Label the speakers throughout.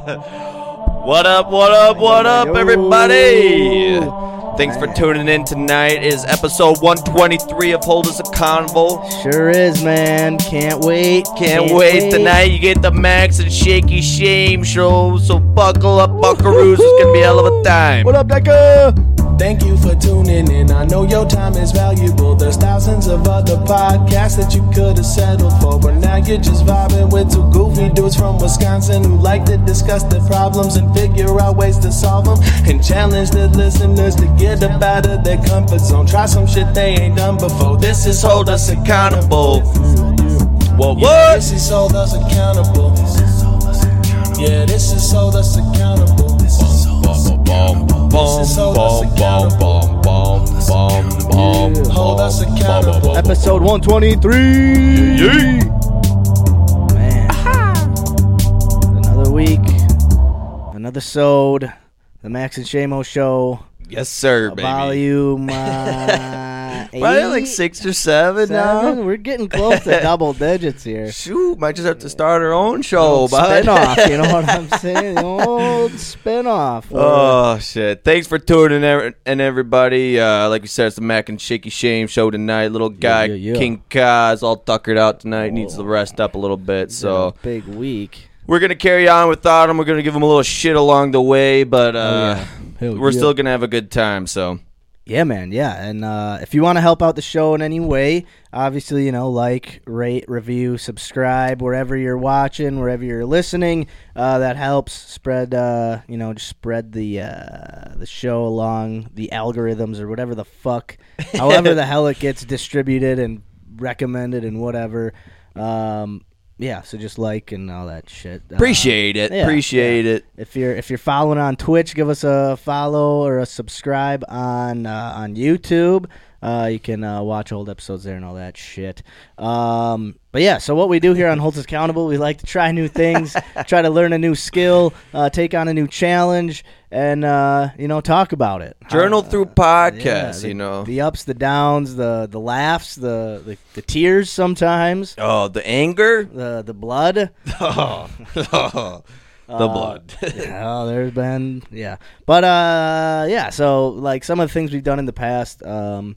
Speaker 1: what up, what up, what up, everybody? Thanks for tuning in tonight. Is episode 123 of Hold Us a Convo.
Speaker 2: Sure is, man. Can't wait.
Speaker 1: Can't wait tonight. You get the Max and Shaky Shame show. So buckle up, Buckaroos. It's gonna be a hell of a time.
Speaker 2: What up, Becca?
Speaker 3: Thank you for tuning in. I know your time is valuable. There's thousands of other podcasts that you could have settled for, but now you're just vibing with two goofy dudes from Wisconsin who like to discuss their problems and figure out ways to solve them and challenge the listeners to get up out of their comfort zone. Try some shit they ain't done before. This is
Speaker 1: Hold us accountable. What,
Speaker 3: yeah,
Speaker 1: what?
Speaker 3: This is hold us accountable. Yeah, this is hold us accountable. This is hold us accountable. This is hold us accountable. Hold us accountable.
Speaker 2: Episode 123. Man. Another week. Another sode. The Max and Shamo show.
Speaker 1: Yes, sir, baby.
Speaker 2: Volume. Uh, eight,
Speaker 1: Probably like six or seven,
Speaker 2: seven?
Speaker 1: now.
Speaker 2: We're getting close to double digits here.
Speaker 1: Shoot, might just have to start our own show, bud.
Speaker 2: Spin off, you know what I'm saying? The old spin off.
Speaker 1: Oh shit! Thanks for tuning in, and everybody. Uh, like you said, it's the Mac and Shaky Shame show tonight. Little guy
Speaker 2: yeah, yeah. Oh.
Speaker 1: King Ka is all tuckered out tonight. Needs to rest up a little bit. So
Speaker 2: big week.
Speaker 1: we're gonna carry on without him. We're gonna give him a little shit along the way, but uh, we're
Speaker 2: Hell Oh, yeah. Uh,
Speaker 1: still gonna have a good time. So
Speaker 2: Yeah, man. Yeah, and uh, if you want to help out the show in any way, obviously, you know, like, rate, review, subscribe wherever you're watching, wherever you're listening. Uh, that helps spread, uh, you know, just spread the uh, the show along the algorithms or whatever the fuck, however the hell it gets distributed and recommended and whatever. Um, yeah, so just like and all that shit. Uh,
Speaker 1: appreciate it.
Speaker 2: yeah,
Speaker 1: appreciate it.
Speaker 2: if you're if you're following on Twitch, give us a follow or a subscribe on uh, on YouTube. Uh, you can uh, watch old episodes there and all that shit. Um, but yeah, so what we do here on Holtz Accountable, we like to try new things, try to learn a new skill, uh, take on a new challenge, and uh, you know talk about it.
Speaker 1: Journal
Speaker 2: Uh,
Speaker 1: through
Speaker 2: yeah,
Speaker 1: podcast.
Speaker 2: the-
Speaker 1: you know.
Speaker 2: the ups, the downs, the the laughs, the the, the tears sometimes,
Speaker 1: oh, the anger.
Speaker 2: the the blood.
Speaker 1: Oh, the
Speaker 2: Uh,
Speaker 1: blood.
Speaker 2: oh, there's been yeah, but uh, yeah. So like some of the things we've done in the past, um,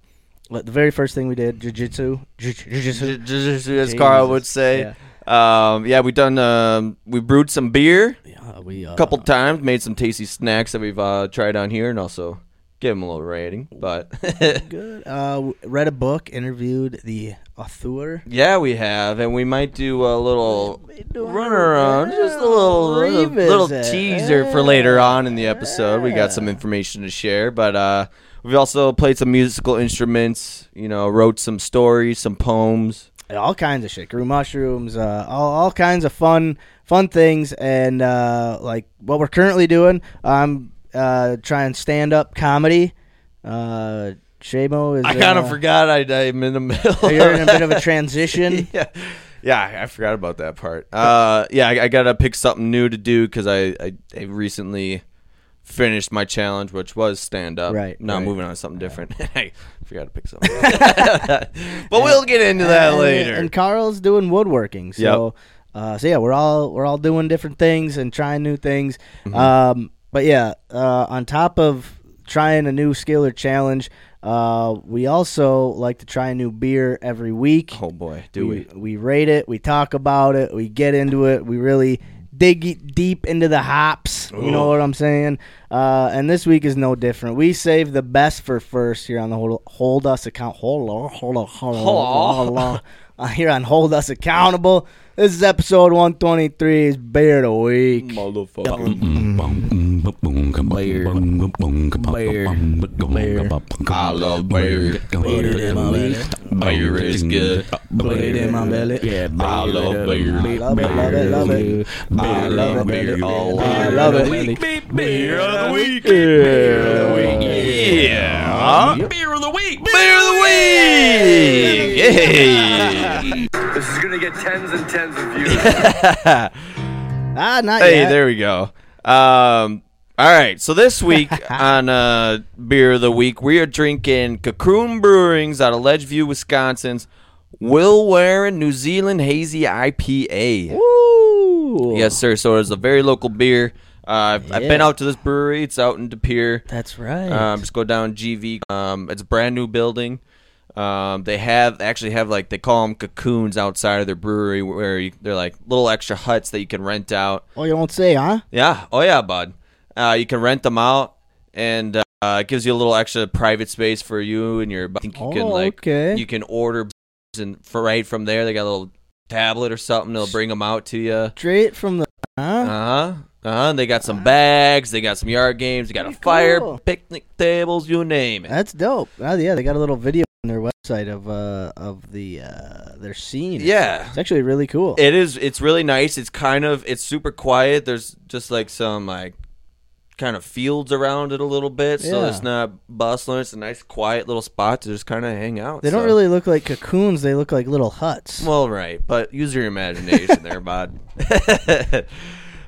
Speaker 2: like the very first thing we did, jujitsu, Ju- jujitsu.
Speaker 1: Jujitsu, as Carl
Speaker 2: Jesus.
Speaker 1: would say. Um, yeah, we done. Um, we brewed some beer
Speaker 2: Yeah, we uh,
Speaker 1: a couple times, made some tasty snacks that we've uh, tried on here, and also give them a little rating. But
Speaker 2: good. Uh, read a book, interviewed the author.
Speaker 1: yeah, we have, and we might do a little
Speaker 2: do a
Speaker 1: run
Speaker 2: little-
Speaker 1: around, just a little little, little
Speaker 2: Revisit.
Speaker 1: teaser for later on in the episode. We got some information to share, but uh, we've also played some musical instruments. You know, wrote some stories, some poems.
Speaker 2: all kinds of shit grew mushrooms uh, all, all kinds of fun fun things and uh, like what we're currently doing i'm uh, trying stand up comedy uh, shamo is
Speaker 1: I kind of
Speaker 2: uh,
Speaker 1: forgot I, I'm in the middle.
Speaker 2: Oh, you're in a bit of a transition
Speaker 1: yeah. Yeah, I forgot about that part. Uh, yeah, I, I gotta pick something new to do because I, I I recently finished my challenge, which was stand up.
Speaker 2: Right,
Speaker 1: Now I'm
Speaker 2: right.
Speaker 1: moving on to something different. I forgot to pick something. but we'll get into that
Speaker 2: and,
Speaker 1: later.
Speaker 2: And Carl's doing woodworking. So, uh, so yeah, we're all we're all doing different things and trying new things.
Speaker 1: Mm-hmm.
Speaker 2: Um, but yeah, uh, on top of trying a new skill or challenge, uh, we also like to try a new beer every week.
Speaker 1: oh boy, do we?
Speaker 2: We rate it. We talk about it. We get into it. We really dig e- deep into the hops. You know what I'm saying? Uh, and this week is no different. We save the best for first here on the hold, hold us account. Hold on, hold on, hold on, hold on, hold on. Uh, Here on hold us accountable. This is episode 123. It's beer of the week.
Speaker 4: I love beer. Beer in my belly. Beer is good. Beer in my belly. Yeah, I love beer.
Speaker 2: Love it, love it, love it.
Speaker 4: I love beer. all
Speaker 2: I
Speaker 4: over
Speaker 2: love
Speaker 4: the
Speaker 2: it.
Speaker 4: week. Beer of the week.
Speaker 1: Yeah. Beer of the week. Beer of the week. Yay.
Speaker 5: This is gonna get tens and tens of views.
Speaker 2: Ah, not
Speaker 1: Hey,
Speaker 2: yet.
Speaker 1: there we go. Um, all right, so this week on uh, Beer of the Week, we are drinking Cocoon Brewing's out of Ledgeview, Wisconsin's Will Warren New Zealand Hazy IPA.
Speaker 2: Woo. Cool.
Speaker 1: Yes, sir. So it's a very local beer. Uh, I've, I've been
Speaker 2: Yeah.
Speaker 1: out to this brewery. It's out in De Pere.
Speaker 2: That's right.
Speaker 1: Um, just go down GV. Um, it's a brand new building. Um, they have they actually have like they call them cocoons outside of their brewery where you, they're like little extra huts that you can rent out.
Speaker 2: oh, you won't say, huh?
Speaker 1: Yeah, oh yeah, bud. Uh, you can rent them out, and uh, it gives you a little extra private space for you and your. I think you can
Speaker 2: Oh,
Speaker 1: like
Speaker 2: okay.
Speaker 1: you can order beers and for right from there they got a little tablet or something. They'll bring them out to you.
Speaker 2: Straight from the.
Speaker 1: Uh
Speaker 2: Huh?
Speaker 1: huh. Uh huh. They got some bags. They got some yard games. They got a
Speaker 2: Pretty
Speaker 1: fire,
Speaker 2: cool.
Speaker 1: picnic tables. You name it.
Speaker 2: That's dope. Oh, yeah, they got a little video on their website of uh of the uh their scene.
Speaker 1: Yeah.
Speaker 2: It's actually really cool.
Speaker 1: It is. It's really nice. It's kind of. It's super quiet. There's just like some like kind of fields around it a little bit, so
Speaker 2: Yeah.
Speaker 1: it's not bustling. It's a nice, quiet little spot to just kind of hang out.
Speaker 2: they don't
Speaker 1: so-
Speaker 2: really look like cocoons. They look like little huts.
Speaker 1: Well, right, but use your imagination there, bud.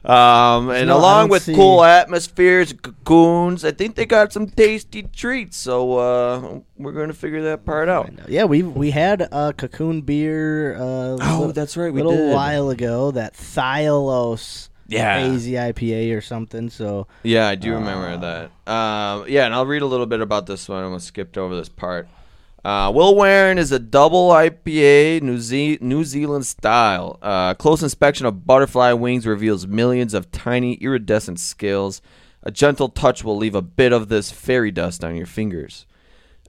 Speaker 1: um, and
Speaker 2: No, I
Speaker 1: along
Speaker 2: don't
Speaker 1: with
Speaker 2: see-
Speaker 1: cool atmospheres, cocoons, I think they got some tasty treats. So uh, we're gonna figure that part out.
Speaker 2: yeah, we we had a cocoon beer. Uh,
Speaker 1: Oh, that's right, we
Speaker 2: little
Speaker 1: did.
Speaker 2: while ago. That Thiolos.
Speaker 1: Yeah.
Speaker 2: Hazy IPA or something. So
Speaker 1: Yeah, I do remember that. Um, yeah, and I'll read a little bit about this one. I almost skipped over this part. Uh, Will Warren is a double IPA New, Ze- New Zealand style. Uh, close inspection of butterfly wings reveals millions of tiny iridescent scales. A gentle touch will leave a bit of this fairy dust on your fingers.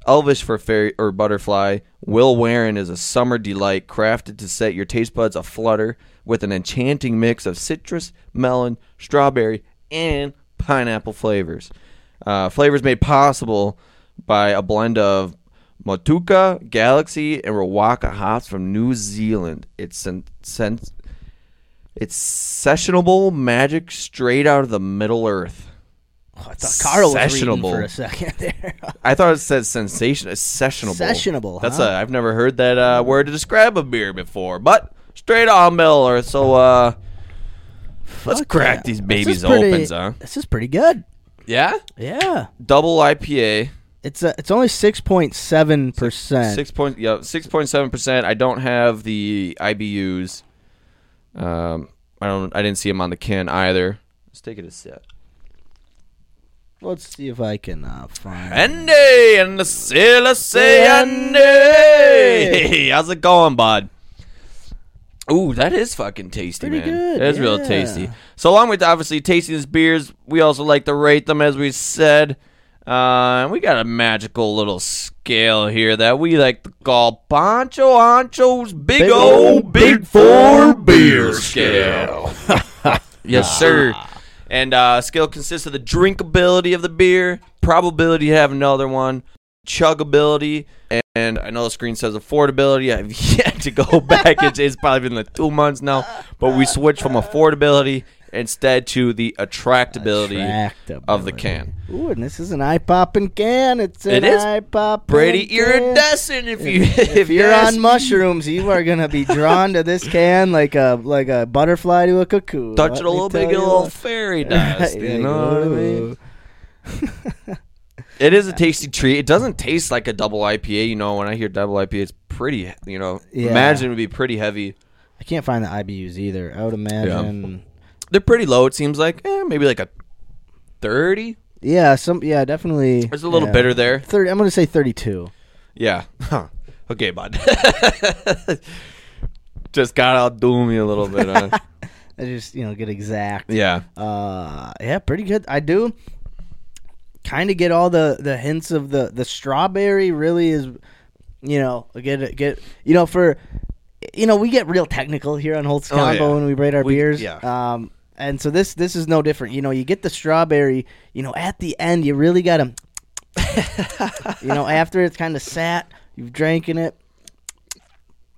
Speaker 1: Elvish for fairy or butterfly, Will Warren is a summer delight crafted to set your taste buds aflutter with an enchanting mix of citrus, melon, strawberry, and pineapple flavors. Uh, flavors made possible by a blend of Motuka, Galaxy, and Rawaka hops from New Zealand. It's sen- sen- it's sessionable magic straight out of the Middle Earth.
Speaker 2: oh, I thought Carl was reading
Speaker 1: Sessionable.
Speaker 2: for a second there.
Speaker 1: I thought it said sensation. It's sessionable.
Speaker 2: Sessionable,
Speaker 1: That's
Speaker 2: huh?
Speaker 1: a. I've never heard that uh, word to describe a beer before. But straight on Middle Earth. So uh, let's
Speaker 2: Fuck
Speaker 1: crack
Speaker 2: yeah.
Speaker 1: these
Speaker 2: This
Speaker 1: babies
Speaker 2: is pretty-
Speaker 1: opens, huh?
Speaker 2: This is pretty good.
Speaker 1: Yeah.
Speaker 2: Yeah,
Speaker 1: Double IPA.
Speaker 2: it's a, it's only six point seven percent.
Speaker 1: Six point. Yeah. Six point seven percent. I don't have the IBUs. Um. I don't. I didn't see them on the can either. Let's take it a sip.
Speaker 2: Let's see if I can uh, find.
Speaker 1: Andy and the sailor say Andy. How's it going, bud? Ooh, that is fucking tasty,
Speaker 2: Pretty
Speaker 1: man.
Speaker 2: good,
Speaker 1: That's real
Speaker 2: yeah.
Speaker 1: tasty. So along with obviously tasting these beers, we also like to rate them as we said. Uh, and we got a magical little scale here that we like to call Pancho Ancho's Big,
Speaker 2: Big
Speaker 1: O
Speaker 2: Ol'
Speaker 1: Big Four Beer Scale. yes, sir. And uh, scale consists of the drinkability of the beer, probability to have another one, chuggability, and I know the screen says affordability. I've yet to go back. It's, it's probably been like two months now, but we switched from affordability instead to the attractability, of the
Speaker 2: Attractability.
Speaker 1: can.
Speaker 2: Ooh, and this is an eye popping can. It's an
Speaker 1: It is
Speaker 2: eye popping.
Speaker 1: Brady
Speaker 2: can.
Speaker 1: iridescent. If you if,
Speaker 2: If you're
Speaker 1: ask
Speaker 2: on
Speaker 1: me.
Speaker 2: mushrooms, you are gonna be drawn to this can like a like a butterfly to a cocoon.
Speaker 1: touch
Speaker 2: Let
Speaker 1: it a
Speaker 2: me
Speaker 1: little bit,
Speaker 2: tell
Speaker 1: get a
Speaker 2: you
Speaker 1: little
Speaker 2: what.
Speaker 1: fairy dust.
Speaker 2: Right,
Speaker 1: You
Speaker 2: like,
Speaker 1: know what I mean?
Speaker 2: ooh.
Speaker 1: It is a tasty treat. It doesn't taste like a double IPA. You know, when I hear double IPA, it's pretty. You know,
Speaker 2: Yeah.
Speaker 1: imagine it would be pretty heavy.
Speaker 2: I can't find the IBUs either. I would imagine.
Speaker 1: They're pretty low. It seems like eh, maybe like a thirty.
Speaker 2: Yeah, some. Yeah, definitely.
Speaker 1: There's a little
Speaker 2: yeah.
Speaker 1: bitter there.
Speaker 2: Thirty. I'm gonna say thirty-two.
Speaker 1: Yeah. Huh. Okay, bud. Just got out doomy a little bit. Huh?
Speaker 2: I just you know get exact.
Speaker 1: yeah.
Speaker 2: Uh, yeah, pretty good. I do kind of get all the the hints of the the strawberry. Really is, you know, get get you know for you know we get real technical here on Holtz
Speaker 1: Oh,
Speaker 2: Combo
Speaker 1: yeah.
Speaker 2: when we rate our
Speaker 1: We-
Speaker 2: beers.
Speaker 1: yeah.
Speaker 2: Um, and so this this is no different. You know, you get the strawberry. You know, at the end, you really got to. you know, after it's kind of sat, you've drank in it.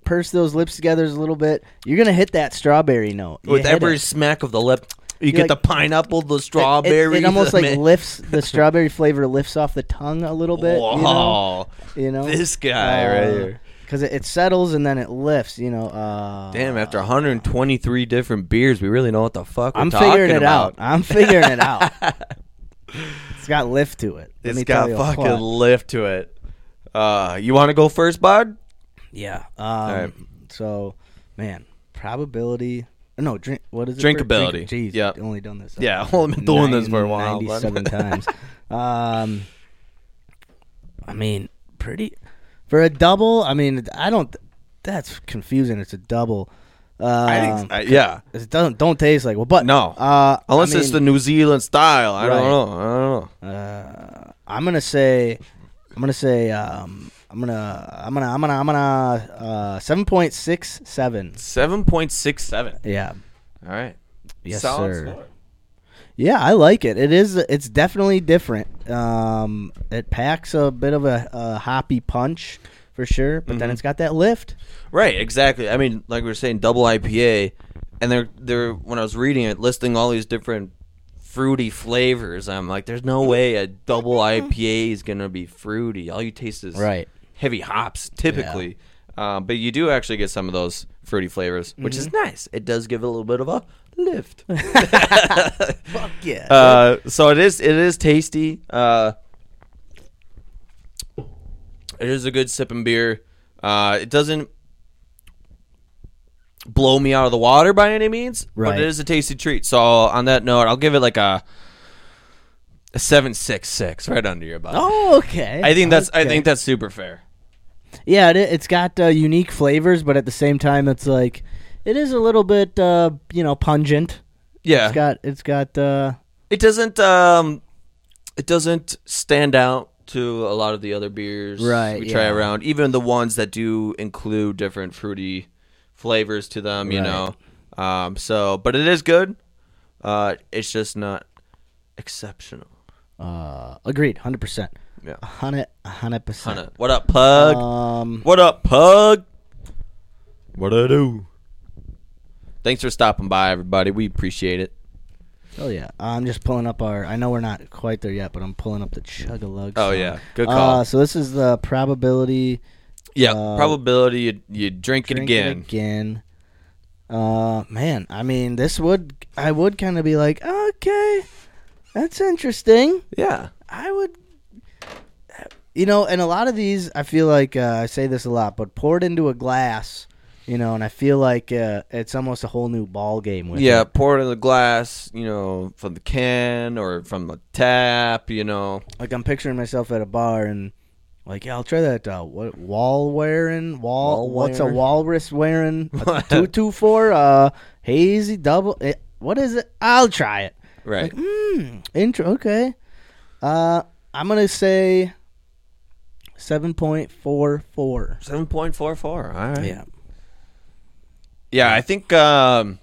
Speaker 2: Purse those lips together a little bit. You're gonna hit that strawberry note. You
Speaker 1: With
Speaker 2: hit
Speaker 1: every
Speaker 2: it.
Speaker 1: smack of the lip, you get
Speaker 2: like-
Speaker 1: the pineapple, the
Speaker 2: It- it-
Speaker 1: strawberry.
Speaker 2: It, almost
Speaker 1: the
Speaker 2: like
Speaker 1: mint.
Speaker 2: lifts the strawberry flavor lifts off the tongue a little bit. You know,
Speaker 1: Whoa.
Speaker 2: you know?
Speaker 1: This guy right here.
Speaker 2: Because it, it settles and then it lifts. You know. Uh,
Speaker 1: Damn, after 123 different beers, we really know what the fuck we're
Speaker 2: I'm
Speaker 1: talking
Speaker 2: figuring it
Speaker 1: about.
Speaker 2: out. I'm figuring it out. It's got lift to it. Let
Speaker 1: It's
Speaker 2: me
Speaker 1: got
Speaker 2: tell you
Speaker 1: fucking
Speaker 2: what.
Speaker 1: lift to it. Uh, you want to go first, bud?
Speaker 2: yeah. Um,
Speaker 1: right.
Speaker 2: So, man, probability No, drink. What is it? for- drink-
Speaker 1: Drinkability.
Speaker 2: Jeez,
Speaker 1: Yep.
Speaker 2: only done this.
Speaker 1: Yeah, well, I've been doing this for a while. but-
Speaker 2: Ninety-seven times. Um, I mean, pretty for a double. I mean, I don't. That's confusing. It's a double. Um,
Speaker 1: I think, I- yeah.
Speaker 2: it doesn't don't taste like well, but
Speaker 1: No.
Speaker 2: Uh,
Speaker 1: Unless
Speaker 2: I
Speaker 1: it's the
Speaker 2: mean,
Speaker 1: New Zealand style. I
Speaker 2: Right.
Speaker 1: don't know. I don't know.
Speaker 2: Uh, I'm gonna say. I'm gonna say. Um, I'm gonna. I'm gonna. I'm gonna. I'm gonna. Uh, seven point six seven.
Speaker 1: 7.67.
Speaker 2: Yeah.
Speaker 1: All right.
Speaker 2: Yes,
Speaker 1: Solid
Speaker 2: sir.
Speaker 1: score.
Speaker 2: Yeah, I like it. It is. It's definitely different. Um, it packs a bit of a, a hoppy punch for sure, but then it's got that lift.
Speaker 1: Right, exactly. I mean, like we were saying, double IPA, and they're they're when I was reading it, listing all these different fruity flavors. I'm like, there's no way a double IPA is gonna be fruity. All you taste is
Speaker 2: Right.
Speaker 1: heavy hops, typically. Uh, but you do actually get some of those fruity flavors, which is nice. It does give it a little bit of a lift.
Speaker 2: Yeah.
Speaker 1: Uh, so it is it is tasty. Uh, it is a good sipping beer. Uh, it doesn't blow me out of the water by any means,
Speaker 2: Right.
Speaker 1: but it is a tasty treat. So on that note, I'll give it like a a seven six six, right under your body.
Speaker 2: oh, okay.
Speaker 1: I think that's I
Speaker 2: Okay.
Speaker 1: think that's super fair.
Speaker 2: Yeah, it, it's got uh, unique flavors, but at the same time, it's like it is a little bit uh, you know pungent.
Speaker 1: Yeah,
Speaker 2: It's got. It's got. Uh,
Speaker 1: it doesn't um it doesn't stand out to a lot of the other beers
Speaker 2: Right,
Speaker 1: we try
Speaker 2: yeah.
Speaker 1: around even the ones that do include different fruity flavors to them you
Speaker 2: Right.
Speaker 1: know um so but it is good uh it's just not exceptional
Speaker 2: uh, agreed, hundred percent.
Speaker 1: yeah
Speaker 2: Hundred, hundred percent.
Speaker 1: Hunter. what up pug
Speaker 2: Um,
Speaker 1: what up pug what i do thanks for stopping by everybody we appreciate it
Speaker 2: oh yeah, I'm just pulling up our. I know we're not quite there yet, but I'm pulling up the chug a lug.
Speaker 1: Oh, yeah. Good call.
Speaker 2: Uh, so this is the probability.
Speaker 1: yeah
Speaker 2: Uh,
Speaker 1: probability you, you drink, it
Speaker 2: drink it
Speaker 1: again
Speaker 2: again. Uh, man, I mean, this would I would kind of be like, okay, that's interesting.
Speaker 1: yeah
Speaker 2: I would, you know, and a lot of these, I feel like uh, I say this a lot, but poured into a glass, you know, and I feel like uh, it's almost a whole new ball game with
Speaker 1: Yeah,
Speaker 2: it.
Speaker 1: pour it in the glass, you know, from the can or from the tap, you know.
Speaker 2: Like I'm picturing myself at a bar and. Like yeah, I'll try that. Uh, what wall wearing? Wall?
Speaker 1: Wall
Speaker 2: what's a
Speaker 1: wearing?
Speaker 2: walrus wearing? A two two four. Uh, hazy double. eh, what is it? I'll try it.
Speaker 1: Right.
Speaker 2: Intro. Okay. Uh, I'm gonna say seven point four four.
Speaker 1: 7.44. All right. Yeah,
Speaker 2: Yeah.
Speaker 1: I think um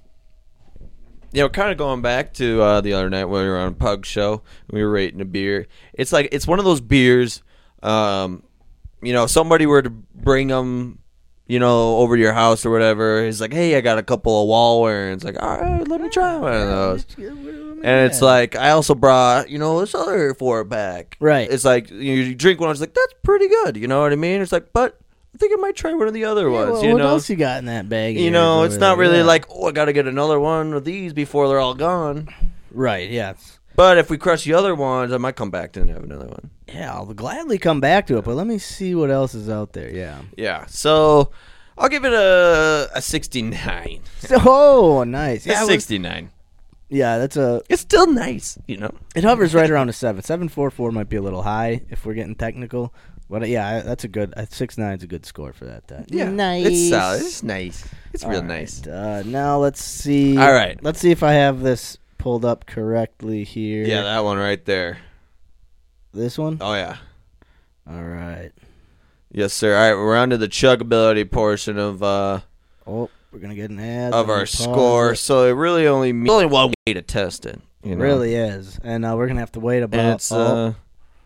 Speaker 1: you know, kind of going back to uh, the other night when we were on a pug show, we were rating a beer. It's like it's one of those beers um you know, if somebody were to bring them you know, over to your house or whatever. He's like, "Hey, I got a couple of wall wearings." Like, "All right, let me try one of those." And it's like I also brought, you know, this other four pack.
Speaker 2: Right.
Speaker 1: It's like you you drink one. It's like that's pretty good. You know what I mean? It's like, but I think I might try one of the other ones.
Speaker 2: Well,
Speaker 1: you
Speaker 2: what
Speaker 1: know,
Speaker 2: else you got in that bag?
Speaker 1: you know, it's not really like oh, I got to get another one of these before they're all gone.
Speaker 2: right. Yeah.
Speaker 1: But if we crush the other ones, I might come back and have another one.
Speaker 2: Yeah, I'll gladly come back to it, but let me see what else is out there. Yeah.
Speaker 1: Yeah. So I'll give it a a sixty nine.
Speaker 2: So, oh, nice. Yeah, I was-
Speaker 1: sixty nine.
Speaker 2: yeah, that's a.
Speaker 1: It's still nice, you know.
Speaker 2: It hovers right around a seven. Seven four four might be a little high if we're getting technical, but uh, yeah, I- that's a good. Uh, six nine's a good score for that. That nice.
Speaker 1: It's solid. It's nice. It's real
Speaker 2: All right,
Speaker 1: nice.
Speaker 2: Uh, now let's see.
Speaker 1: All right.
Speaker 2: Let's see if I have this pulled up correctly here.
Speaker 1: Yeah, that one right there.
Speaker 2: this one.
Speaker 1: Oh yeah.
Speaker 2: All right.
Speaker 1: Yes, sir. All right, we're on to the chuggability portion of uh
Speaker 2: Oh, we're gonna get an ad
Speaker 1: of
Speaker 2: Let me
Speaker 1: our
Speaker 2: pause
Speaker 1: score.
Speaker 2: it.
Speaker 1: So it really only means only one way to test it. You know?
Speaker 2: Really is, and uh, we're gonna have to wait about.
Speaker 1: and it's
Speaker 2: oh,
Speaker 1: uh,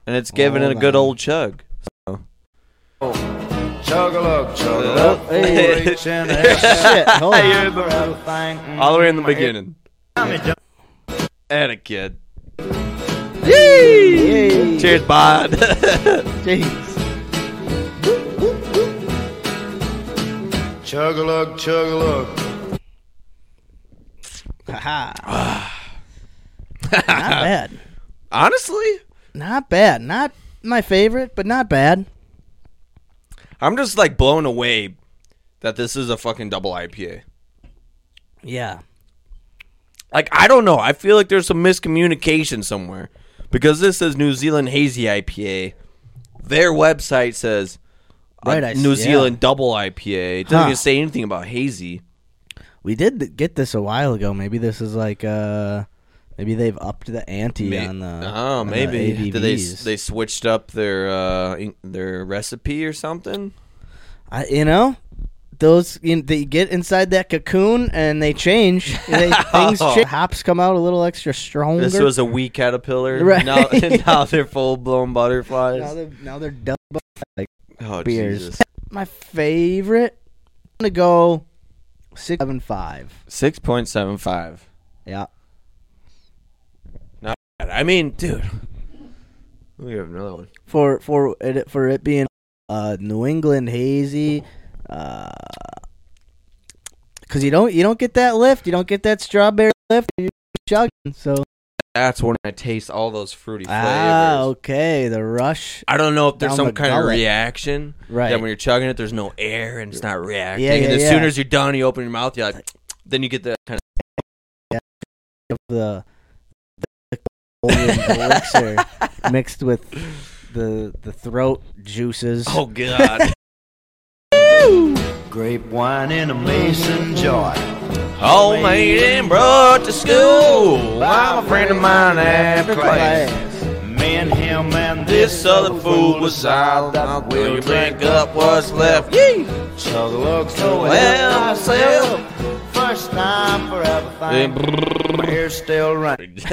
Speaker 1: and it's giving it a
Speaker 2: Hold
Speaker 1: good
Speaker 2: on.
Speaker 1: old chug.
Speaker 2: oh, hey, shit! Hold on.
Speaker 1: All the way in the beginning. And a kid.
Speaker 2: Hey,
Speaker 1: Cheers, bud.
Speaker 2: jeez.
Speaker 6: Chug a lug, chug a lug.
Speaker 2: Haha. Not bad.
Speaker 1: Honestly,
Speaker 2: Not bad. Not my favorite, but not bad.
Speaker 1: I'm just like blown away that this is a fucking double IPA.
Speaker 2: Yeah.
Speaker 1: Like I don't know. I feel like there's some miscommunication somewhere because this says New Zealand hazy IPA. Their website says uh,
Speaker 2: Right, I s-
Speaker 1: New
Speaker 2: yeah.
Speaker 1: Zealand double IPA. It doesn't
Speaker 2: Huh.
Speaker 1: even say anything about hazy.
Speaker 2: We did th- get this a while ago. Maybe this is like uh maybe they've upped the ante
Speaker 1: May-
Speaker 2: on the
Speaker 1: oh,
Speaker 2: on the
Speaker 1: maybe Did they
Speaker 2: ABVs.
Speaker 1: they switched up their uh, in- their recipe or something.
Speaker 2: I, you know those in, they get inside that cocoon and they change. They, things
Speaker 1: Oh.
Speaker 2: change. Hops come out a little extra stronger.
Speaker 1: This was a wee caterpillar.
Speaker 2: Right.
Speaker 1: Now, now they're full blown butterflies.
Speaker 2: now they're, now they're double.
Speaker 1: oh
Speaker 2: beers.
Speaker 1: Jesus!
Speaker 2: My favorite. I'm gonna go six seven five.
Speaker 1: Six point seven five.
Speaker 2: Yeah.
Speaker 1: I mean, dude. We have another one.
Speaker 2: for for it for it being uh New England hazy uh cuz you don't you don't get that lift, you don't get that strawberry lift and you're chugging. So
Speaker 1: That's when I taste all those fruity flavors.
Speaker 2: ah, okay, the rush.
Speaker 1: I don't know if there's
Speaker 2: Down
Speaker 1: some
Speaker 2: the
Speaker 1: kind of
Speaker 2: gullet.
Speaker 1: reaction.
Speaker 2: Right.
Speaker 1: That when you're chugging it, there's no air and it's not reacting.
Speaker 2: Yeah, yeah,
Speaker 1: and as
Speaker 2: yeah.
Speaker 1: soon as you're done, you open your mouth, you're like, then you get that kind
Speaker 2: of the the golden elixir mixed with the the throat juices.
Speaker 1: of, oh, God.
Speaker 6: Grape wine in a mason jar.
Speaker 1: Homemade and brought to school by a friend of mine after class.
Speaker 6: Me and him and
Speaker 1: This other fool was
Speaker 6: out.
Speaker 1: silent. Now We'll drink up what's left.
Speaker 6: Chug a lug, so
Speaker 1: Well,
Speaker 6: well myself. First time for everything.
Speaker 1: Yee.
Speaker 6: Beer still running.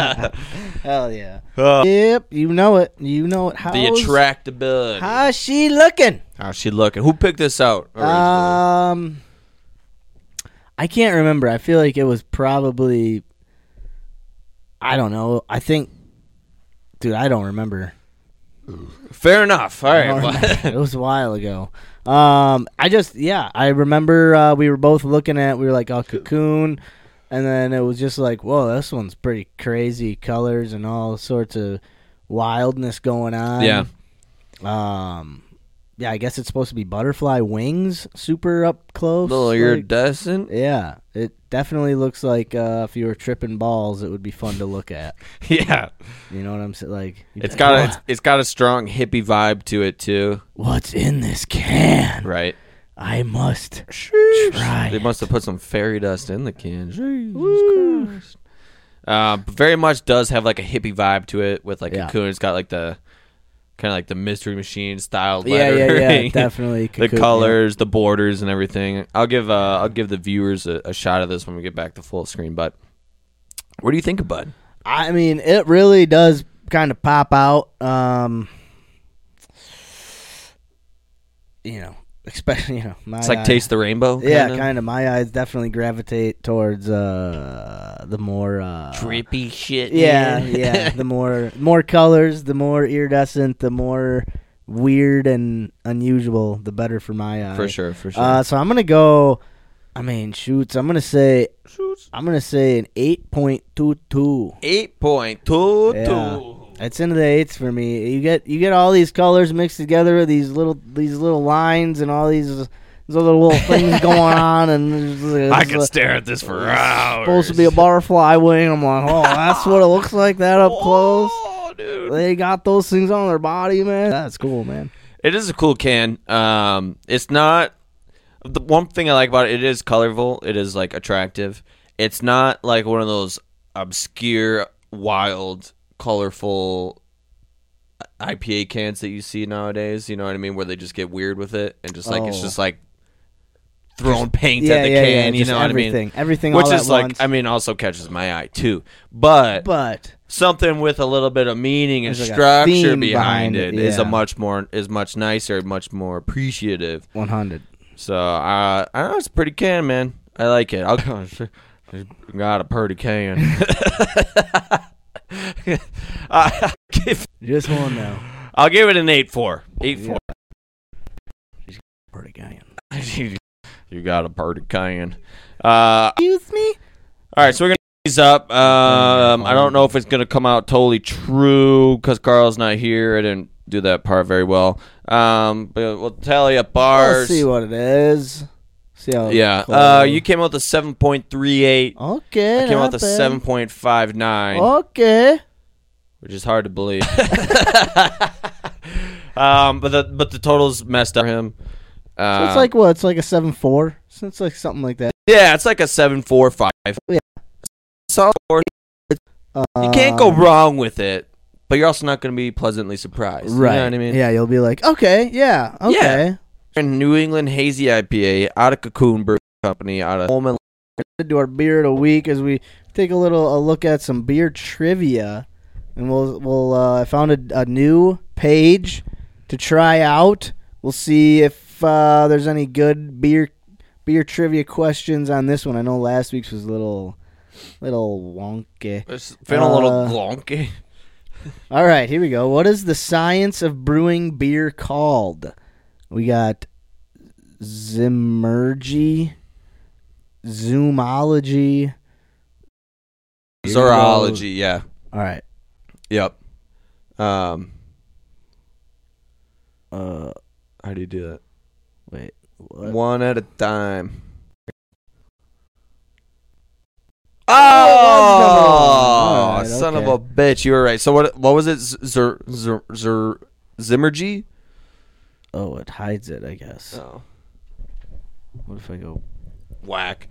Speaker 2: Hell yeah. yep, you know it. You know it. How's,
Speaker 1: Uh. The attractability.
Speaker 2: How's she looking?
Speaker 1: How's she looking? Who picked this out? originally?
Speaker 2: Um, I can't remember. I feel like it was probably. I don't know. I think, dude, I don't remember.
Speaker 1: Fair enough. All
Speaker 2: I don't
Speaker 1: right.
Speaker 2: remember. it was a while ago. Um, I just yeah, I remember uh, we were both looking at. We were like, oh, cocoon, and then it was just like, whoa, this one's pretty crazy colors and all sorts of wildness going on.
Speaker 1: yeah.
Speaker 2: Um. Yeah, I guess it's supposed to be butterfly wings, super up close.
Speaker 1: Little
Speaker 2: like-
Speaker 1: iridescent.
Speaker 2: Yeah, it definitely looks like uh, if you were tripping balls, it would be fun to look at.
Speaker 1: Yeah.
Speaker 2: You know what I'm saying? Like, you'd
Speaker 1: It's
Speaker 2: be
Speaker 1: got a,
Speaker 2: like,
Speaker 1: it's, it's got a strong hippie vibe to it too,
Speaker 2: What's in this can?
Speaker 1: right?
Speaker 2: I must try.
Speaker 1: They
Speaker 2: it."
Speaker 1: must have put some fairy dust in the can. Jesus Christ. Uh, but very much does have like a hippie vibe to it with like
Speaker 2: Yeah.
Speaker 1: cocoon. It's got like the kind of like the mystery machine style
Speaker 2: Yeah, yeah, yeah,
Speaker 1: lettering.
Speaker 2: definitely
Speaker 1: the
Speaker 2: Cocoon, yeah.
Speaker 1: colors, the borders, and everything. I'll give uh, I'll give the viewers a, a shot of this when we get back to full screen. But what do you think, Bud?
Speaker 2: I mean, it really does kind of pop out. Um, you know, especially you know, my
Speaker 1: It's like
Speaker 2: eye-
Speaker 1: taste the rainbow.
Speaker 2: Yeah,
Speaker 1: kinda?
Speaker 2: kind of. My eyes definitely gravitate towards uh, the more uh,
Speaker 1: trippy shit.
Speaker 2: Yeah,
Speaker 1: man.
Speaker 2: yeah. The more more colors, the more iridescent, the more weird and unusual, the better for my eye.
Speaker 1: for sure, for sure.
Speaker 2: Uh, so I'm gonna go. I mean, shoots. I'm gonna say. I'm gonna say an eight point two two.
Speaker 1: Eight point two
Speaker 2: Yeah,
Speaker 1: two.
Speaker 2: it's into the eights for me. You get you get all these colors mixed together, these little these little lines and all these these other little things going on, and there's-
Speaker 4: I
Speaker 2: there's
Speaker 4: could
Speaker 2: a-
Speaker 4: stare at this for hours.
Speaker 2: supposed to be a butterfly wing. I'm like, oh, that's what it looks like that up close.
Speaker 1: Oh, dude.
Speaker 2: They got those things on their body, man. That's cool, man.
Speaker 1: It is a cool can. Um, it's not the one thing I like about it. It is colorful. It is like attractive. It's not like one of those obscure, wild, colorful IPA cans that you see nowadays. You know what I mean? Where they just get weird with it and just like it's
Speaker 2: Oh.
Speaker 1: just like throwing paint at the can. you
Speaker 2: just
Speaker 1: know what I
Speaker 2: everything,
Speaker 1: mean?
Speaker 2: everything,
Speaker 1: Which
Speaker 2: all
Speaker 1: is
Speaker 2: at
Speaker 1: like,
Speaker 2: once.
Speaker 1: I mean, also catches my eye too. But
Speaker 2: but
Speaker 1: something with a little bit of meaning and
Speaker 2: There's like a
Speaker 1: structure
Speaker 2: theme
Speaker 1: behind
Speaker 2: behind
Speaker 1: it
Speaker 2: it,
Speaker 1: is a
Speaker 2: yeah.
Speaker 1: much more is much nicer, much more appreciative.
Speaker 2: 100.
Speaker 1: So uh, I know it's a pretty can, man. I like it. I'll got a pretty can. I-
Speaker 2: Just one now.
Speaker 1: I'll give it an eight four. Eight four.
Speaker 2: Pretty guy.
Speaker 1: you got a pretty can. Uh,
Speaker 2: Excuse me.
Speaker 1: All right, so we're gonna pick these up. Um, I don't know if it's gonna come out totally true because Carl's not here. I didn't do that part very well. Um, but we'll tally up
Speaker 2: Let's
Speaker 1: bars.
Speaker 2: see what it is. See how
Speaker 1: Yeah.
Speaker 2: cold-
Speaker 1: Uh, you came out to 7.38.
Speaker 2: okay.
Speaker 1: I came out
Speaker 2: not
Speaker 1: to
Speaker 2: bad.
Speaker 1: 7.59.
Speaker 2: Oh. Okay.
Speaker 1: which is hard to believe. um, but the but the totals messed up for him. Uh,
Speaker 2: So it's like what? It's like a seven four. So it's like something like that.
Speaker 1: yeah, it's like a seven four five.
Speaker 2: Yeah.
Speaker 1: Solid score. You can't go
Speaker 2: Um,
Speaker 1: wrong with it, but you're also not going to be pleasantly surprised.
Speaker 2: Right.
Speaker 1: You know what I mean?
Speaker 2: Yeah, you'll be like, okay, yeah, okay.
Speaker 1: In New England Hazy IPA out of Cocoon Brewing Company out of Holman.
Speaker 2: to do our beer of the week as we take a little a look at some beer trivia, and we'll we'll uh, I found a, a new page to try out. We'll see if uh, there's any good beer beer trivia questions on this one. I know last week's was a little little wonky.
Speaker 1: It's been a little
Speaker 2: Uh,
Speaker 1: glonky.
Speaker 2: All right, here we go. What is the science of brewing beer called? We got zimmergy, zoomology.
Speaker 1: Zoology, yeah.
Speaker 2: All right.
Speaker 1: Yep. Um,
Speaker 2: Uh,
Speaker 1: how do you do that?
Speaker 2: wait. What?
Speaker 1: One at a time.
Speaker 2: Oh,
Speaker 1: Oh,
Speaker 2: it was number one. All right,
Speaker 1: son of
Speaker 2: okay.
Speaker 1: a bitch! You were right. So what? What was it? Z- Zer, zer, zer, Zimmergy?
Speaker 2: Oh, it hides it, I guess.
Speaker 1: Oh,
Speaker 2: What if I go
Speaker 1: whack!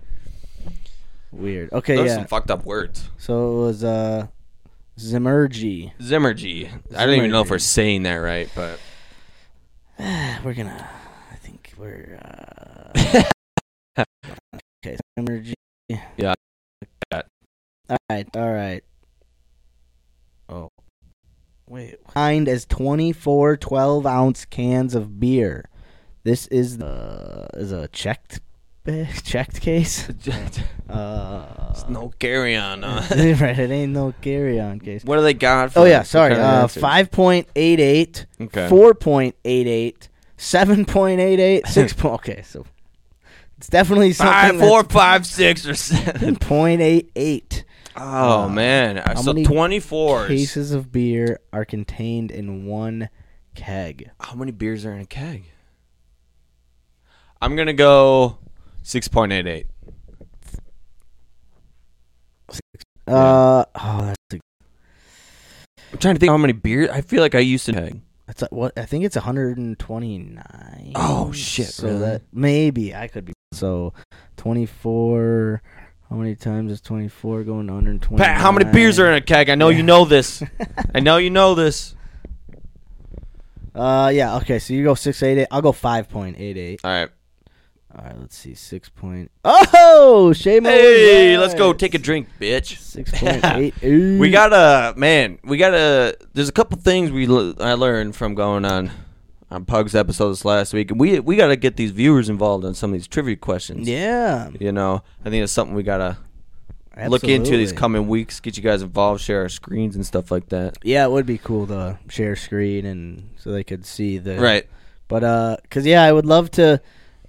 Speaker 2: weird? Okay,
Speaker 1: Those are
Speaker 2: yeah.
Speaker 1: some fucked up words.
Speaker 2: so it was uh, Zimmergy.
Speaker 1: Zimmergy. I don't even know if
Speaker 2: Zimmergy.
Speaker 1: we're saying that right, but
Speaker 2: We're gonna. I think we're. Uh, okay, Zimmergy.
Speaker 1: Yeah, got
Speaker 2: All right. All right. Oh. Wait. Kind as 24 12 ounce cans of beer. This is uh, is a checked checked case. Uh,
Speaker 1: no carry on. huh?
Speaker 2: right, it ain't no carry on case.
Speaker 1: what do they got? For
Speaker 2: Oh yeah,
Speaker 1: us? What
Speaker 2: sorry.
Speaker 1: kind of
Speaker 2: Uh,
Speaker 1: answers?
Speaker 2: five point eight eight,
Speaker 1: Okay.
Speaker 2: four point eight eight, seven point eight eight, six point. Okay, so it's definitely
Speaker 1: Five,
Speaker 2: something.
Speaker 1: four, five, six, or seven.
Speaker 2: Point eight eight
Speaker 1: Oh man!
Speaker 2: how
Speaker 1: So
Speaker 2: many
Speaker 1: twenty four.
Speaker 2: cases of beer are contained in one keg.
Speaker 1: How many beers are in a keg? I'm gonna go six point eight eight.
Speaker 2: Uh oh, that's a,
Speaker 1: I'm trying to think how many beers. I feel like I used to keg.
Speaker 2: that's a, what I think it's one hundred and twenty nine.
Speaker 1: Oh, shit,
Speaker 2: So
Speaker 1: really?
Speaker 2: that maybe I could be so twenty four. How many times is twenty four going to one hundred twenty?
Speaker 1: Pat, how many beers are in a keg? I know you know this. I know you know this.
Speaker 2: Uh, yeah. Okay, so you go six eight eight. I'll go five point eight eight.
Speaker 1: All right.
Speaker 2: All right, let's see. Six point. Oh, shame. on
Speaker 1: Hey,
Speaker 2: you
Speaker 1: let's go
Speaker 2: guys.
Speaker 1: take a drink, bitch.
Speaker 2: Six point eight eight.
Speaker 1: We got a man. We got a. There's a couple things we l- I learned from going on on Pug's episode this last week, and we we got to get these viewers involved on some of these trivia questions.
Speaker 2: Yeah.
Speaker 1: You know, I think it's something we gotta look into these
Speaker 2: absolutely.
Speaker 1: coming weeks. Get you guys involved, share our screens and stuff like that.
Speaker 2: Yeah, it would be cool to share screen and so they could see the
Speaker 1: Right.
Speaker 2: But uh, cause yeah, I would love to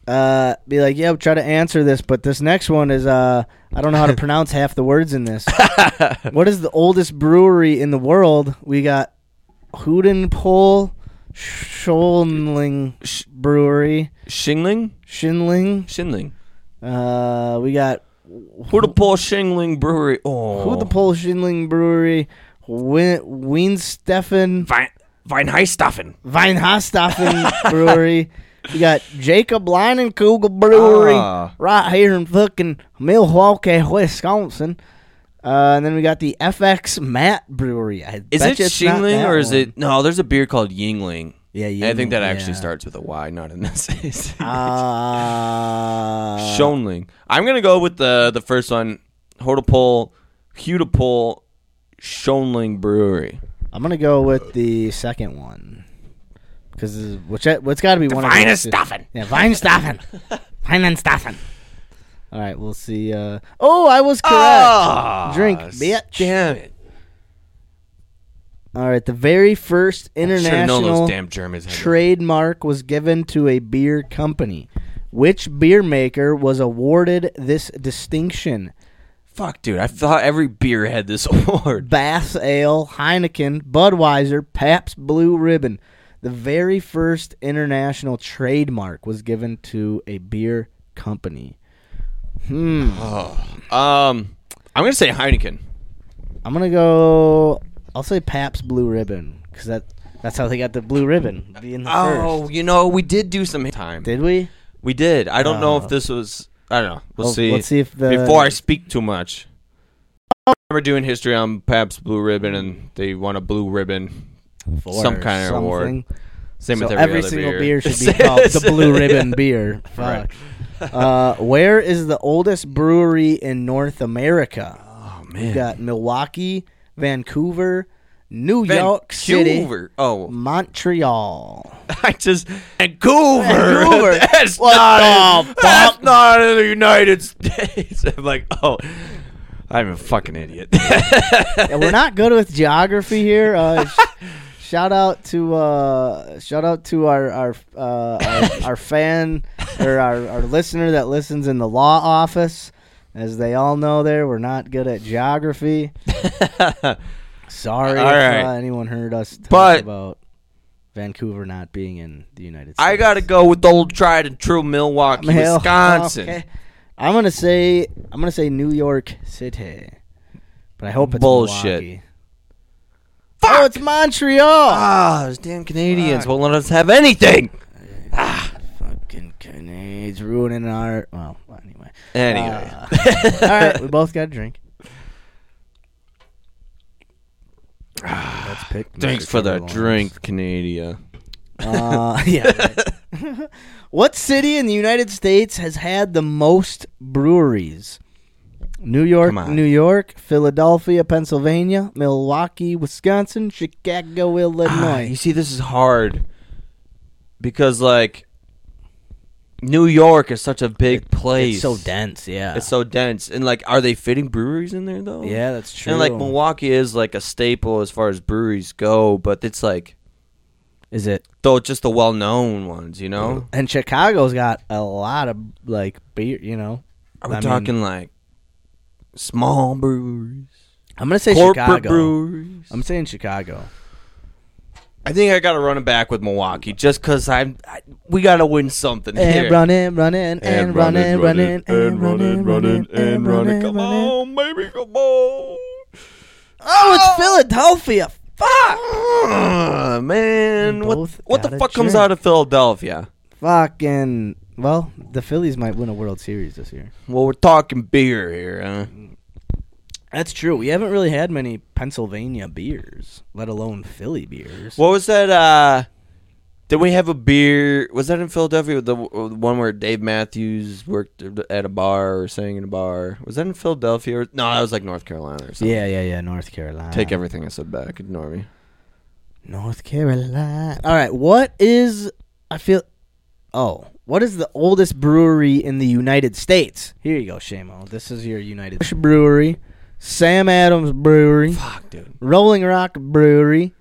Speaker 2: uh be like, yeah, try to answer this, but this next one is uh, I don't know how to pronounce half the words in this. what is the oldest brewery in the world? We got Hudenpol Schoenling Brewery,
Speaker 1: Shingling,
Speaker 2: Shinling.
Speaker 1: Shingling,
Speaker 2: Uh, we got
Speaker 1: Hurtapol Shingling Brewery. Oh,
Speaker 2: Hudenpol Shinling Brewery, Wien Wiensteffen.
Speaker 1: Wein Weinheistaffen.
Speaker 2: Weinhastaffen Brewery. You got Jacob Leinenkugel Brewery
Speaker 1: Ah.
Speaker 2: right here in fucking Milwaukee, Wisconsin. Uh, and then we got the FX Matt Brewery. I
Speaker 1: Is
Speaker 2: bet
Speaker 1: it
Speaker 2: you it's not
Speaker 1: Shingling
Speaker 2: that
Speaker 1: or is
Speaker 2: one.
Speaker 1: it? No, there's a beer called Yingling.
Speaker 2: Yeah,
Speaker 1: And I think that actually starts with a Y, not an S.
Speaker 2: Uh,
Speaker 1: Shonling. I'm gonna go with the the first one. Hurtapol, Hudapol, Shonling Brewery.
Speaker 2: I'm gonna go with the second one because which uh, what's got to be one of those two.
Speaker 1: Weinheistaffen.
Speaker 2: Yeah, Weinstaffen. Weinstaffen. All right, we'll see. Uh, oh, I was correct.
Speaker 1: Ah,
Speaker 2: Drink, bitch.
Speaker 1: Damn it.
Speaker 2: All right, the very first
Speaker 1: Should have known
Speaker 2: international
Speaker 1: those damn Germans. had it.
Speaker 2: trademark was given to a beer company. Which beer maker was awarded this distinction?
Speaker 1: Fuck, dude. I thought every beer had this award.
Speaker 2: Bass Ale, Heineken, Budweiser, Pabst Blue Ribbon. The very first international trademark was given to a beer company? Hmm.
Speaker 1: Um, I'm gonna say Heineken.
Speaker 2: I'm gonna go. I'll say Pabst Blue Ribbon because that that's how they got the blue ribbon being the
Speaker 1: Oh,
Speaker 2: first.
Speaker 1: you know, we did do some time.
Speaker 2: Did we?
Speaker 1: We did. I don't know
Speaker 2: Oh.
Speaker 1: if this was. I don't know. We'll
Speaker 2: Well,
Speaker 1: see.
Speaker 2: let's see if the-
Speaker 1: before I speak too much. I remember doing history on Pabst Blue Ribbon, and they won a blue ribbon, some kind of award.
Speaker 2: Something.
Speaker 1: Same
Speaker 2: So
Speaker 1: with every,
Speaker 2: every
Speaker 1: other
Speaker 2: single
Speaker 1: beer
Speaker 2: beer. should be called the Blue Ribbon beer. Fuck. Uh, where is the oldest brewery in North America?
Speaker 1: oh
Speaker 2: We've
Speaker 1: man,
Speaker 2: got Milwaukee, Vancouver, New York City,
Speaker 1: Vancouver. Oh,
Speaker 2: Montreal.
Speaker 1: I just Vancouver.
Speaker 2: Vancouver.
Speaker 1: That's
Speaker 2: What
Speaker 1: not.
Speaker 2: the
Speaker 1: in- that's not in the United States. I'm like, oh, I'm a fucking idiot.
Speaker 2: Yeah, we're not good with geography here. Uh, sh- shout out to uh, shout out to our our uh, our, our fan or our, our listener that listens in the law office. As they all know, there we're not good at geography. Sorry
Speaker 1: All
Speaker 2: if
Speaker 1: right.
Speaker 2: uh, anyone heard us talk
Speaker 1: But-
Speaker 2: about Vancouver not being in the United States.
Speaker 1: I gotta go with the old tried and true Milwaukee,
Speaker 2: Hell,
Speaker 1: Wisconsin.
Speaker 2: okay. I'm gonna say I'm gonna say New York City, but I hope it's
Speaker 1: Bullshit.
Speaker 2: Milwaukee. Oh, it's Montreal.
Speaker 1: Ah, those damn Canadians won't let us have anything.
Speaker 2: Fucking Canadians ruining our. Well, anyway.
Speaker 1: Anyway,
Speaker 2: All right, we both got a drink. Let's pick.
Speaker 1: thanks
Speaker 2: Mr.
Speaker 1: for the
Speaker 2: Timberlands.
Speaker 1: drink, Canada.
Speaker 2: Uh, yeah. right. what city in the United States has had the most breweries? New York,
Speaker 1: Come on.
Speaker 2: New York, Philadelphia, Pennsylvania, Milwaukee, Wisconsin, Chicago,
Speaker 1: Ah,
Speaker 2: Illinois.
Speaker 1: you see, this is hard because like New York is such a big place.
Speaker 2: It's so dense, yeah.
Speaker 1: It's so dense, and like, are they fitting breweries in there though?
Speaker 2: yeah, that's true.
Speaker 1: And like Milwaukee is like a staple as far as breweries go, but it's like
Speaker 2: is it
Speaker 1: though just the well-known ones, you know.
Speaker 2: And Chicago's got a lot of like beer, you know.
Speaker 1: Are we
Speaker 2: I mean-
Speaker 1: talking like small breweries,
Speaker 2: I'm gonna say
Speaker 1: corporate
Speaker 2: Chicago.
Speaker 1: breweries?
Speaker 2: I'm saying Chicago.
Speaker 1: I think I got to run it back with Milwaukee just because I'm. I, we got to win something
Speaker 2: And
Speaker 1: here.
Speaker 2: running, running, and running, running, and running, running, and running.
Speaker 1: Come on, baby, come on.
Speaker 2: Oh, it's Philadelphia.
Speaker 1: Ah, man,
Speaker 2: We
Speaker 1: what
Speaker 2: both
Speaker 1: what the
Speaker 2: got a
Speaker 1: fuck comes
Speaker 2: drink.
Speaker 1: out of Philadelphia?
Speaker 2: Fucking well, the Phillies might win a World Series this year.
Speaker 1: Well, we're talking beer here, huh?
Speaker 2: That's true. We haven't really had many Pennsylvania beers, let alone Philly beers.
Speaker 1: What was that? uh Did we have a beer? Was that in Philadelphia? The w- one where Dave Matthews worked at a bar or sang in a bar? Was that in Philadelphia? Or, no, that was like North Carolina or something.
Speaker 2: yeah, yeah, yeah. North Carolina.
Speaker 1: Take everything I said back. Ignore me.
Speaker 2: North Carolina. All right, what is I feel Oh, what is the oldest brewery in the United States? Here you go, Shamo. This is your United States brewery. Sam Adams Brewery,
Speaker 1: Fuck, dude.
Speaker 2: Rolling Rock Brewery,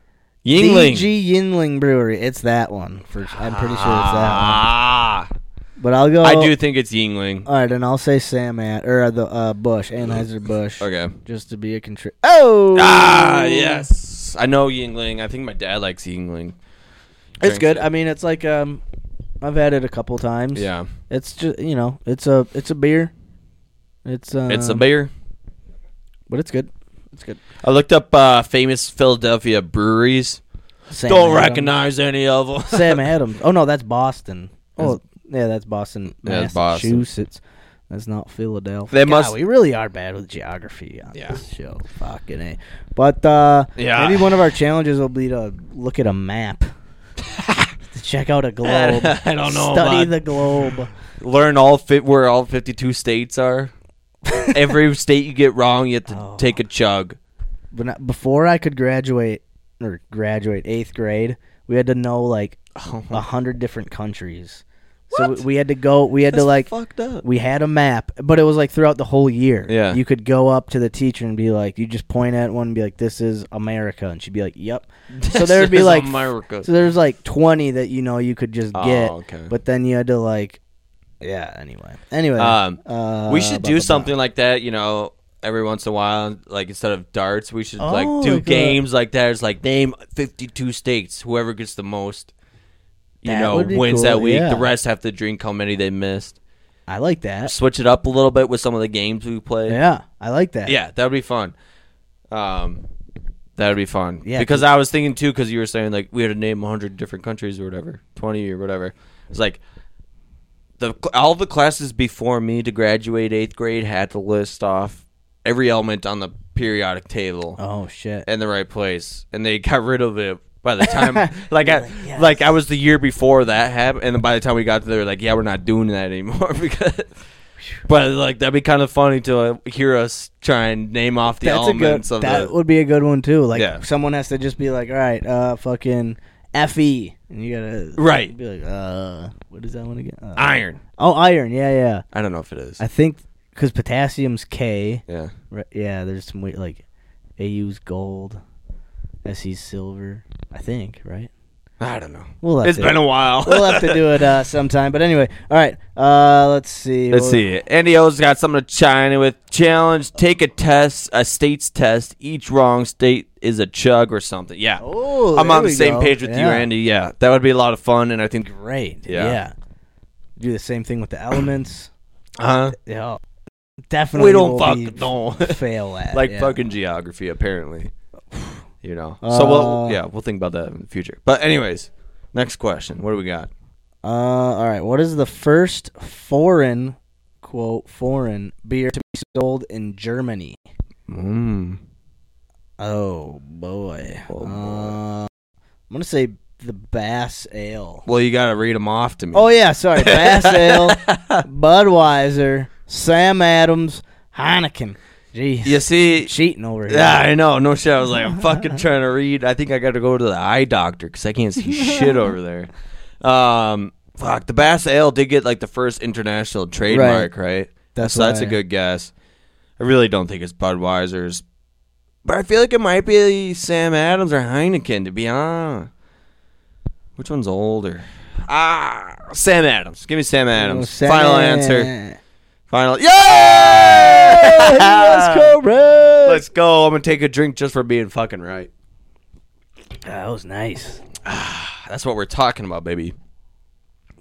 Speaker 1: Yingling.
Speaker 2: DG Yingling Brewery. It's that one. For, I'm pretty sure it's that one.
Speaker 1: Ah,
Speaker 2: But I'll go.
Speaker 1: I do think it's Yingling.
Speaker 2: All right, and I'll say Sam Ad or the uh, Bush Anheuser Busch.
Speaker 1: Okay.
Speaker 2: Just to be a contri- Oh,
Speaker 1: Ah, yes. I know Yingling. I think my dad likes Yingling.
Speaker 2: It's
Speaker 1: Drinks
Speaker 2: good.
Speaker 1: it.
Speaker 2: I mean, it's like um, I've had it a couple times.
Speaker 1: Yeah.
Speaker 2: It's just you know, it's a it's a beer. It's um,
Speaker 1: It's a beer.
Speaker 2: but it's good. It's good.
Speaker 1: I looked up uh, famous Philadelphia breweries.
Speaker 2: Sam
Speaker 1: Don't
Speaker 2: Adams.
Speaker 1: recognize any of them.
Speaker 2: Sam Adams. Oh no, that's Boston. Oh yeah, that's Boston,
Speaker 1: Yeah, it's Boston.
Speaker 2: Massachusetts. That's not Philadelphia.
Speaker 1: They
Speaker 2: God,
Speaker 1: must-
Speaker 2: We really are bad with geography on
Speaker 1: Yeah.
Speaker 2: this show. Fucking a. But uh,
Speaker 1: Yeah.
Speaker 2: maybe one of our challenges will be to look at a map, to check out a globe.
Speaker 1: I don't know
Speaker 2: Study
Speaker 1: about-
Speaker 2: the globe.
Speaker 1: Learn all fit where all fifty-two states are. Every state you get wrong, you have to
Speaker 2: Oh.
Speaker 1: take a chug.
Speaker 2: when I, before I could graduate or graduate eighth grade, we had to know like
Speaker 1: Oh
Speaker 2: a hundred different countries. So we, we had to go. We had to like
Speaker 1: fucked up.
Speaker 2: we had a map, but it was like throughout the whole year.
Speaker 1: Yeah.
Speaker 2: you could go up to the teacher and be like, you just point at one and be like, "This is America," and she'd be like, "Yep." So there would be
Speaker 1: is
Speaker 2: like
Speaker 1: America.
Speaker 2: so there's like twenty that you know you could just
Speaker 1: Oh,
Speaker 2: get,
Speaker 1: okay.
Speaker 2: but then you had to like, yeah. Anyway, anyway,
Speaker 1: Um,
Speaker 2: uh,
Speaker 1: we should
Speaker 2: blah,
Speaker 1: do
Speaker 2: blah, blah.
Speaker 1: something like that, you know, every once in a while. Like instead of darts, we should like
Speaker 2: Oh,
Speaker 1: do
Speaker 2: like a-
Speaker 1: games like that. It's like name fifty-two states. Whoever gets the most, you
Speaker 2: That
Speaker 1: know,
Speaker 2: would be
Speaker 1: wins
Speaker 2: cool,
Speaker 1: that week.
Speaker 2: yeah.
Speaker 1: The rest have to drink how many they missed.
Speaker 2: I like that.
Speaker 1: Switch it up a little bit with some of the games we play.
Speaker 2: Yeah, I like that.
Speaker 1: Yeah, that would be fun. Um, that would be fun.
Speaker 2: Yeah,
Speaker 1: because I was thinking too, because you were saying like we had to name 100 different countries or whatever, 20 or whatever. It's like the all the classes before me to graduate eighth grade had to list off every element on the periodic table
Speaker 2: Oh shit.
Speaker 1: in the right place, and they got rid of it by the time like I like I was the year before that happened, and by the time we got there, like yeah, we're not doing that anymore because. But like that'd be kind of funny to uh, hear us try and name off the
Speaker 2: That's a good.
Speaker 1: elements of
Speaker 2: That
Speaker 1: the.
Speaker 2: would be a good one too. Like
Speaker 1: Yeah.
Speaker 2: someone has to just be like, all right, uh, fucking fe, and you gotta
Speaker 1: Right.
Speaker 2: Be like, uh, what is that one again? Uh,
Speaker 1: Iron.
Speaker 2: oh, iron. Yeah, yeah.
Speaker 1: I don't know if it is.
Speaker 2: I think because potassium's K.
Speaker 1: yeah.
Speaker 2: Right, yeah, there's some weird like AU's gold, SE's silver. I think right.
Speaker 1: I don't know.
Speaker 2: We'll have
Speaker 1: It's
Speaker 2: to,
Speaker 1: been a while.
Speaker 2: we'll have to do it uh, sometime. But anyway, all right. Uh, let's see.
Speaker 1: Let's
Speaker 2: Well,
Speaker 1: see. Andy O's got something to chime in with. Challenge: Take a test, a state's test. Each wrong state is a chug or something. Yeah.
Speaker 2: Oh,
Speaker 1: I'm
Speaker 2: there
Speaker 1: on the
Speaker 2: we
Speaker 1: same
Speaker 2: go.
Speaker 1: page with you,
Speaker 2: Yeah.
Speaker 1: Andy. Yeah, that would be a lot of fun, and I think.
Speaker 2: Great.
Speaker 1: Yeah.
Speaker 2: Yeah. Do the same thing with the elements.
Speaker 1: Huh?
Speaker 2: yeah. Definitely.
Speaker 1: We don't
Speaker 2: will
Speaker 1: fuck
Speaker 2: be-
Speaker 1: no.
Speaker 2: fail at
Speaker 1: like
Speaker 2: yeah.
Speaker 1: fucking geography, apparently. You know. so we'll
Speaker 2: Uh,
Speaker 1: yeah we'll think about that in the future. But anyways, next question. What do we got?
Speaker 2: Uh, all right. What is the first foreign quote foreign beer to be sold in Germany? Hmm.
Speaker 1: Mm.
Speaker 2: Oh boy.
Speaker 1: Oh, boy.
Speaker 2: Uh, I'm gonna say the Bass Ale.
Speaker 1: Well, you gotta read them off to me.
Speaker 2: Oh yeah, sorry, Bass Ale, Budweiser, Sam Adams, Heineken. Jeez,
Speaker 1: You see,
Speaker 2: cheating over here.
Speaker 1: Yeah, I know. No shit. I was like, I'm fucking trying to read. I think I got to go to the eye doctor because I can't see shit over there. Um, fuck. The Bass Ale did get like the first international trademark, right?
Speaker 2: That's
Speaker 1: so that's a
Speaker 2: why-
Speaker 1: good guess. I really don't think it's Budweiser's, but I feel like it might be Sam Adams or Heineken. To be honest, which one's older? Ah, Sam Adams. Give me Sam Adams.
Speaker 2: Oh, Sam-
Speaker 1: Final answer. Final. Yeah.
Speaker 2: That's correct.
Speaker 1: Let's go. I'm gonna take a drink just for being fucking right.
Speaker 2: Ah, That was nice.
Speaker 1: That's what we're talking about, baby.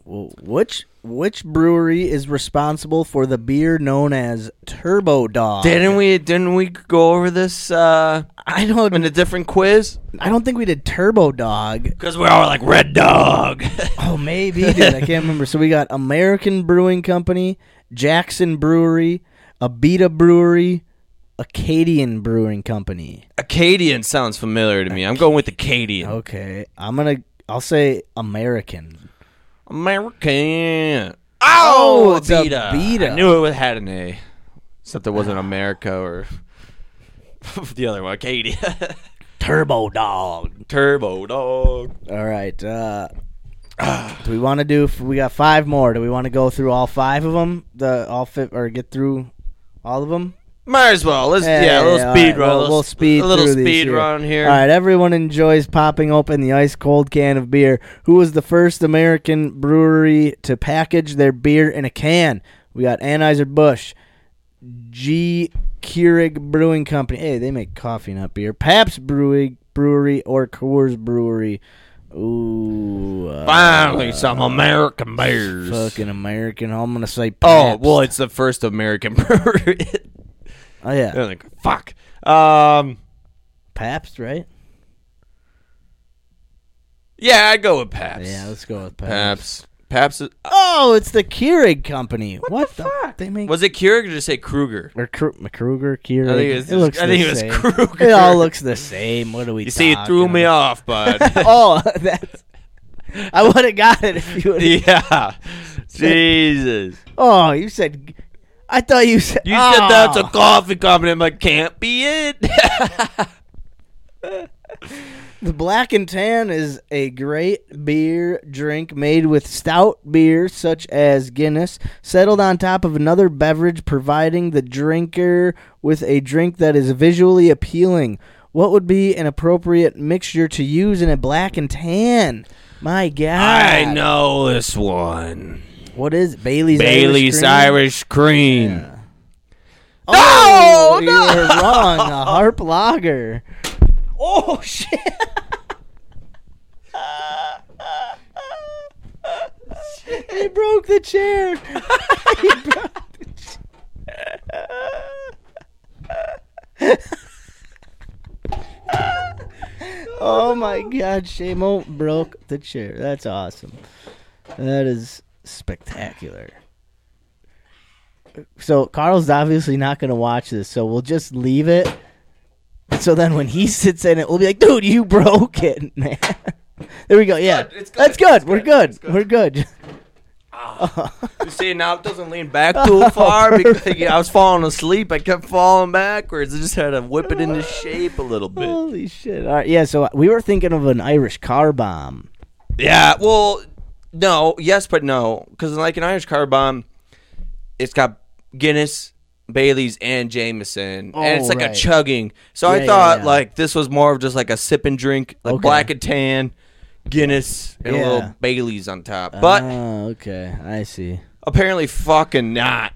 Speaker 2: Well, which which brewery is responsible for the beer known as Turbo Dog?
Speaker 1: Didn't we? Didn't we go over this uh,
Speaker 2: I don't
Speaker 1: in a different quiz?
Speaker 2: I don't think we did Turbo Dog.
Speaker 1: Because we're all like Red Dog.
Speaker 2: Oh, maybe, dude. I can't remember. So we got American Brewing Company, Jackson Brewery, Abita Brewery, Acadian Brewing Company.
Speaker 1: Acadian sounds familiar to me. I'm going with Acadian.
Speaker 2: Okay, I'm gonna. I'll say American.
Speaker 1: American. Oh,
Speaker 2: Oh, it's a Beta. Ah.
Speaker 1: I knew it had an A, except it wasn't America or the other one, Acadia.
Speaker 2: Turbo Dog.
Speaker 1: Turbo Dog.
Speaker 2: All right. Uh, do we want to do? We got five more. Do we want to go through all five of them? The all fit or get through all of them?
Speaker 1: Might as well. Let's yeah, a little
Speaker 2: all
Speaker 1: speed
Speaker 2: right,
Speaker 1: run.
Speaker 2: We'll,
Speaker 1: Let's-
Speaker 2: we'll speed
Speaker 1: a little
Speaker 2: through these
Speaker 1: speed run here.
Speaker 2: All right, everyone enjoys popping open the ice cold can of beer. Who was the first American brewery to package their beer in a can? We got Anheuser Busch, G. Keurig Brewing Company. Hey, they make coffee, not beer. Pabst Brewing Brewery or Coors Brewery. Ooh, uh,
Speaker 1: Finally, some American beers.
Speaker 2: fucking American. I'm gonna say.
Speaker 1: Oh
Speaker 2: Pabst.
Speaker 1: well, it's the first American brewery.
Speaker 2: oh yeah,
Speaker 1: They're like, fuck. Um,
Speaker 2: Pabst, right?
Speaker 1: yeah, I go with Paps.
Speaker 2: Yeah, let's go with Pabst.
Speaker 1: Paps. Paps. Is, uh,
Speaker 2: Oh, it's the Keurig company. What, the, fuck? They make
Speaker 1: was it Keurig or did it say Kruger?
Speaker 2: or Kru- Kruger Keurig.
Speaker 1: I think it was,
Speaker 2: it looks.
Speaker 1: I
Speaker 2: the
Speaker 1: think it was
Speaker 2: same.
Speaker 1: Kruger.
Speaker 2: It all looks the same. What are we?
Speaker 1: You see, it threw me off, bud.
Speaker 2: oh, that's. I would have got it if you would. have
Speaker 1: yeah. Jesus.
Speaker 2: Oh, you said. I thought you said.
Speaker 1: You
Speaker 2: oh.
Speaker 1: said that's a coffee company. I'm like, can't be it.
Speaker 2: The Black and Tan is a great beer drink made with stout beer such as Guinness, settled on top of another beverage, providing the drinker with a drink that is visually appealing. What would be an appropriate mixture to use in a Black and Tan? My God,
Speaker 1: I know this one.
Speaker 2: What is it? Bailey's
Speaker 1: Bailey's
Speaker 2: Cream?
Speaker 1: Irish Cream.
Speaker 2: Oh, you were wrong. A harp lager.
Speaker 1: Oh shit.
Speaker 2: he broke the chair. he broke the chair. oh my God! Shamo broke the chair. That's awesome. That is spectacular. So Carl's obviously not going to watch this, so we'll just leave it. So then when he sits in it, we'll be like, dude, you broke it, man. There we go. Yeah.
Speaker 1: good, it's good,
Speaker 2: That's good.
Speaker 1: it's
Speaker 2: We're
Speaker 1: good,
Speaker 2: good.
Speaker 1: it's good.
Speaker 2: We're good.
Speaker 1: You see, now it doesn't lean back too
Speaker 2: Oh,
Speaker 1: far because I was falling asleep. I kept falling backwards. I just had to whip it into shape a little bit.
Speaker 2: Holy shit. All right. Yeah, so we were thinking of an Irish car bomb.
Speaker 1: Yeah, well, no, yes, but no, because like an Irish car bomb, it's got Guinness, Bailey's, and Jameson, and it's like
Speaker 2: Oh, right.
Speaker 1: a chugging. So
Speaker 2: Yeah,
Speaker 1: I
Speaker 2: yeah,
Speaker 1: thought
Speaker 2: yeah.
Speaker 1: like this was more of just like a sip and drink, like
Speaker 2: Okay.
Speaker 1: black and tan, Guinness, and a
Speaker 2: Yeah.
Speaker 1: little Bailey's on top. But
Speaker 2: Ah, okay. I see.
Speaker 1: apparently, fucking not.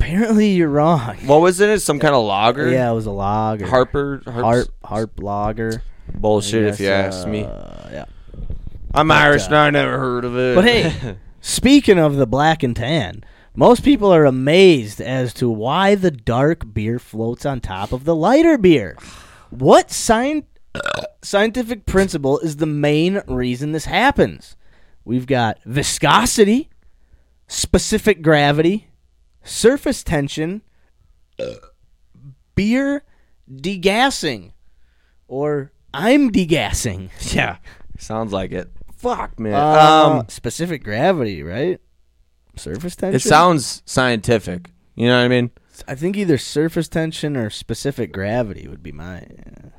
Speaker 2: Apparently you're wrong.
Speaker 1: What was it? Some kind of lager?
Speaker 2: Yeah, it was a lager.
Speaker 1: Harper, Harp's
Speaker 2: Harp harp lager.
Speaker 1: bullshit. if you
Speaker 2: Yes,
Speaker 1: ask
Speaker 2: uh,
Speaker 1: me,
Speaker 2: Yeah.
Speaker 1: I'm Irish and I never heard of it.
Speaker 2: But hey, speaking of the black and tan, most people are amazed as to why the dark beer floats on top of the lighter beer. What scien- scientific principle is the main reason this happens? We've got viscosity, specific gravity, surface tension, beer degassing, or I'm degassing.
Speaker 1: yeah, sounds like it. Fuck, man.
Speaker 2: Uh,
Speaker 1: um,
Speaker 2: specific gravity, right? Surface tension.
Speaker 1: It sounds scientific. You know what I mean?
Speaker 2: I think either surface tension or specific gravity would be mine.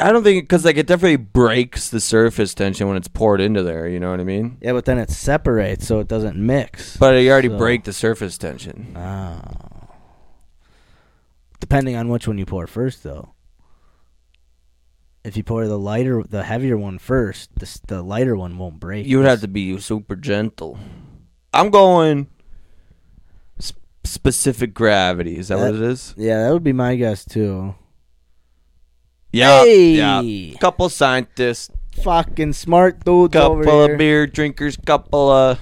Speaker 1: I don't think because like it definitely breaks the surface tension when it's poured into there. You know what I mean?
Speaker 2: Yeah, but then it separates, so it doesn't mix.
Speaker 1: But you already
Speaker 2: So-
Speaker 1: break the surface tension.
Speaker 2: Oh. Depending on which one you pour first, though. If you pour the lighter, the heavier one first, the, s- the lighter one won't break.
Speaker 1: You would have to be super gentle. I'm going sp- specific gravity. Is that, what it is?
Speaker 2: Yeah, that would be my guess too.
Speaker 1: Yeah,
Speaker 2: Hey!
Speaker 1: yeah. Couple scientists,
Speaker 2: Fucking smart dudes over
Speaker 1: couple
Speaker 2: here.
Speaker 1: of beer drinkers, couple of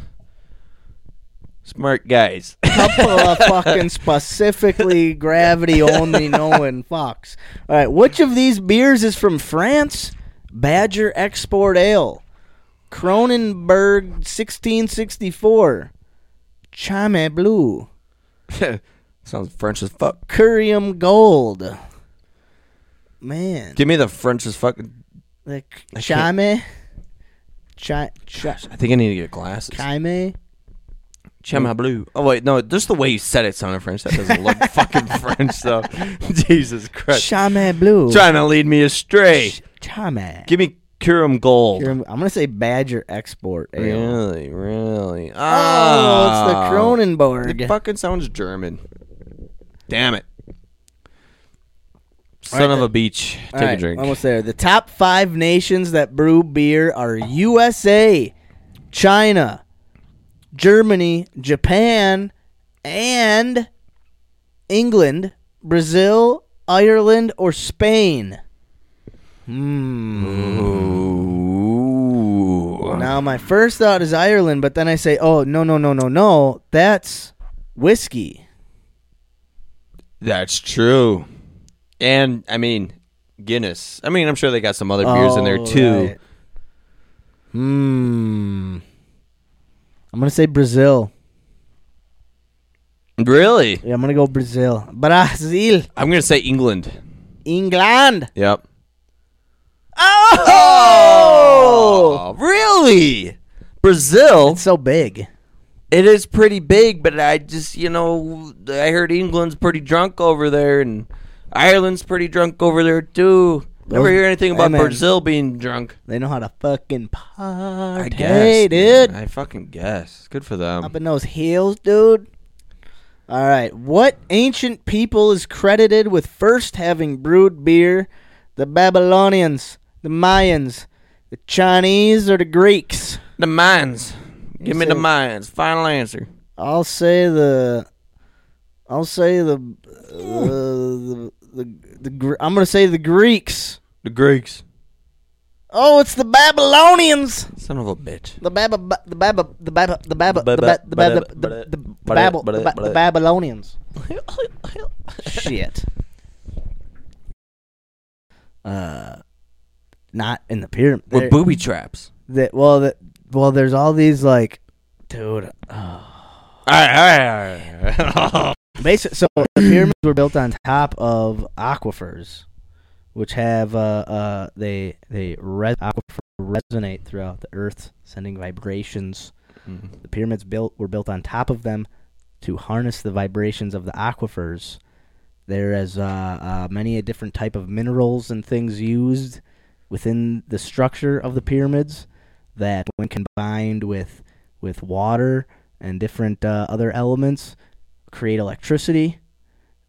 Speaker 1: smart guys.
Speaker 2: couple of fucking specifically gravity only knowing fucks. All right, which of these beers is from France? Badger Export Ale, Kronenberg 1664, Chame Blue,
Speaker 1: Sounds French as fuck.
Speaker 2: Curium Gold. Man,
Speaker 1: Give me the French as fuck.
Speaker 2: the
Speaker 1: I can't-
Speaker 2: Chame, Chi- Chi-
Speaker 1: I think I need to get glasses.
Speaker 2: Chime. Mm.
Speaker 1: Chama blue. Oh wait, no, just the way you said it sounded French. That doesn't look fucking French though. Jesus Christ.
Speaker 2: Chame Blue,
Speaker 1: Trying to lead me astray.
Speaker 2: Chame.
Speaker 1: Give me Curum Gold.
Speaker 2: Curium- I'm gonna say Badger Export Ale.
Speaker 1: Really, really. Oh,
Speaker 2: Oh, it's the Cronenberg.
Speaker 1: It fucking sounds German. Damn it. Son
Speaker 2: Alright,
Speaker 1: of
Speaker 2: then.
Speaker 1: a beach. Take
Speaker 2: uh, All
Speaker 1: a
Speaker 2: right,
Speaker 1: drink.
Speaker 2: Almost there. The top five nations that brew beer are USA, China, Germany, Japan, and England, Brazil, Ireland, or Spain.
Speaker 1: Ooh.
Speaker 2: Now, my first thought is Ireland, but then I say, oh, no, no, no, no, no. That's whiskey.
Speaker 1: That's true. And I mean Guinness. I mean, I'm sure they got some other beers in there
Speaker 2: Oh, right.
Speaker 1: too.
Speaker 2: Hmm. I'm going to say Brazil.
Speaker 1: Really?
Speaker 2: Yeah, I'm going to go Brazil. Brazil.
Speaker 1: I'm gonna say England.
Speaker 2: England.
Speaker 1: Yep. Oh,
Speaker 2: Oh!
Speaker 1: really? Brazil.
Speaker 2: It's so big.
Speaker 1: It is pretty big, but I just you know I heard England's pretty drunk over there, and Ireland's pretty drunk over there too. Never
Speaker 2: Those-
Speaker 1: hear anything
Speaker 2: hey,
Speaker 1: about
Speaker 2: man.
Speaker 1: Brazil being drunk.
Speaker 2: They know how to fucking party,
Speaker 1: I guess,
Speaker 2: dude.
Speaker 1: man. I fucking guess. Good for
Speaker 2: Up
Speaker 1: them.
Speaker 2: in those hills, dude. All right, what ancient people is credited with first having brewed beer? The Babylonians, the Mayans, the Chinese, or the Greeks?
Speaker 1: The mines. Give me
Speaker 2: say-
Speaker 1: the mines. Final answer.
Speaker 2: I'll say the. I'll say the. uh, the, the, the, the Gr- I'm gonna say the Greeks.
Speaker 1: The Greeks.
Speaker 2: Oh, it's the Babylonians.
Speaker 1: Son of a bitch.
Speaker 2: The Baba, the Baba, the Baba, the Baba, the Ba-
Speaker 1: Baba-
Speaker 2: the Baba,
Speaker 1: Bada-
Speaker 2: the
Speaker 1: Bada-
Speaker 2: the
Speaker 1: Bada-
Speaker 2: Babel-
Speaker 1: Bada-
Speaker 2: the Ba- the
Speaker 1: Bada-
Speaker 2: Babylonians. Shit. Uh, not in the pyramid.
Speaker 1: With
Speaker 2: There-
Speaker 1: booby traps.
Speaker 2: that- well, that well, there's all these like, dude. uh, Basically, so the pyramids were built on top of aquifers, which have uh, uh they they res- aquifer resonate throughout the earth, sending vibrations. The pyramids built were built on top of them to harness the vibrations of the aquifers. There is uh, uh, many a different type of minerals and things used within the structure of the pyramids that, when combined with with water and different uh, other elements, create electricity.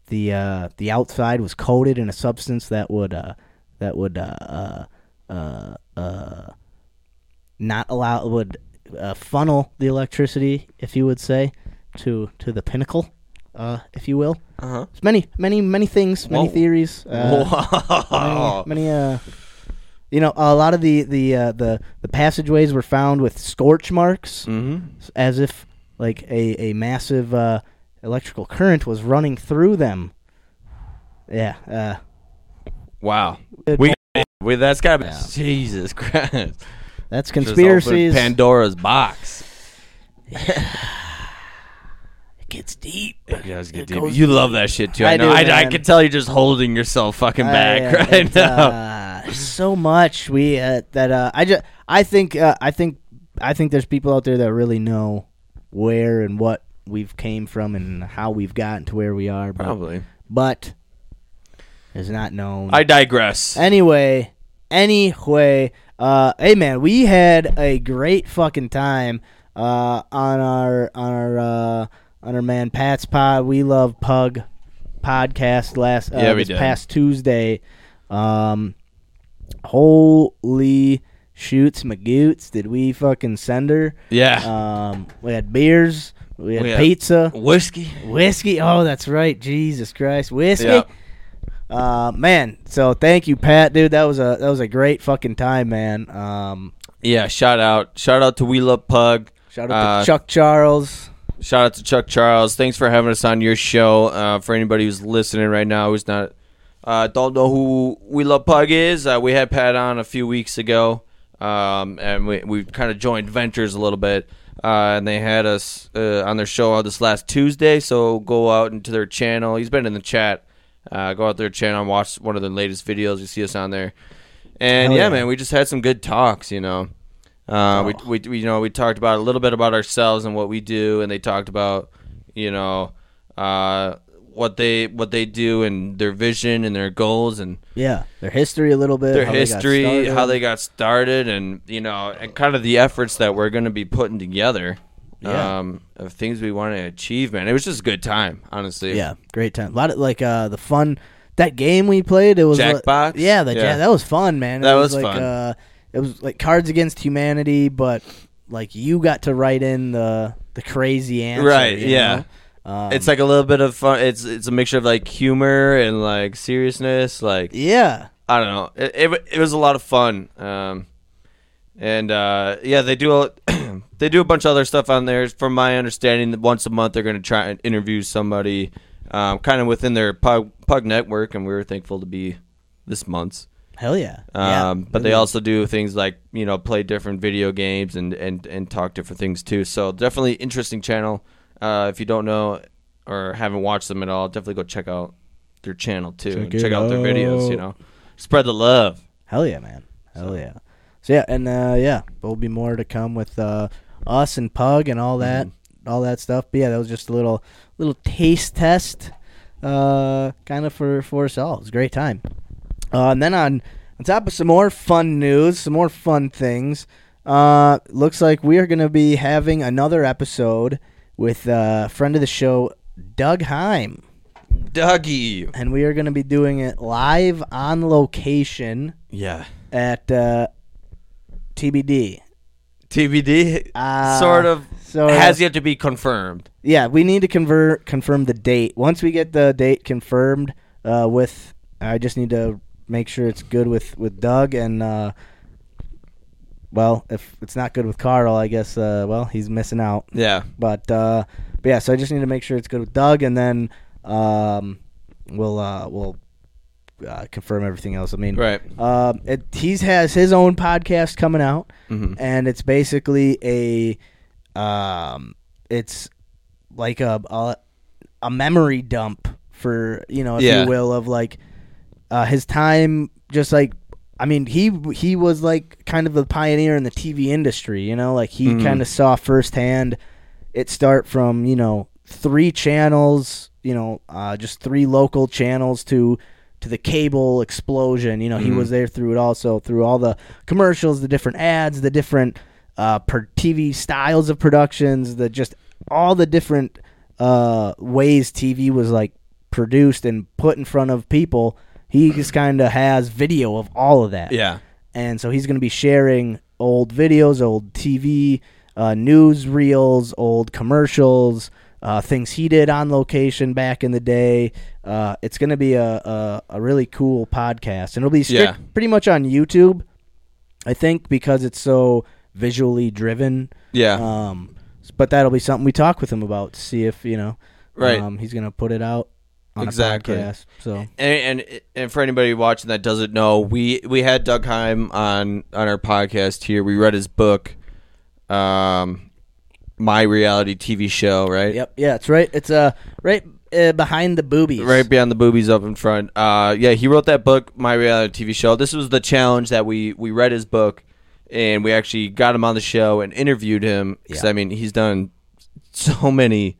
Speaker 2: The uh, the outside was coated in a substance that would uh, that would uh, uh, uh, uh, not allow would uh, funnel the electricity, if you would say, to to the pinnacle, uh, if you will.
Speaker 1: Uh-huh.
Speaker 2: There's many many many things, many
Speaker 1: Whoa.
Speaker 2: theories. Uh,
Speaker 1: wow.
Speaker 2: many, many uh you know a lot of the the uh, the the passageways were found with scorch marks
Speaker 1: Mm-hmm.
Speaker 2: as if like a a massive uh, electrical current was running through them yeah uh
Speaker 1: Wow.
Speaker 2: Good
Speaker 1: We, we that's gotta be
Speaker 2: Yeah.
Speaker 1: Jesus Christ.
Speaker 2: that's
Speaker 1: Just open
Speaker 2: conspiracies
Speaker 1: Pandora's box.
Speaker 2: it gets deep
Speaker 1: It does get deep. You love that shit too. I,
Speaker 2: I
Speaker 1: know.
Speaker 2: do,
Speaker 1: I, I
Speaker 2: man.
Speaker 1: can tell you're just holding yourself fucking back
Speaker 2: Uh,
Speaker 1: right
Speaker 2: it,
Speaker 1: now.
Speaker 2: uh, so much we uh, that uh, I just I think uh, I think I think there's people out there that really know where and what we've came from and how we've gotten to where we are but
Speaker 1: Probably.
Speaker 2: but is not known.
Speaker 1: I digress.
Speaker 2: anyway, anyway, uh, hey man, we had a great fucking time uh, on our on our uh, on our man Pat's pod. We love Pug podcast last uh,
Speaker 1: Yeah, we
Speaker 2: this
Speaker 1: did.
Speaker 2: past Tuesday. Um, holy shoots, magoots! Did we fucking send her?
Speaker 1: yeah.
Speaker 2: Um, we had beers, we had
Speaker 1: We had-
Speaker 2: pizza,
Speaker 1: Whiskey.
Speaker 2: whiskey. Oh, that's right, Jesus Christ, whiskey.
Speaker 1: Yeah.
Speaker 2: Uh, man, so thank you, Pat, dude. That was a that was a great fucking time, man. Um,
Speaker 1: Yeah. Shout out. Shout out to We Love Pug.
Speaker 2: shout out
Speaker 1: Uh,
Speaker 2: to Chuck Charles.
Speaker 1: Shout out to Chuck Charles. Thanks for having us on your show. Uh, for anybody who's listening right now who's not uh, don't know who We Love Pug is, uh, we had Pat on a few weeks ago, um, and we we kind of joined ventures a little bit, uh, and they had us uh, on their show this last Tuesday. So go out into their channel. He's been in the chat. Uh, go out their channel and watch one of their latest videos. You see us on there, and
Speaker 2: Hell
Speaker 1: yeah,
Speaker 2: yeah. Oh.
Speaker 1: man, we just had some good talks. You know. Uh, we, we, we, you know, we talked about a little bit about ourselves and what we do, and they talked about, you know, uh, what they what they do and their vision and their goals and
Speaker 2: Yeah, their history a little bit.
Speaker 1: their
Speaker 2: how they got
Speaker 1: history,
Speaker 2: started.
Speaker 1: how they got started, and you know, and kind of the efforts that we're going to be putting together.
Speaker 2: Yeah.
Speaker 1: Um, of things we want to achieve, man. It was just a good time, honestly.
Speaker 2: Yeah, great time. A lot of like uh the fun that game we played. It was
Speaker 1: Jackbox?
Speaker 2: Like, yeah, the
Speaker 1: Yeah.
Speaker 2: ja- that was fun, man. It
Speaker 1: That
Speaker 2: was,
Speaker 1: was
Speaker 2: like,
Speaker 1: fun.
Speaker 2: Uh, it was like Cards Against Humanity, but like you got to write in the the crazy answer.
Speaker 1: Right,
Speaker 2: you
Speaker 1: yeah.
Speaker 2: know? Um,
Speaker 1: It's like a little bit of fun. It's it's a mixture of like humor and like seriousness. Like
Speaker 2: yeah.
Speaker 1: I don't know. It, it, wa- it was a lot of fun. Um, and uh, yeah, they do a, they do a bunch of other stuff on there. From my understanding, that once a month they're going to try and interview somebody, um, kind of within their pug, pug network, and we were thankful to be this month's.
Speaker 2: Hell yeah. Yeah, Mm-hmm.
Speaker 1: Um, but they
Speaker 2: really.
Speaker 1: also do things like you know play different video games and and and talk different things too. So definitely interesting channel. Uh, if you don't know or haven't watched them at all, definitely go check out their channel too. and
Speaker 2: it
Speaker 1: check out their videos. You
Speaker 2: out.
Speaker 1: know, spread the love.
Speaker 2: Hell yeah, man. Hell yeah. So yeah, and uh, yeah, there'll be more to come with uh, us and Pug and all that, all that stuff. But yeah, that was just a little, little taste test, uh, kind of for for us all. It was a great time. Uh, and then on on top of some more fun news, some more fun things. Uh, looks like we are going to be having another episode with uh, friend of the show, Doug Heim
Speaker 1: Dougie.
Speaker 2: and we are going to be doing it live on location
Speaker 1: Yeah.
Speaker 2: at uh, TBD.
Speaker 1: TBD
Speaker 2: Uh,
Speaker 1: sort of
Speaker 2: sort
Speaker 1: has
Speaker 2: of.
Speaker 1: yet to be confirmed.
Speaker 2: Yeah, we need to convert confirm the date. Once we get the date confirmed, uh, with I just need to make sure it's good with with Doug and uh, well, if it's not good with Carl, I guess uh, well he's missing out.
Speaker 1: Yeah.
Speaker 2: But uh, but yeah, so I just need to make sure it's good with Doug, and then um, we'll uh, we'll uh, confirm everything else. I mean,
Speaker 1: Right.
Speaker 2: Um, it, he's has his own podcast coming out,
Speaker 1: Mm-hmm.
Speaker 2: and it's basically a um, it's like a a, a memory dump for you know if
Speaker 1: Yeah.
Speaker 2: you will of like uh, his time just like I mean he he was like kind of a pioneer in the TV industry you know like he kind of saw firsthand it start from you know three channels you know uh, just three local channels to to the cable explosion you know he was there through it also through all the commercials the different ads the different uh, per TV styles of productions the just all the different uh, ways TV was like produced and put in front of people, he just kind of has video of all of that.
Speaker 1: Yeah.
Speaker 2: And so he's going to be sharing old videos, old TV, uh, news reels, old commercials, uh, things he did on location back in the day. Uh, it's going to be a, a, a really cool podcast. And it'll be strict,
Speaker 1: Yeah.
Speaker 2: pretty much on YouTube, I think, because it's so visually driven.
Speaker 1: Yeah.
Speaker 2: Um, s- but that'll be something we talk with him about to see if you know.
Speaker 1: Right.
Speaker 2: Um, he's gonna put it out on
Speaker 1: Exactly.
Speaker 2: a podcast. So
Speaker 1: and, and and for anybody watching that doesn't know, we we had Doug Heim on on our podcast here. We read his book, um, my reality TV show, right?
Speaker 2: yep, yeah, it's right. It's uh right uh, behind the boobies.
Speaker 1: Right beyond the boobies up in front. Uh, yeah, he wrote that book, My Reality TV Show. This was the challenge that we we read his book, and we actually got him on the show and interviewed him. Because
Speaker 2: Yeah.
Speaker 1: I mean, he's done so many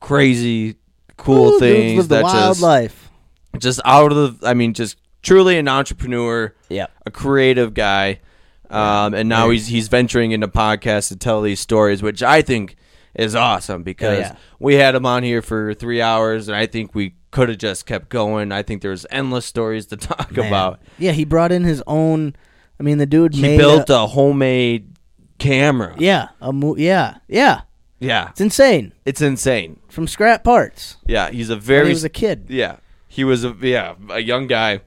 Speaker 1: crazy, cool
Speaker 2: Ooh, dudes
Speaker 1: things
Speaker 2: with the
Speaker 1: that
Speaker 2: wild
Speaker 1: just
Speaker 2: life.
Speaker 1: just out of the. I mean, just truly an entrepreneur.
Speaker 2: Yep.
Speaker 1: a creative guy, um, and now he's he's venturing into podcasts to tell these stories, which I think is awesome because
Speaker 2: Oh, yeah.
Speaker 1: we had him on here for three hours, and I think we could have just kept going. I think there's endless stories to talk
Speaker 2: Man.
Speaker 1: about.
Speaker 2: Yeah, he brought in his own. I mean, the dude
Speaker 1: He
Speaker 2: made
Speaker 1: built
Speaker 2: a,
Speaker 1: a, homemade camera.
Speaker 2: yeah a mo- yeah yeah.
Speaker 1: yeah,
Speaker 2: It's insane
Speaker 1: it's insane.
Speaker 2: from scrap parts.
Speaker 1: Yeah, he's a
Speaker 2: When
Speaker 1: very
Speaker 2: he was a kid.
Speaker 1: Yeah, he was a yeah a young guy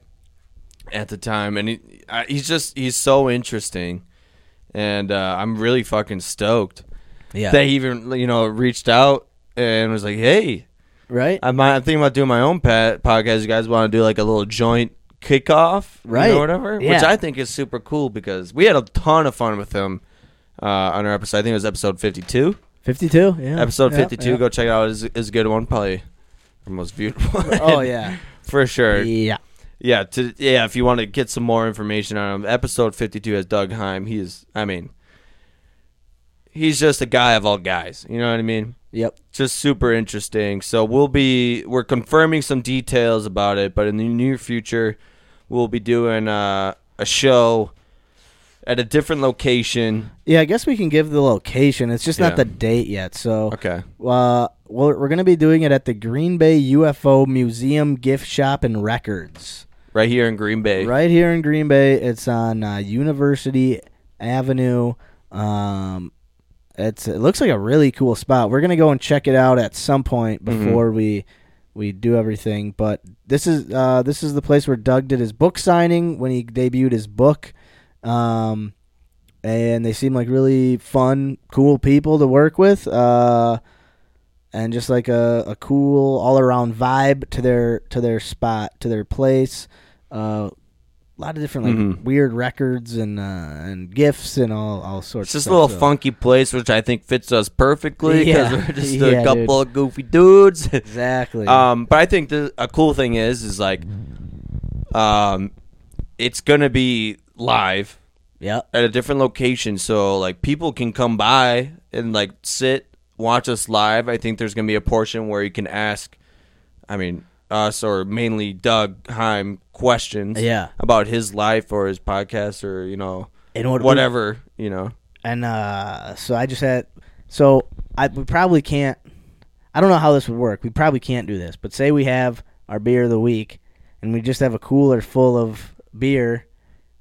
Speaker 1: at the time, and he I, he's just he's so interesting, and uh, I'm really fucking stoked.
Speaker 2: Yeah.
Speaker 1: that he even you know reached out and was like, hey,
Speaker 2: Right.
Speaker 1: I'm, I'm thinking about doing my own pet podcast. You guys want to do like a little joint kickoff,
Speaker 2: Right.
Speaker 1: Or whatever, which
Speaker 2: Yeah.
Speaker 1: I think is super cool because we had a ton of fun with him. Uh, on our episode, I think it was episode fifty-two.
Speaker 2: Fifty two. Yeah.
Speaker 1: Episode
Speaker 2: Yeah,
Speaker 1: fifty-two,
Speaker 2: yeah.
Speaker 1: go check it out. is is a good one, probably our most viewed one.
Speaker 2: Oh yeah.
Speaker 1: for sure.
Speaker 2: yeah.
Speaker 1: Yeah, to yeah, if you want to get some more information on him, episode fifty two has Doug Heim. He is I mean he's just a guy of all guys. You know what I mean?
Speaker 2: Yep.
Speaker 1: Just super interesting. So we'll be we're confirming some details about it, but in the near future we'll be doing uh, a show at a different location.
Speaker 2: Yeah, I guess we can give the location. It's just
Speaker 1: Yeah.
Speaker 2: not the date yet. So
Speaker 1: Okay.
Speaker 2: uh, we're, we're gonna be doing it at the Green Bay UFO Museum Gift Shop and Records,
Speaker 1: Right here in Green Bay.
Speaker 2: right here in Green Bay. It's on uh, University Avenue. Um, it's it looks like a really cool spot. We're gonna go and check it out at some point before we we do everything. But this is uh, this is the place where Doug did his book signing when he debuted his book. Um, and they seem like really fun, cool people to work with. Uh, and just like a, a cool all around vibe to their to their spot to their place. Uh, a lot of different like
Speaker 1: Mm-hmm.
Speaker 2: weird records and uh, and gifts and all all sorts.
Speaker 1: It's just
Speaker 2: of
Speaker 1: a
Speaker 2: stuff,
Speaker 1: little
Speaker 2: so-
Speaker 1: funky place, which I think fits us perfectly because
Speaker 2: Yeah.
Speaker 1: we're just
Speaker 2: Yeah,
Speaker 1: a
Speaker 2: dude.
Speaker 1: couple of goofy dudes.
Speaker 2: Exactly.
Speaker 1: Um, but I think the a cool thing is is like, um, it's gonna be live
Speaker 2: yep.
Speaker 1: at a different location, so like people can come by and like sit watch us live. I think there's gonna be a portion where you can ask, I mean, us or mainly Doug Heim questions,
Speaker 2: Yeah.
Speaker 1: about his life or his podcast or you know
Speaker 2: And what-
Speaker 1: whatever you know.
Speaker 2: and uh, so I just had so I we probably can't. I don't know how this would work. We probably can't do this. But say we have our beer of the week, and we just have a cooler full of beer,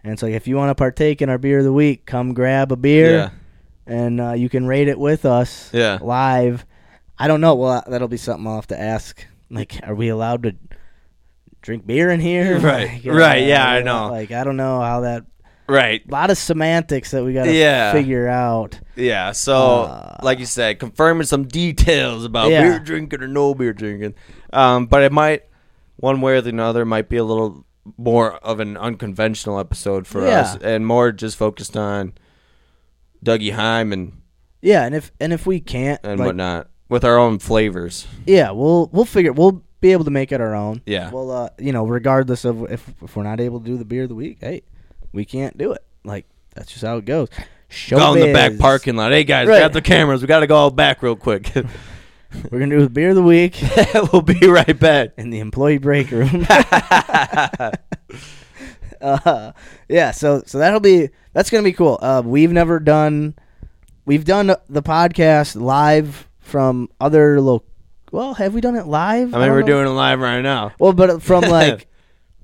Speaker 2: and it's like if you want to partake in our beer of the week, come grab a beer,
Speaker 1: Yeah.
Speaker 2: and uh, you can rate it with us,
Speaker 1: Yeah.
Speaker 2: live. I don't know. Well, that'll be something I'll have to ask. Like, are we allowed to drink beer in here?
Speaker 1: Right.
Speaker 2: Like, uh,
Speaker 1: Right, yeah, I know.
Speaker 2: Like, I don't know how that
Speaker 1: Right.
Speaker 2: A lot of semantics that we got to
Speaker 1: Yeah.
Speaker 2: figure out.
Speaker 1: Yeah. So, like you said, confirming some details about
Speaker 2: Uh. Yeah.
Speaker 1: beer drinking or no beer drinking. Um, but it might, one way or the other, might be a little more of an unconventional episode for
Speaker 2: Yeah.
Speaker 1: us and more just focused on Dougie Hyman
Speaker 2: Yeah, and if and if we can't,
Speaker 1: and
Speaker 2: like,
Speaker 1: whatnot with our own flavors.
Speaker 2: yeah, we'll we'll figure we'll be able to make it our own.
Speaker 1: Yeah.
Speaker 2: Well, uh, you know, regardless of if if we're not able to do the beer of the week, hey, we can't do it. Like that's just how it goes. Show
Speaker 1: Go in the back parking lot. Hey, guys,
Speaker 2: Right.
Speaker 1: grab the cameras. We got to go out back real quick.
Speaker 2: We're gonna do the beer of the week
Speaker 1: we'll be right back.
Speaker 2: in the employee break room. uh, yeah, so so that'll be that's gonna be cool. Uh, we've never done we've done the podcast live from other loc. Well, have we done it live?
Speaker 1: I mean,
Speaker 2: don't
Speaker 1: we're
Speaker 2: know.
Speaker 1: doing it live right now.
Speaker 2: well, but from like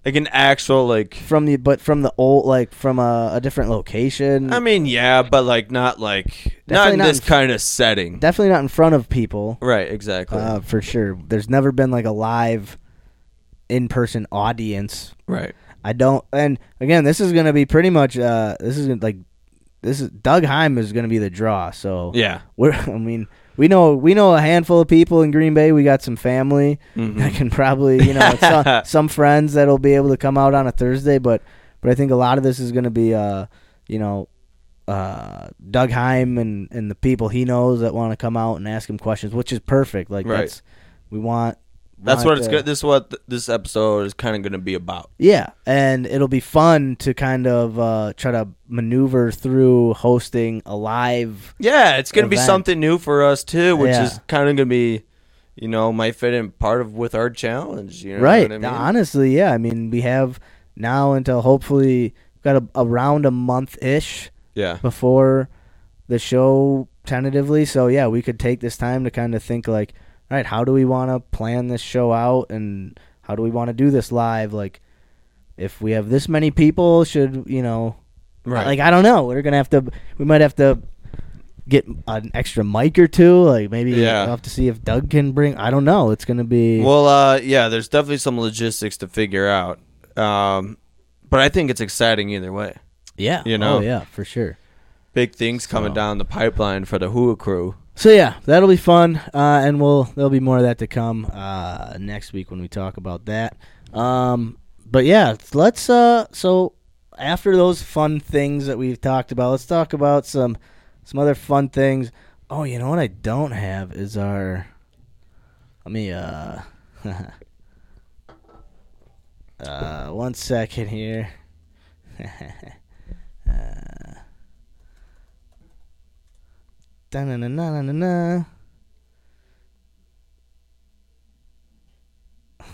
Speaker 1: Like an actual, like.
Speaker 2: from the but from the old like from a, a different location.
Speaker 1: I mean, yeah, but like not like not
Speaker 2: Definitely
Speaker 1: in
Speaker 2: not
Speaker 1: this
Speaker 2: in-
Speaker 1: kind of setting.
Speaker 2: definitely not in front of people
Speaker 1: right, exactly.
Speaker 2: uh, for sure. There's never been like a live in person audience.
Speaker 1: right.
Speaker 2: I don't. And again, this is gonna be pretty much. Uh, this is gonna, like this is Doug Heim is gonna be the draw. So
Speaker 1: Yeah.
Speaker 2: we're. I mean. We know we know a handful of people in Green Bay. We got some family
Speaker 1: Mm-hmm.
Speaker 2: that can probably you know some, some friends that'll be able to come out on a Thursday. But but I think a lot of this is going to be uh you know uh Doug Heim and and the people he knows that want to come out and ask him questions, which is perfect. Like
Speaker 1: Right.
Speaker 2: that's we want.
Speaker 1: That's
Speaker 2: want
Speaker 1: what it's
Speaker 2: to-
Speaker 1: good. This is what th- this episode is kind of going to be about.
Speaker 2: yeah, and it'll be fun to kind of uh, try to maneuver through hosting a live.
Speaker 1: Yeah, it's going to be
Speaker 2: Event.
Speaker 1: something new for us too, which
Speaker 2: Yeah.
Speaker 1: is kind of going to be, you know, might fit in part of with our challenge. You know
Speaker 2: right.
Speaker 1: What I mean?
Speaker 2: Honestly, yeah. I mean, we have now until hopefully we've got a, around a month ish
Speaker 1: yeah.
Speaker 2: before the show tentatively. So yeah, we could take this time to kind of think like, all right, how do we want to plan this show out, and how do we want to do this live? Like, if we have this many people, should you know?
Speaker 1: Right.
Speaker 2: Like I don't know. We're gonna have to. We might have to get an extra mic or two. Like maybe
Speaker 1: Yeah.
Speaker 2: we'll have to see if Doug can bring. I don't know. It's gonna be.
Speaker 1: Well, uh, yeah, there's definitely some logistics to figure out, um, but I think it's exciting either way.
Speaker 2: yeah.
Speaker 1: you know.
Speaker 2: Oh, yeah, for sure.
Speaker 1: Big things coming down the pipeline for the Hua crew.
Speaker 2: So yeah, that'll be fun, uh, and we'll there'll be more of that to come uh, next week when we talk about that. Um, but yeah, let's. Uh, so after those fun things that we've talked about, let's talk about some some other fun things. Oh, you know what I don't have is our. Let me. Uh, uh, one second here. Da-na-na-na-na-na.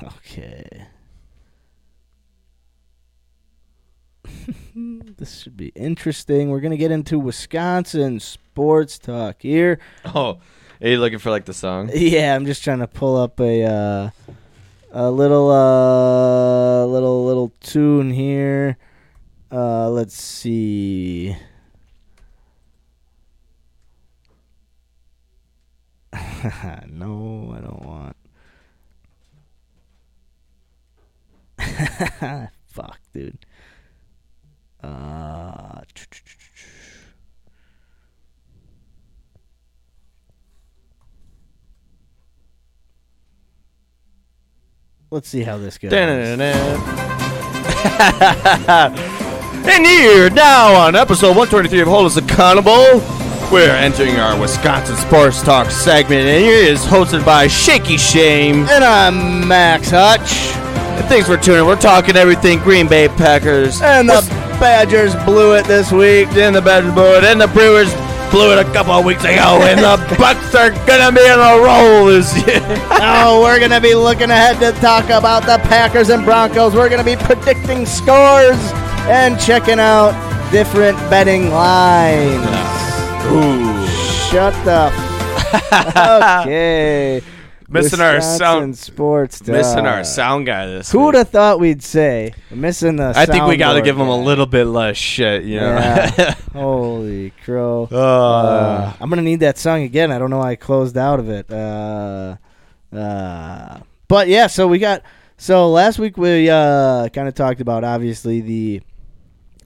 Speaker 2: Okay. this should be interesting. We're going to get into Wisconsin sports talk here.
Speaker 1: Oh, are you looking for like the song?
Speaker 2: Yeah, I'm just trying to pull up a uh, a little uh, little little tune here. Uh, let's see. no, I don't want. Fuck, dude. Uh, let's see how this goes.
Speaker 1: and here now on episode 123 of Hold Us Accountable, we're entering our Wisconsin Sports Talk segment, and it is hosted by Shaky Shame.
Speaker 2: And I'm Max Hutch.
Speaker 1: And thanks for tuning. in. We're talking everything Green Bay Packers
Speaker 2: And the Badgers blew it this week.
Speaker 1: and the Badgers blew it, and the Brewers blew it a couple of weeks ago, and the Bucks are gonna be on a roll this year.
Speaker 2: oh, we're going to be looking ahead to talk about the Packers and Broncos. We're going to be predicting scores and checking out different betting lines. Shut the. F- okay.
Speaker 1: Missing our
Speaker 2: Wisconsin
Speaker 1: sound-
Speaker 2: Sports. Talk.
Speaker 1: Missing our sound guy this
Speaker 2: Who
Speaker 1: week.
Speaker 2: would have thought we'd say? Missing the.
Speaker 1: I think we got to
Speaker 2: soundboard
Speaker 1: give him a
Speaker 2: guy.
Speaker 1: little bit less shit, you know.
Speaker 2: Yeah. Holy crow. Uh, I'm gonna need that song again. I don't know why I closed out of it. Uh, uh, but yeah, so we got so last week we uh, kind of talked about obviously the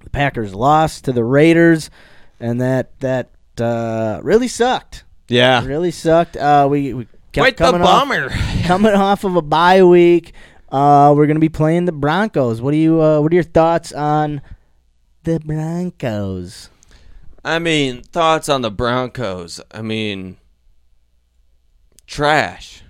Speaker 2: The Packers lost to the Raiders, and that that uh, really sucked.
Speaker 1: Yeah.
Speaker 2: Really sucked. Uh, we we
Speaker 1: Quite
Speaker 2: kept
Speaker 1: the
Speaker 2: coming off-
Speaker 1: bummer.
Speaker 2: coming off of a bye week. Uh, we're gonna be playing the Broncos. What do you? Uh, what are your thoughts on the Broncos?
Speaker 1: I mean, thoughts on the Broncos. I mean, trash.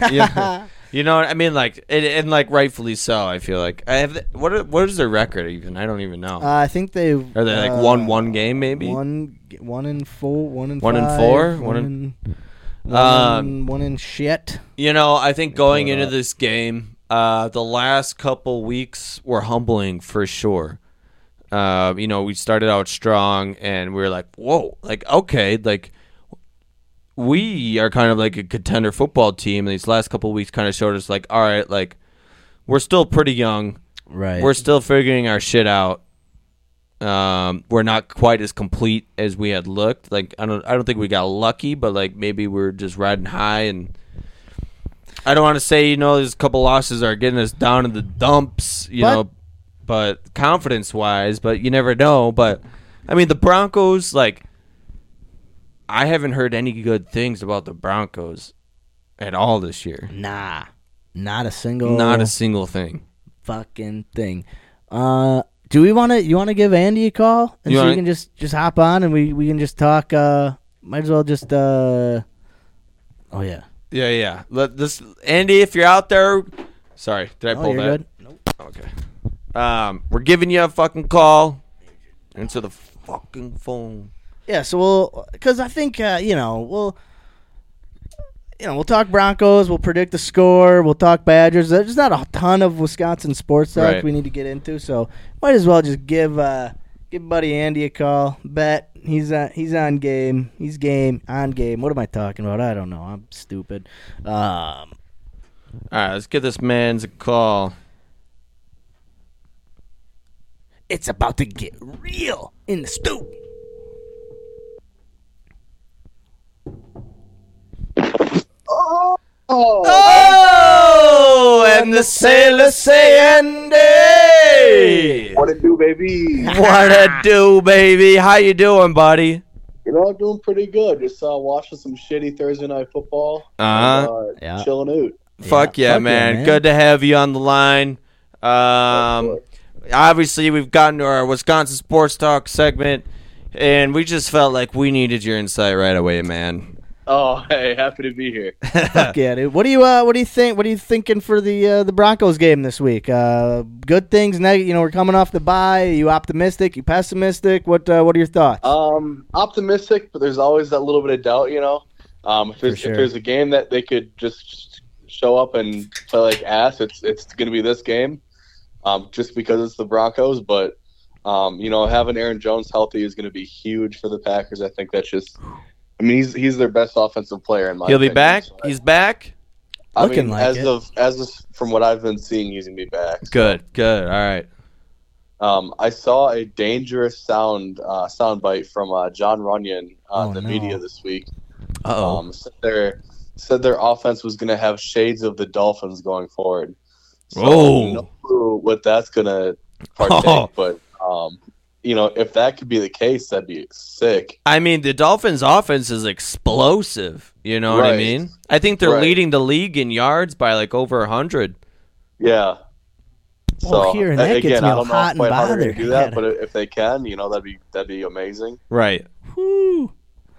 Speaker 1: Yeah. you know what I mean? Like, and, and like rightfully so. I feel like I have. The, what are, What is their record even? I don't even know.
Speaker 2: Uh, I think they uh,
Speaker 1: are they like one one game maybe?
Speaker 2: one one in four, one in
Speaker 1: One in
Speaker 2: five,
Speaker 1: four?
Speaker 2: one,
Speaker 1: One in-
Speaker 2: in,
Speaker 1: Um,
Speaker 2: one, one in shit.
Speaker 1: You know, I think going into this game, uh, the last couple weeks were humbling for sure. Uh, you know, we started out strong, and we were like, "Whoa!" Like, okay, like we are kind of like a contender football team. And these last couple weeks kind of showed us, like, all right, like we're still pretty young.
Speaker 2: Right.
Speaker 1: We're still figuring our shit out. Um, we're not quite as complete as we had looked. Like I don't, I don't think we got lucky, but like maybe we're just riding high. And I don't want to say you know there's a couple losses are getting us down in the dumps, you
Speaker 2: But-
Speaker 1: know, but confidence wise, but you never know. But I mean the Broncos, like I haven't heard any good things about the Broncos at all this year.
Speaker 2: nah, not a single,
Speaker 1: Not a single thing.
Speaker 2: fucking thing. Uh, do we want to? You want to give Andy a call, and
Speaker 1: You
Speaker 2: so you
Speaker 1: wanna-
Speaker 2: can just just hop on, and we we can just talk. Uh, might as well just. Uh, oh yeah.
Speaker 1: Yeah, yeah. Let this Andy, if you're out there, sorry, did I
Speaker 2: Oh,
Speaker 1: pull
Speaker 2: you're
Speaker 1: that?
Speaker 2: good.
Speaker 1: Okay. Um, we're giving you a fucking call. Answer the fucking phone.
Speaker 2: Yeah, so we'll because I think uh, you know we'll you know we'll talk Broncos, we'll predict the score, we'll talk Badgers. There's not a ton of Wisconsin sports talk
Speaker 1: Right.
Speaker 2: we need to get into, so might as well just give uh, give Buddy Andy a call. Bet he's on he's on game, he's game on game. What am I talking about? I don't know. I'm stupid. Um,
Speaker 1: All right, let's give this man's a call.
Speaker 2: it's about to get real in the stoop.
Speaker 1: Oh, and the sailor say Andy.
Speaker 7: What it do, baby?
Speaker 1: What a do, baby? How you doing, buddy?
Speaker 7: You know, I'm doing pretty good. Just uh, watching some shitty Thursday night football.
Speaker 1: Uh-huh.
Speaker 7: and, uh,
Speaker 2: Yeah.
Speaker 7: Chilling out.
Speaker 1: Fuck yeah,
Speaker 2: Fuck yeah,
Speaker 1: man.
Speaker 2: man.
Speaker 1: Good to have you on the line. Um, obviously, we've gotten to our Wisconsin Sports Talk segment, and we just felt like we needed your insight right away, man.
Speaker 7: Oh, hey, happy to be here.
Speaker 2: Fuck yeah, dude. What do you uh, what do you think? What are you thinking for the uh, the Broncos game this week? Uh, good things. Now you know we're coming off the bye. Are you optimistic? You pessimistic? What uh, What are your thoughts?
Speaker 7: Um, optimistic, but there's always that little bit of doubt, you know. Um, if there's,
Speaker 2: sure.
Speaker 7: if there's a game that they could just show up and play like ass, it's it's going to be this game, um, just because it's the Broncos. But um, you know, having Aaron Jones healthy is going to be huge for the Packers. I think that's just. I mean, he's he's their best offensive player in my.
Speaker 1: He'll be
Speaker 7: opinion,
Speaker 1: back.
Speaker 7: so I-
Speaker 1: He's back.
Speaker 7: I
Speaker 2: Looking
Speaker 7: mean,
Speaker 2: like
Speaker 7: as
Speaker 2: it.
Speaker 7: of as of, from what I've been seeing, he's gonna be back.
Speaker 1: Good, good. All right.
Speaker 7: Um, I saw a dangerous sound uh, soundbite from uh, John Runyon on
Speaker 2: Oh,
Speaker 7: the
Speaker 2: no.
Speaker 7: media this week.
Speaker 1: Uh
Speaker 7: Um, said their said their offense was gonna have shades of the Dolphins going forward. So
Speaker 1: Oh.
Speaker 7: no clue what that's gonna partake,
Speaker 1: Oh.
Speaker 7: but um, you know, if that could be the case, that'd be sick.
Speaker 1: I mean, the Dolphins' offense is explosive. You know what I
Speaker 7: Right.
Speaker 1: mean? I think they're
Speaker 7: Right.
Speaker 1: leading the league in yards by like over 100.
Speaker 7: Yeah.
Speaker 2: Oh, here, and
Speaker 7: a-
Speaker 2: that gets me all hot and
Speaker 7: quite how they're gonna
Speaker 2: bothered.
Speaker 7: do that,
Speaker 2: God.
Speaker 7: but if they can, you know, that'd be that'd be amazing.
Speaker 1: Right.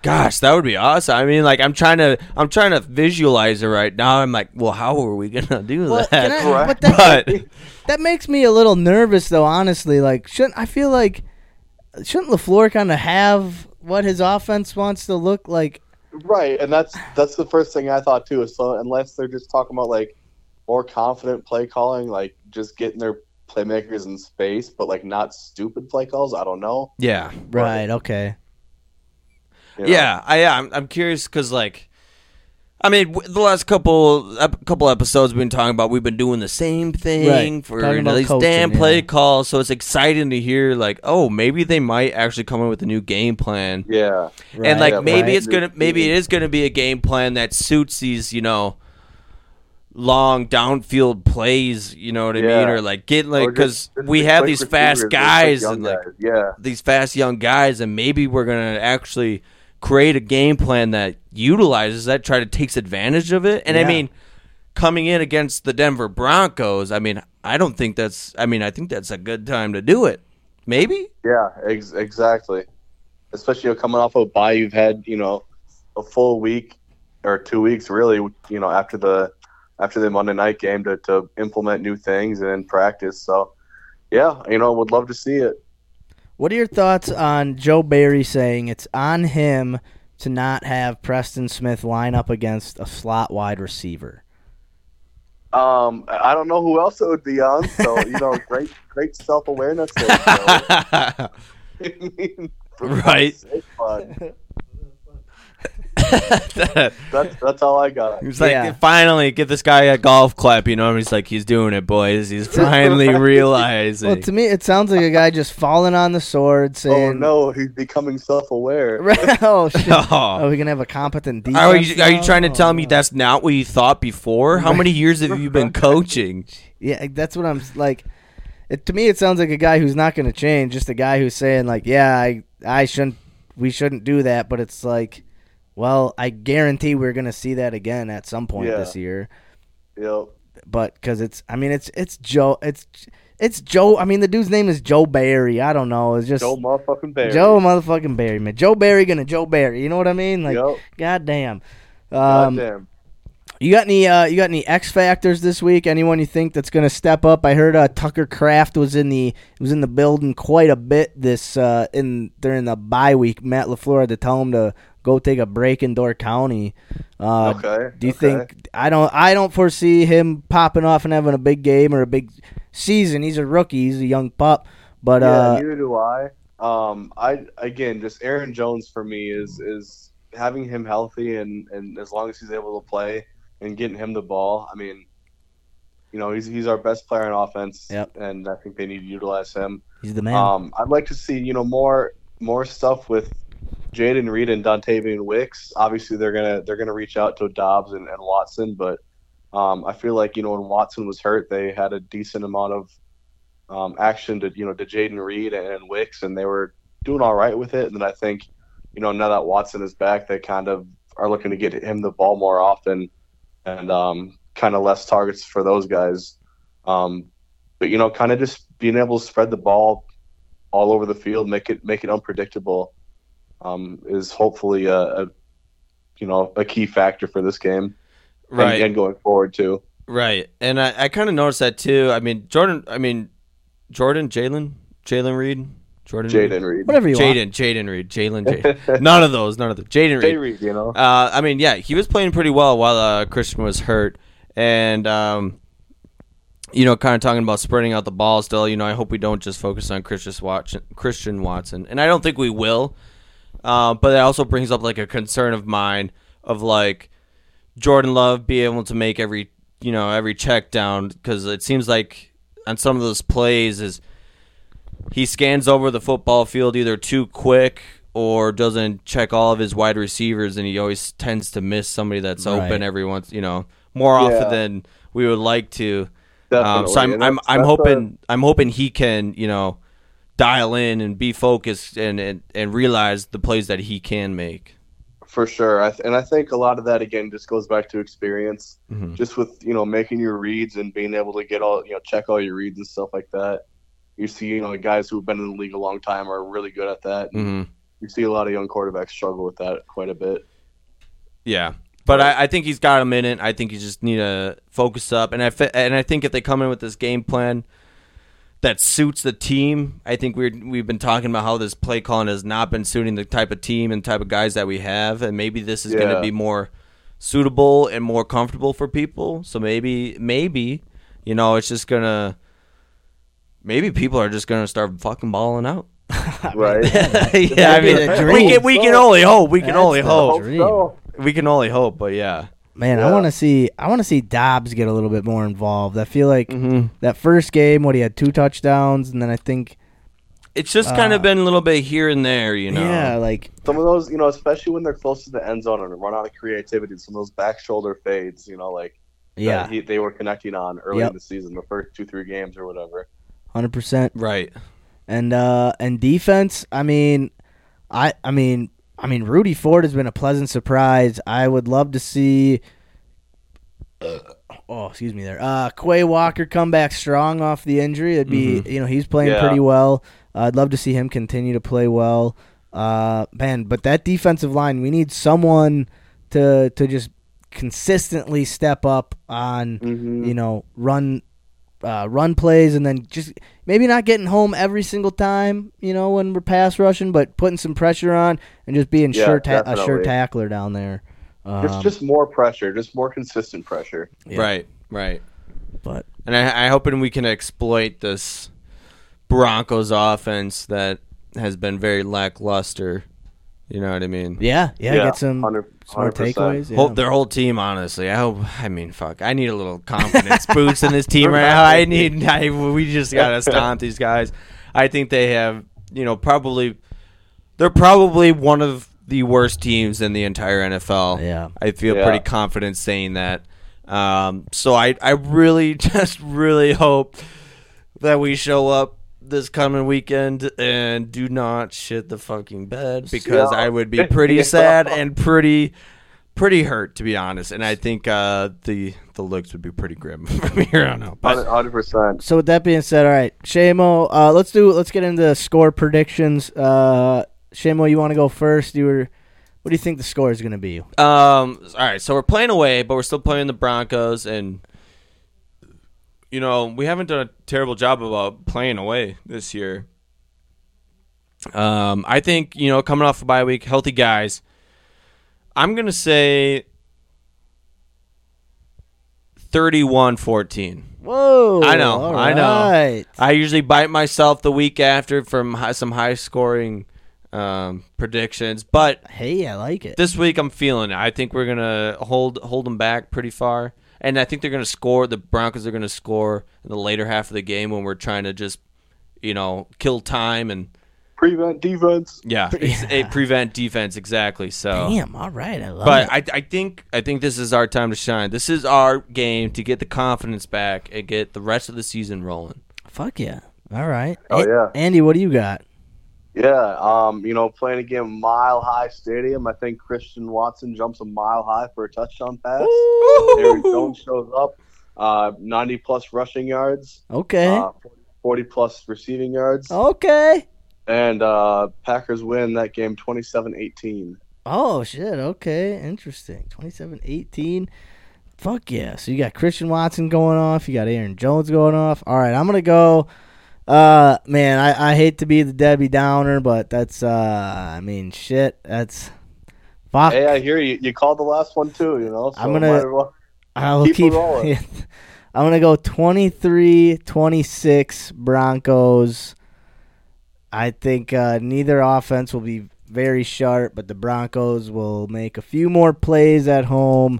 Speaker 1: Gosh, that would be awesome. I mean, like I'm trying to I'm trying to visualize it right now. I'm like, well, how are we gonna do
Speaker 2: Well,
Speaker 1: that?
Speaker 2: can I- Right. but that-
Speaker 1: but
Speaker 2: that makes me a little nervous, though. Honestly, like shouldn't I feel like shouldn't Lafleur kind of have what his offense wants to look like?
Speaker 7: Right, and that's that's the first thing I thought too. Is so unless they're just talking about like more confident play calling, like just getting their playmakers in space, but like not stupid play calls. I don't know.
Speaker 1: yeah,
Speaker 2: Right. Okay.
Speaker 7: you know?
Speaker 1: yeah, I yeah, I'm I'm curious because like, I mean, w- the last couple ep- couple episodes we've been talking about, we've been doing the same thing
Speaker 2: Right.
Speaker 1: for
Speaker 2: Talking
Speaker 1: you know,
Speaker 2: about
Speaker 1: these
Speaker 2: coaching,
Speaker 1: damn
Speaker 2: yeah.
Speaker 1: play calls. So it's exciting to hear like, oh, maybe they might actually come up with a new game plan.
Speaker 7: yeah,
Speaker 1: and like
Speaker 7: Yeah,
Speaker 1: maybe
Speaker 7: right.
Speaker 1: it's gonna maybe it is gonna be a game plan that suits these you know long downfield plays. You know what I mean?
Speaker 7: Yeah.
Speaker 1: Or like get like
Speaker 7: Or
Speaker 1: because
Speaker 7: just- just
Speaker 1: we
Speaker 7: be
Speaker 1: have
Speaker 7: quick
Speaker 1: these fast
Speaker 7: receivers, they're quick
Speaker 1: guys
Speaker 7: young
Speaker 1: and like
Speaker 7: guys. yeah,
Speaker 1: these fast young guys, and maybe we're gonna actually create a game plan that utilizes that, try to takes advantage of it. And I
Speaker 2: Yeah.
Speaker 1: mean, coming in against the Denver Broncos, I mean, I don't think that's. I mean, I think that's a good time to do it. Maybe.
Speaker 7: yeah, ex- exactly. Especially you know, coming off a bye, you've had you know a full week or two weeks really, you know, after the after the Monday night game to, to implement new things and practice. So yeah, you know, would love to see it.
Speaker 2: What are your thoughts on Joe Barry saying it's on him to not have Preston Smith line up against a slot wide receiver?
Speaker 7: Um, I I don't know who else it would be on. So you know, great, great self awareness.
Speaker 1: Right.
Speaker 7: that's that's all I got.
Speaker 1: He's like,
Speaker 2: Yeah.
Speaker 1: finally, get this guy a golf clap. You know, and he's like, he's doing it, boys. He's finally realizing.
Speaker 2: Well, to me, it sounds like a guy just falling on the sword saying,
Speaker 7: Oh no, he's becoming self-aware.
Speaker 2: oh, shit.
Speaker 1: Oh.
Speaker 2: Are we going to have a competent defense?
Speaker 1: Are you, are you
Speaker 2: now?
Speaker 1: trying to
Speaker 2: Oh,
Speaker 1: tell me
Speaker 2: no.
Speaker 1: that's not what you thought before? How many years have you been coaching?
Speaker 2: Oh. Yeah, that's what I'm s- like. It, to me, it sounds like a guy who's not going to change, just a guy who's saying like, "Yeah, I, I shouldn't, we shouldn't do that." But it's like, well, I guarantee we're going to see that again at some point
Speaker 7: Yeah.
Speaker 2: this year.
Speaker 7: Yep.
Speaker 2: But because it's, I mean, it's it's Joe, it's it's Joe. I mean, the dude's name is Joe Barry. I don't know. It's just
Speaker 7: Joe motherfucking Barry.
Speaker 2: Joe motherfucking Barry, man. Joe Barry gonna Joe Barry. You know what I mean? Like,
Speaker 7: Yep.
Speaker 2: goddamn. Um,
Speaker 7: Goddamn.
Speaker 2: you got any? Uh, you got any X factors this week? Anyone you think that's going to step up? I heard uh, Tucker Kraft was in the was in the building quite a bit this uh, in during the bye week. Matt Lafleur had to tell him to go take a break in Door County. Uh,
Speaker 7: Okay,
Speaker 2: Do you
Speaker 7: okay.
Speaker 2: think I don't? I don't foresee him popping off and having a big game or a big season. He's a rookie. He's a young pup. But
Speaker 7: yeah,
Speaker 2: uh,
Speaker 7: neither do I. Um, I again, just Aaron Jones for me is is having him healthy and and as long as he's able to play and getting him the ball. I mean, you know, he's he's our best player on offense,
Speaker 2: Yep.
Speaker 7: and I think they need to utilize him.
Speaker 2: he's the man.
Speaker 7: Um, I'd like to see you know more more stuff with Jaden Reed and Dontavian Wicks. Obviously, they're gonna they're gonna reach out to Dobbs and, and Watson, but um, I feel like you know when Watson was hurt, they had a decent amount of um, action to you know to Jaden Reed and, and Wicks, and they were doing all right with it. And then I think you know now that Watson is back, they kind of are looking to get him the ball more often, and um, kind of less targets for those guys. Um, but you know, kind of just being able to spread the ball all over the field, make it make it unpredictable, um, is hopefully a, a you know a key factor for this game and-
Speaker 1: Right.
Speaker 7: and, going forward too.
Speaker 1: Right, and I, I kind of noticed that too. I mean, Jordan. I mean, Jordan, Jalen, Jalen Reed, Jordan,
Speaker 7: Jaden Reed,
Speaker 2: Whatever you want.
Speaker 1: Jaden, Jaden Reed, Jalen, Jaden. none of those, none of them. Jaden
Speaker 7: Jaden
Speaker 1: Reed.
Speaker 7: Reed, you know,
Speaker 1: Uh, I mean, yeah, he was playing pretty well while uh, Christian was hurt, and um, you know, kind of talking about spreading out the ball still. You know, I hope we don't just focus on Christian Watson, Christian Watson, and I don't think we will. Uh, but it also brings up like a concern of mine of like Jordan Love be able to make every you know every check down because it seems like on some of those plays is he scans over the football field either too quick or doesn't check all of his wide receivers and he always tends to miss somebody that's
Speaker 2: Right.
Speaker 1: open every once you know more
Speaker 7: Yeah.
Speaker 1: often than we would like to. Um,
Speaker 7: definitely.
Speaker 1: so I'm
Speaker 7: And
Speaker 1: I'm,
Speaker 7: that's-
Speaker 1: I'm
Speaker 7: that's a-
Speaker 1: hoping i I'm hoping he can you know dial in and be focused and and, and realize the plays that he can make.
Speaker 7: for sure. I th- and I think a lot of that again just goes back to experience,
Speaker 1: Mhm.
Speaker 7: just with you know making your reads and being able to get all you know check all your reads and stuff like that. You see, you know, guys who've been in the league a long time are really good at that. and
Speaker 1: hmm
Speaker 7: You see a lot of young quarterbacks struggle with that quite a bit.
Speaker 1: Yeah, but I, I think he's got him in it. I think you just need to focus up, and I fe- and I think if they come in with this game plan that suits the team, I think we're we've been talking about how this play calling has not been suiting the type of team and type of guys that we have, and maybe this is going to
Speaker 7: Yeah.
Speaker 1: be more suitable and more comfortable for people. So maybe maybe you know it's just gonna maybe people are just gonna start fucking balling out.
Speaker 7: Right.
Speaker 1: yeah, I
Speaker 2: That'd be
Speaker 1: mean, we
Speaker 2: the dream.
Speaker 1: can we can only hope. We can only
Speaker 2: the
Speaker 1: hope.
Speaker 2: dream.
Speaker 1: We can only hope. But yeah.
Speaker 2: Man, I
Speaker 7: Yeah.
Speaker 2: want to see I want to see Dobbs get a little bit more involved. I feel like that first game, what he had two touchdowns, and then I think
Speaker 1: It's just kind of been a little bit here and there, you know.
Speaker 2: Uh, yeah, like
Speaker 7: some of those, you know, especially when they're close to the end zone and run out of creativity, some of those back shoulder fades, you know, like
Speaker 2: Yeah,
Speaker 7: that he, they were connecting on early
Speaker 2: Yep.
Speaker 7: in the season, the first two three games or whatever.
Speaker 2: hundred percent.
Speaker 1: Right.
Speaker 2: And uh and defense, I mean I I mean I mean Rudy Ford has been a pleasant surprise. I would love to see Oh, excuse me there. Uh Quay Walker come back strong off the injury. It'd be you know, he's playing
Speaker 7: Mm-hmm. Yeah.
Speaker 2: pretty well. Uh, I'd love to see him continue to play well. Uh man, but that defensive line, we need someone to to just consistently step up on
Speaker 7: Mm-hmm.
Speaker 2: you know run uh, run plays and then just maybe not getting home every single time you know when we're pass rushing but putting some pressure on and just being
Speaker 7: Yeah,
Speaker 2: sure ta- a sure
Speaker 7: definitely.
Speaker 2: tackler down there um,
Speaker 7: It's just more pressure, just more consistent pressure.
Speaker 2: Yeah.
Speaker 1: Right. Right.
Speaker 2: but
Speaker 1: And I, I hoping we can exploit this Broncos offense that has been very lackluster. You know what I mean?
Speaker 2: yeah yeah,
Speaker 7: Yeah,
Speaker 2: get some
Speaker 7: 100
Speaker 2: smart
Speaker 7: 100%.
Speaker 2: takeaways yeah.
Speaker 1: Whole, their whole team, honestly. I hope. I mean, fuck. I need a little confidence boost in this team right now. I need. I, we just gotta stomp these guys. I think they have. You know, probably. They're probably one of the worst teams in the entire NFL.
Speaker 2: Yeah.
Speaker 1: I feel
Speaker 7: Yeah.
Speaker 1: pretty confident saying that. Um, so I, I really, just really hope that we show up this coming weekend and do not shit the fucking bed because
Speaker 7: Yeah.
Speaker 1: I would be pretty sad and pretty pretty hurt to be honest. And I think uh, the the looks would be pretty grim from here on out. But
Speaker 7: Hundred percent.
Speaker 2: so with that being said all right Shamo uh, let's do let's get into score predictions uh, Shamo you want to go first you were what do you think the score is going to be
Speaker 1: um, all right, so we're playing away, but we're still playing the Broncos, and you know we haven't done a terrible job about playing away this year. Um, I think you know coming off a bye week, healthy guys. I'm gonna say 31-14.
Speaker 2: whoa
Speaker 1: I know,
Speaker 2: all
Speaker 1: I know.
Speaker 2: right.
Speaker 1: I usually bite myself the week after from hi- some high scoring um, predictions, but
Speaker 2: hey I like it
Speaker 1: this week I'm feeling it. I think we're gonna hold hold them back pretty far, and I think they're gonna score. The Broncos are gonna score in the later half of the game when we're trying to just, you know, kill time and
Speaker 7: Prevent defense.
Speaker 1: yeah, it's- it prevent defense exactly. So.
Speaker 2: damn all right I love it
Speaker 1: But I, I think I think this is our time to shine. This is our game to get the confidence back and get the rest of the season rolling.
Speaker 2: Fuck yeah. All right.
Speaker 7: Oh,
Speaker 2: A-
Speaker 7: yeah.
Speaker 2: Andy, what do you got?
Speaker 7: Yeah, um, you know, playing a game mile high stadium. I think Christian Watson jumps a mile high for a touchdown pass. Aaron Jones shows up, uh, ninety plus rushing yards,
Speaker 2: Okay.
Speaker 7: uh, forty plus receiving
Speaker 2: Oh,
Speaker 7: yards,
Speaker 2: okay.
Speaker 7: and uh, Packers win that game 27-18.
Speaker 2: Oh shit. Okay. Interesting. 27-18. Fuck yeah. So you got Christian Watson going off, you got Aaron Jones going off. All right, I'm going to go uh man, I, I hate to be the Debbie Downer, but that's uh I mean shit, that's fuck.
Speaker 7: Hey, I hear you. You called the last one too. You know, so
Speaker 2: I'm gonna-
Speaker 7: might as well-
Speaker 2: I'll
Speaker 7: Keep it
Speaker 2: keep.
Speaker 7: rolling.
Speaker 2: I'm gonna go 23-26 Broncos. I think uh, neither offense will be very sharp, but the Broncos will make a few more plays at home.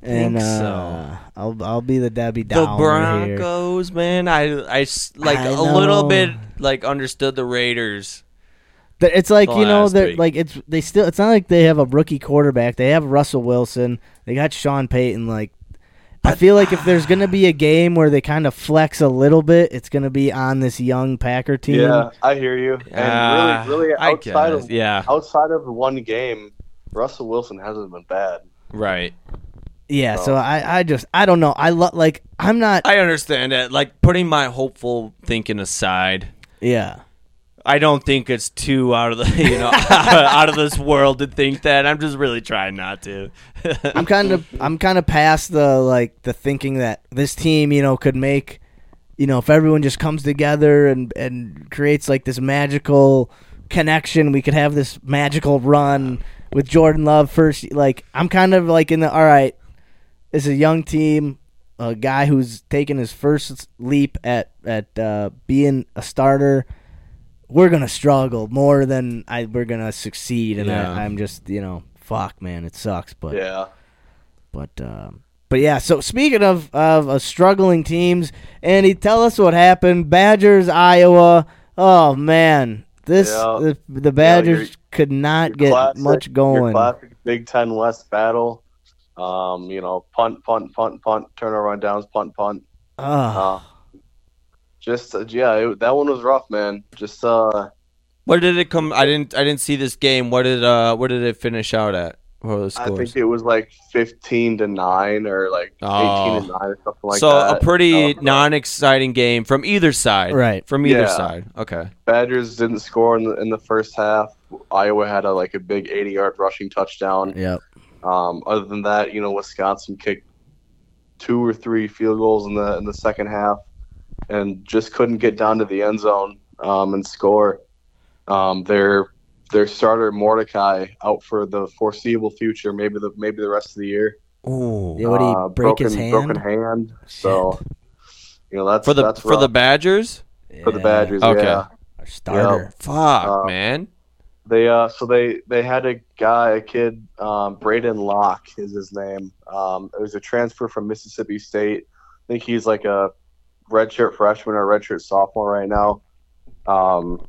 Speaker 2: And
Speaker 1: Think so.
Speaker 2: uh, I'll I'll be the Debbie
Speaker 1: the
Speaker 2: Downer here.
Speaker 1: Broncos, man. I I s- like
Speaker 2: I
Speaker 1: a little
Speaker 2: know.
Speaker 1: bit like understood the Raiders.
Speaker 2: Th- It's like
Speaker 1: The
Speaker 2: you know
Speaker 1: last
Speaker 2: they're
Speaker 1: week.
Speaker 2: like it's they still. It's not like they have a rookie quarterback. They have Russell Wilson. They got Sean Payton. Like I feel like if there's gonna be a game where they kind of flex a little bit, it's gonna be on this young Packer team.
Speaker 7: Yeah, I hear you. And
Speaker 1: Ah,
Speaker 7: really, really
Speaker 1: I
Speaker 7: outside
Speaker 1: guess,
Speaker 7: of
Speaker 1: yeah.
Speaker 7: outside of one game, Russell Wilson hasn't been bad.
Speaker 1: Right.
Speaker 2: Yeah, so
Speaker 7: So-
Speaker 2: I, I just I don't know. I lo- like I'm not
Speaker 1: I understand that. Like putting my hopeful thinking aside,
Speaker 2: yeah.
Speaker 1: I don't think it's too out of the you know out of this world to think that. I'm just really trying not to.
Speaker 2: I'm kind of I'm kind of past the like the thinking that this team, you know, could make you know, if everyone just comes together and and creates like this magical connection, we could have this magical run with Jordan Love first like I'm kind of like in the all right, it's a young team, a guy who's taken his first leap at at uh, being a starter. We're gonna struggle more than I we're gonna succeed, and
Speaker 1: Yeah.
Speaker 2: I, I'm just you know fuck man, it sucks, but
Speaker 7: Yeah.
Speaker 2: but um, but yeah. So speaking of of uh, struggling teams, Andy, tell us what happened. Badgers, Iowa. Oh man, this
Speaker 7: Yeah.
Speaker 2: the, the Badgers
Speaker 7: your-
Speaker 2: could not
Speaker 7: Your
Speaker 2: get
Speaker 7: classic-
Speaker 2: much
Speaker 7: Your
Speaker 2: going.
Speaker 7: classic Big Ten West battle. Um, you know, punt, punt, punt, punt, turnover on downs, punt, punt.
Speaker 2: Ugh.
Speaker 7: Uh, just uh, yeah, it, that one was rough, man. Just uh,
Speaker 1: What did it come? I didn't. I didn't see this game. What did uh? What did it finish out at? What were the
Speaker 7: I
Speaker 1: scores?
Speaker 7: think it was like fifteen to nine or like
Speaker 1: Oh.
Speaker 7: eighteen to nine or something like
Speaker 1: so
Speaker 7: that.
Speaker 1: a pretty
Speaker 7: Um,
Speaker 1: non-exciting game from either side.
Speaker 2: Right.
Speaker 1: From either
Speaker 7: Yeah.
Speaker 1: side. Okay.
Speaker 7: Badgers didn't score in the, in the first half. Iowa had a, like a big eighty-yard rushing touchdown.
Speaker 2: Yep.
Speaker 7: Um, other than that, you know, Wisconsin kicked two or three field goals in the in the second half, and just couldn't get down to the end zone um, and score. Um, their their starter Mordecai out for the foreseeable future, maybe the maybe the rest of the year.
Speaker 1: Ooh.
Speaker 2: Yeah, what did he
Speaker 7: Uh,
Speaker 2: break his hand?
Speaker 7: Broken hand. So, you know, that's
Speaker 1: For the
Speaker 7: that's
Speaker 1: for the
Speaker 7: rough
Speaker 1: Badgers.
Speaker 7: for the
Speaker 2: Yeah,
Speaker 7: Badgers.
Speaker 1: Okay.
Speaker 7: Yeah.
Speaker 2: Our starter.
Speaker 1: Fuck,
Speaker 7: Uh,
Speaker 1: man.
Speaker 7: They uh, so they they had a guy, a kid, um, Braden Locke is his name. Um, it was a transfer from Mississippi State. I think he's like a redshirt freshman or redshirt sophomore right now. Um,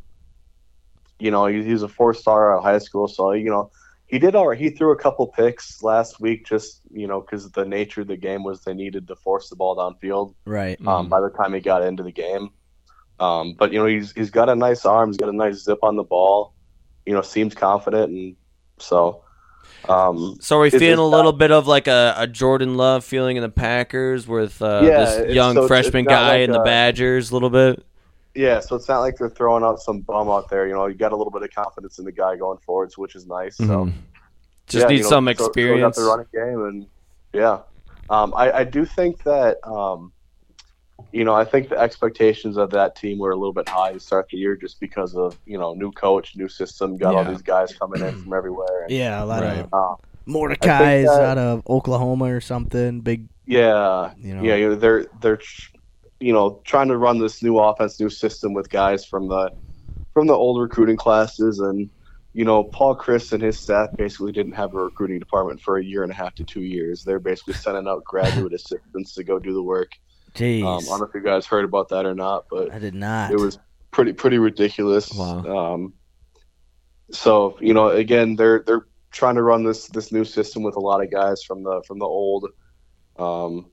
Speaker 7: you know, he, he's a four star out of high school, so you know he did all right. He threw a couple picks last week, just you know, because the nature of the game was they needed to force the ball downfield
Speaker 2: Right.
Speaker 7: um,
Speaker 1: Mm-hmm.
Speaker 7: by the time he got into the game. Um, but you know he's he's got a nice arm, he's got a nice zip on the ball. You know, seems confident, and so um,
Speaker 1: So are we
Speaker 7: It's-
Speaker 1: feeling
Speaker 7: it's
Speaker 1: a
Speaker 7: not-
Speaker 1: little bit of like a, a Jordan Love feeling in the Packers with uh,
Speaker 7: Yeah,
Speaker 1: this
Speaker 7: it's-
Speaker 1: young
Speaker 7: so it's-
Speaker 1: freshman
Speaker 7: it's not
Speaker 1: guy
Speaker 7: like
Speaker 1: in the
Speaker 7: a-
Speaker 1: Badgers a little bit?
Speaker 7: yeah. So it's not like they're throwing out some bum out there. You know, you got a little bit of confidence in the guy going forwards, which is nice. So
Speaker 1: Mhm. Just
Speaker 7: Yeah,
Speaker 1: need
Speaker 7: you know,
Speaker 1: some
Speaker 7: throw- throwing out
Speaker 1: experience.
Speaker 7: the running game, and yeah, um, I, I do think that um, you know I think the expectations of that team were a little bit high to start the year, just because of you know new coach, new system, got all
Speaker 1: Yeah.
Speaker 7: these guys coming in from everywhere. And,
Speaker 2: Yeah, a lot
Speaker 1: Right.
Speaker 2: of
Speaker 7: um,
Speaker 2: Mordecai's
Speaker 7: that-
Speaker 2: out of Oklahoma or something. Big,
Speaker 7: Yeah,
Speaker 2: you know.
Speaker 7: yeah, you know, they're they're tr- you know trying to run this new offense, new system with guys from the from the old recruiting classes, and you know Paul Chris and his staff basically didn't have a recruiting department for a year and a half to two years. They're basically sending out graduate assistants to go do the work.
Speaker 2: Jeez.
Speaker 7: Um, I don't know if you guys heard about that or not, but
Speaker 2: I did not.
Speaker 7: it was pretty pretty ridiculous.
Speaker 1: Wow.
Speaker 7: Um, so you know, again, they're they're trying to run this this new system with a lot of guys from the from the old, um,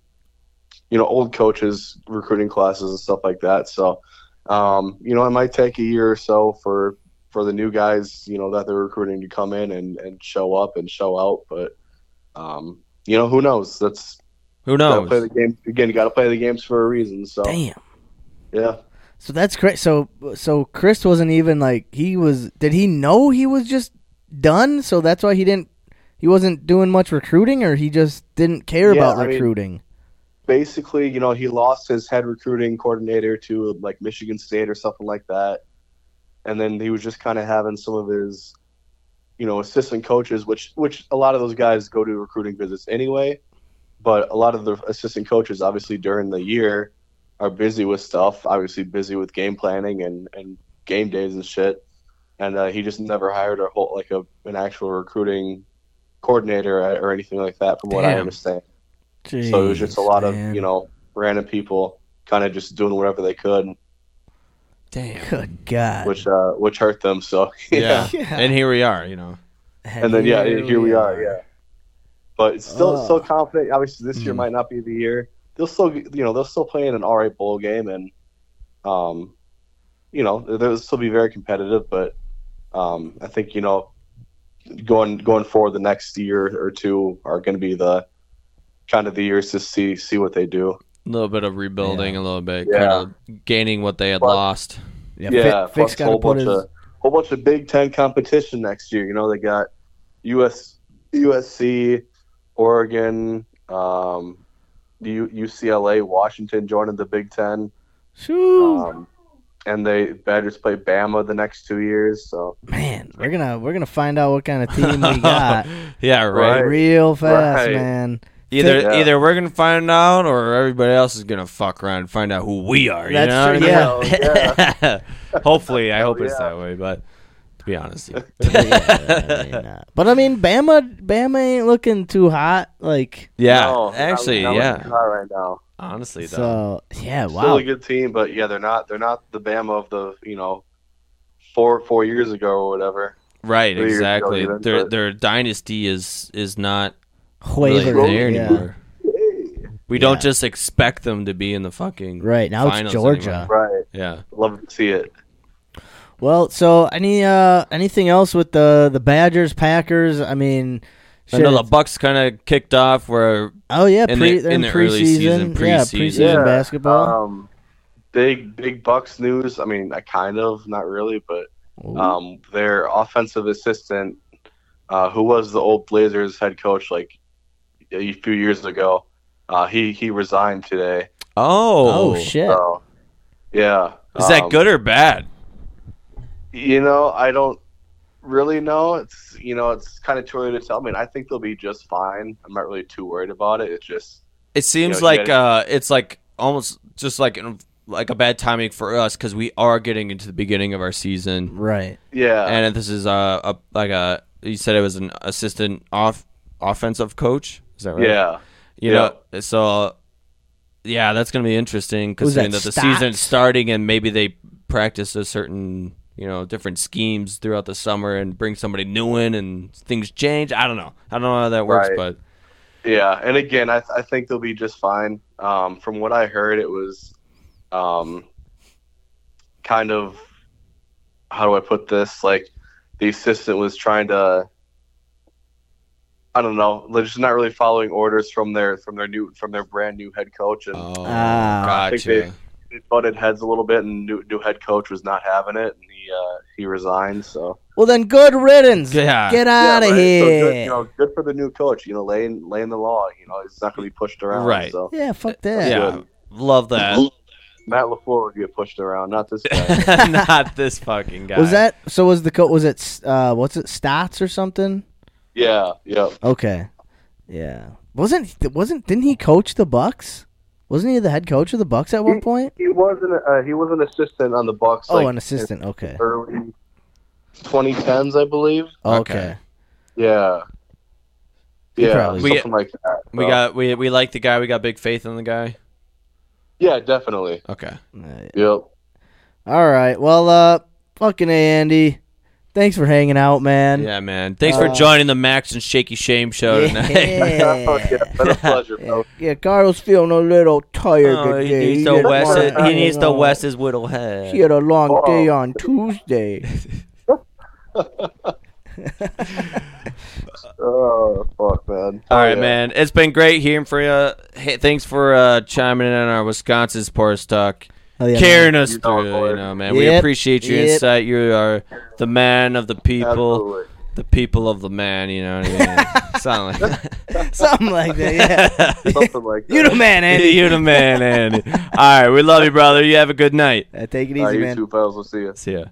Speaker 7: you know, old coaches, recruiting classes, and stuff like that. So, um, you know, it might take a year or so for for the new guys, you know, that they're recruiting to come in and and show up and show out. But um, you know, who knows? That's
Speaker 1: Who
Speaker 7: gotta play
Speaker 1: knows?
Speaker 7: the game again. Got to play the games for a reason. So
Speaker 2: Damn.
Speaker 7: yeah.
Speaker 2: So that's great. So so Chris wasn't even like he was. Did he know he was just done? So that's why he didn't. He wasn't doing much recruiting, or he just didn't care
Speaker 7: Yeah,
Speaker 2: about
Speaker 7: I mean-
Speaker 2: recruiting.
Speaker 7: basically, you know, he lost his head recruiting coordinator to like Michigan State or something like that. And then he was just kind of having some of his, you know, assistant coaches, which which a lot of those guys go to recruiting visits anyway. But a lot of the assistant coaches, obviously, during the year, are busy with stuff. Obviously, busy with game planning and and game days and shit. And uh, he just never hired a whole like a an actual recruiting coordinator or, or anything like that, from what I
Speaker 1: Damn.
Speaker 7: understand. So it was just a lot of, you know, random people kind of just doing whatever they could,
Speaker 1: Damn.
Speaker 2: Good God.
Speaker 7: which uh, which hurt them. So
Speaker 1: Yeah.
Speaker 2: Yeah.
Speaker 1: And here we are, you know.
Speaker 7: and then yeah, here we are. Yeah, but it's still
Speaker 2: Ugh.
Speaker 7: still confident. Obviously, this year
Speaker 1: Mm.
Speaker 7: might not be the year. They'll still you know they'll still play in an all right bowl game, and um, you know they'll still be very competitive. But um, I think you know going going forward the next year or two are going to be the kind of the years to see see what they do.
Speaker 1: A little bit of rebuilding, a little bit
Speaker 7: Yeah.
Speaker 1: kind of gaining what they had
Speaker 7: But-
Speaker 1: lost.
Speaker 2: Yeah.
Speaker 7: Yeah,
Speaker 2: Fi-
Speaker 7: plus
Speaker 2: Fix
Speaker 7: a
Speaker 2: got to
Speaker 7: whole
Speaker 2: put
Speaker 7: bunch
Speaker 2: his.
Speaker 7: of whole bunch of Big Ten competition next year. You know, they got US USC, Oregon, um, U, UCLA, Washington joining the Big Ten,
Speaker 2: Shoo.
Speaker 7: um, and they Badgers play Bama the next two years. So
Speaker 2: man, we're gonna we're gonna find out what kind of team we got
Speaker 1: yeah, right.
Speaker 7: Right.
Speaker 2: real fast,
Speaker 7: Right.
Speaker 2: man.
Speaker 1: Either
Speaker 7: Yeah.
Speaker 1: either we're gonna find out, or everybody else is gonna fuck around and find out who we are. You
Speaker 2: That's
Speaker 1: know
Speaker 2: true,
Speaker 1: what I mean?
Speaker 7: yeah.
Speaker 1: Hopefully, I hope it's
Speaker 7: yeah.
Speaker 1: that way. But to be honest, yeah.
Speaker 2: Yeah, I mean, uh, but I mean, Bama Bama ain't looking too hot. Like
Speaker 1: yeah,
Speaker 7: No, not-
Speaker 1: actually,
Speaker 7: not
Speaker 1: yeah.
Speaker 7: looking hot right now.
Speaker 1: Honestly, though,
Speaker 2: so, yeah.
Speaker 7: Still
Speaker 2: Wow.
Speaker 7: a good team, but yeah, they're not they're not the Bama of the you know four four years ago or whatever.
Speaker 1: right?
Speaker 7: three years ago
Speaker 1: Exactly.
Speaker 7: even,
Speaker 1: Their
Speaker 7: but-
Speaker 1: their dynasty is is not really
Speaker 2: Huaver.
Speaker 1: there
Speaker 2: yeah.
Speaker 1: anymore. We don't just expect them to be in the fucking
Speaker 2: Right now it's
Speaker 1: finals
Speaker 2: Georgia.
Speaker 1: anymore.
Speaker 7: Right.
Speaker 1: Yeah,
Speaker 7: Love to see it.
Speaker 2: Well, so any uh anything else with the the Badgers, Packers? I mean,
Speaker 1: I
Speaker 2: shit,
Speaker 1: know the
Speaker 2: it's-
Speaker 1: Bucks kind of kicked off where
Speaker 2: oh yeah,
Speaker 1: in
Speaker 2: pre,
Speaker 1: the-
Speaker 2: they're
Speaker 1: in
Speaker 2: in,
Speaker 1: the
Speaker 2: preseason,
Speaker 1: early season,
Speaker 2: yeah,
Speaker 1: preseason.
Speaker 2: preseason
Speaker 1: Yeah.
Speaker 2: basketball.
Speaker 7: Um, big big Bucks news. I mean, I kind of, not really, but um, their offensive assistant, uh, who was the old Blazers head coach like a few years ago, uh, he he resigned today.
Speaker 1: oh,
Speaker 2: oh shit!
Speaker 7: So, yeah,
Speaker 1: is that
Speaker 7: Um,
Speaker 1: good or bad?
Speaker 7: You know, I don't really know. It's you know, it's kind of too early to tell. I mean, I think they'll be just fine. I'm not really too worried about it. It's just
Speaker 1: It seems
Speaker 7: you
Speaker 1: like
Speaker 7: gotta-
Speaker 1: uh, it's like almost just like an- like a bad timing for us because we are getting into the beginning of our season.
Speaker 2: Right.
Speaker 7: yeah,
Speaker 1: and this is uh, a like a you said it was an assistant off offensive coach. Is that right?
Speaker 7: yeah.
Speaker 1: You know, so yeah, that's gonna be interesting
Speaker 2: Who's
Speaker 1: considering
Speaker 2: that,
Speaker 1: that, the season's
Speaker 2: Stotts?
Speaker 1: starting and maybe they practice a certain you know different schemes throughout the summer and bring somebody new in and things change. I don't know. I don't know how that works,
Speaker 7: Right.
Speaker 1: but
Speaker 7: Yeah, and again, I, I think they'll be just fine. Um, from what I heard, it was um, kind of how do I put this? Like the assistant was trying to, I don't know, they're just not really following orders from their from their new from their brand new head coach, and
Speaker 1: oh,
Speaker 2: Ah.
Speaker 7: I think
Speaker 1: gotcha.
Speaker 7: they butted heads a little bit, and new, new head coach was not having it, and he uh, he resigned. So
Speaker 2: Well, then, good riddance.
Speaker 1: Yeah.
Speaker 2: Get out
Speaker 7: Yeah,
Speaker 2: of
Speaker 7: right? So
Speaker 2: here.
Speaker 7: good, you know, good for the new coach. You know, laying laying the law. You know, it's not going to be pushed around.
Speaker 1: Right.
Speaker 7: So.
Speaker 2: yeah, fuck that.
Speaker 1: Yeah, love that.
Speaker 7: Matt LaFleur would get pushed around, not this guy.
Speaker 1: Not this fucking guy.
Speaker 2: Was that so? Was the co- was it uh what's it Stotts or something?
Speaker 7: yeah, yeah.
Speaker 2: Okay, yeah. Wasn't wasn't didn't he coach the Bucks? Wasn't he the head coach of the Bucks at one point?
Speaker 7: He wasn't. Uh, he was an assistant on the Bucks.
Speaker 2: Oh,
Speaker 7: like,
Speaker 2: an assistant. Okay.
Speaker 7: in Early 2010s, I believe.
Speaker 2: Okay.
Speaker 7: Yeah.
Speaker 2: He
Speaker 7: Yeah,
Speaker 2: probably-
Speaker 1: We
Speaker 7: something
Speaker 1: get-
Speaker 7: like that.
Speaker 1: We
Speaker 7: so.
Speaker 1: got we we like the guy. We got big faith in the guy.
Speaker 7: Yeah, definitely.
Speaker 1: Okay.
Speaker 2: Uh,
Speaker 7: Yep.
Speaker 2: All right. Well, uh, fucking A, Andy. Thanks for hanging out, man.
Speaker 1: Yeah, man. Thanks
Speaker 2: Uh,
Speaker 1: for joining the Max and Shaky Shame show tonight.
Speaker 7: Oh,
Speaker 2: Yeah.
Speaker 7: yeah, been a pleasure.
Speaker 2: Yeah,
Speaker 7: bro.
Speaker 2: yeah, Carlos feeling a little tired
Speaker 1: Oh, he
Speaker 2: today.
Speaker 1: needs
Speaker 2: had
Speaker 1: the
Speaker 2: a
Speaker 1: West.
Speaker 2: long
Speaker 1: He needs the
Speaker 2: day on-
Speaker 1: West his whittle head.
Speaker 2: He had a long
Speaker 7: Oh.
Speaker 2: day on Tuesday.
Speaker 7: Oh, fuck, man.
Speaker 1: All
Speaker 7: yeah.
Speaker 1: right, man. It's been great hearing from you. Hey, thanks for uh, chiming in on our Wisconsin sports talk,
Speaker 2: Hell yeah,
Speaker 1: carrying us
Speaker 7: You know it,
Speaker 1: through.
Speaker 7: boy.
Speaker 1: You know, man. We
Speaker 2: Yep,
Speaker 1: appreciate your
Speaker 2: yep.
Speaker 1: insight. You are the man of the people,
Speaker 7: Absolutely.
Speaker 1: the people of the man. You know what I mean? Sound like
Speaker 2: man. something like that. Yeah,
Speaker 7: Something like that.
Speaker 2: you the man, Andy.
Speaker 1: you the man, Andy. All right, we love you, brother. You have a good night.
Speaker 2: Uh, take it
Speaker 7: All right,
Speaker 2: easy,
Speaker 7: you
Speaker 2: man.
Speaker 7: two pals. We'll see you.
Speaker 1: See ya.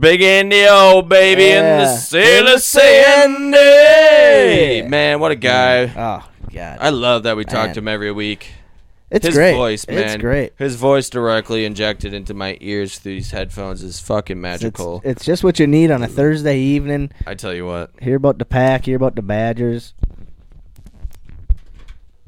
Speaker 1: Big Indio, baby, in
Speaker 2: Yeah.
Speaker 1: the sailor Sandy. Man, what a guy.
Speaker 2: Oh God,
Speaker 1: I love that we talk
Speaker 2: Man.
Speaker 1: to him every week.
Speaker 2: it's
Speaker 1: His
Speaker 2: great.
Speaker 1: voice, man.
Speaker 2: It's great.
Speaker 1: His voice directly injected into my ears through these headphones is fucking
Speaker 2: It's,
Speaker 1: magical.
Speaker 2: it's just what you need on a Thursday evening.
Speaker 1: I tell you what.
Speaker 2: Hear about the pack. Hear about the Badgers.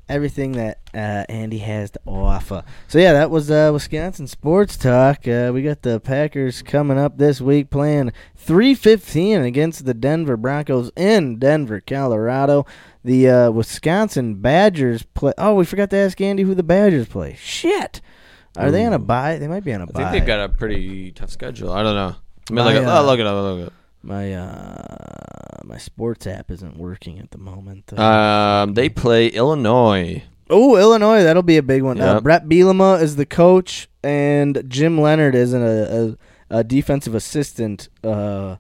Speaker 2: Everything that uh, Andy has to offer. So yeah, that was uh, Wisconsin sports talk. Uh, we got the Packers coming up this week, playing three fifteen against the Denver Broncos in Denver, Colorado. The uh, Wisconsin Badgers play. Oh, we forgot to ask Andy who the Badgers play. Shit, are they on a bye? They might be on a
Speaker 1: Hmm. I think
Speaker 2: bye.
Speaker 1: they've got a pretty tough schedule. I don't know. I mean,
Speaker 2: My,
Speaker 1: look, at,
Speaker 2: uh,
Speaker 1: oh, look it up. Look it
Speaker 2: my uh, my sports app isn't working at the moment.
Speaker 1: up. Um, they play Illinois.
Speaker 2: Oh, Illinois, that'll be a big one. Uh,
Speaker 1: Yep.
Speaker 2: Brett Bielema is the coach, and Jim Leonard is an, a, a, a defensive assistant. Uh,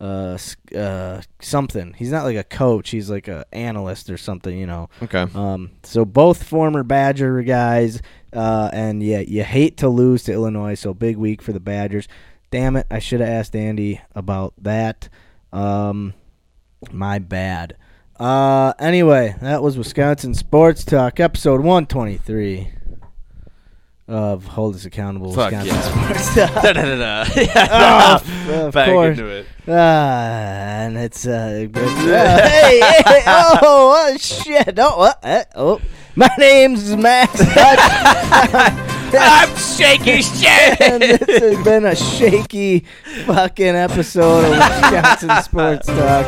Speaker 2: uh, s- uh, something. He's not like a coach. He's like a analyst or something. You know.
Speaker 1: Okay.
Speaker 2: Um. So both former Badger guys. Uh. And yeah, you hate to lose to Illinois. So big week for the Badgers. Damn it! I should have asked Andy about that. Um. My bad. Uh, anyway, that was Wisconsin Sports Talk, episode 123 of Hold Us Accountable
Speaker 1: Fuck
Speaker 2: Wisconsin
Speaker 1: yeah.
Speaker 2: Sports Talk.
Speaker 1: da, da, da, da. Yeah.
Speaker 2: of
Speaker 1: Back
Speaker 2: course.
Speaker 1: into it.
Speaker 2: Ah, and it's uh, uh, hey, hey, oh, oh, shit, oh, uh, uh, oh, my name's Max, Hutch,
Speaker 1: I'm shaky shit.
Speaker 2: and this has been a shaky fucking episode of Wisconsin Sports Talk.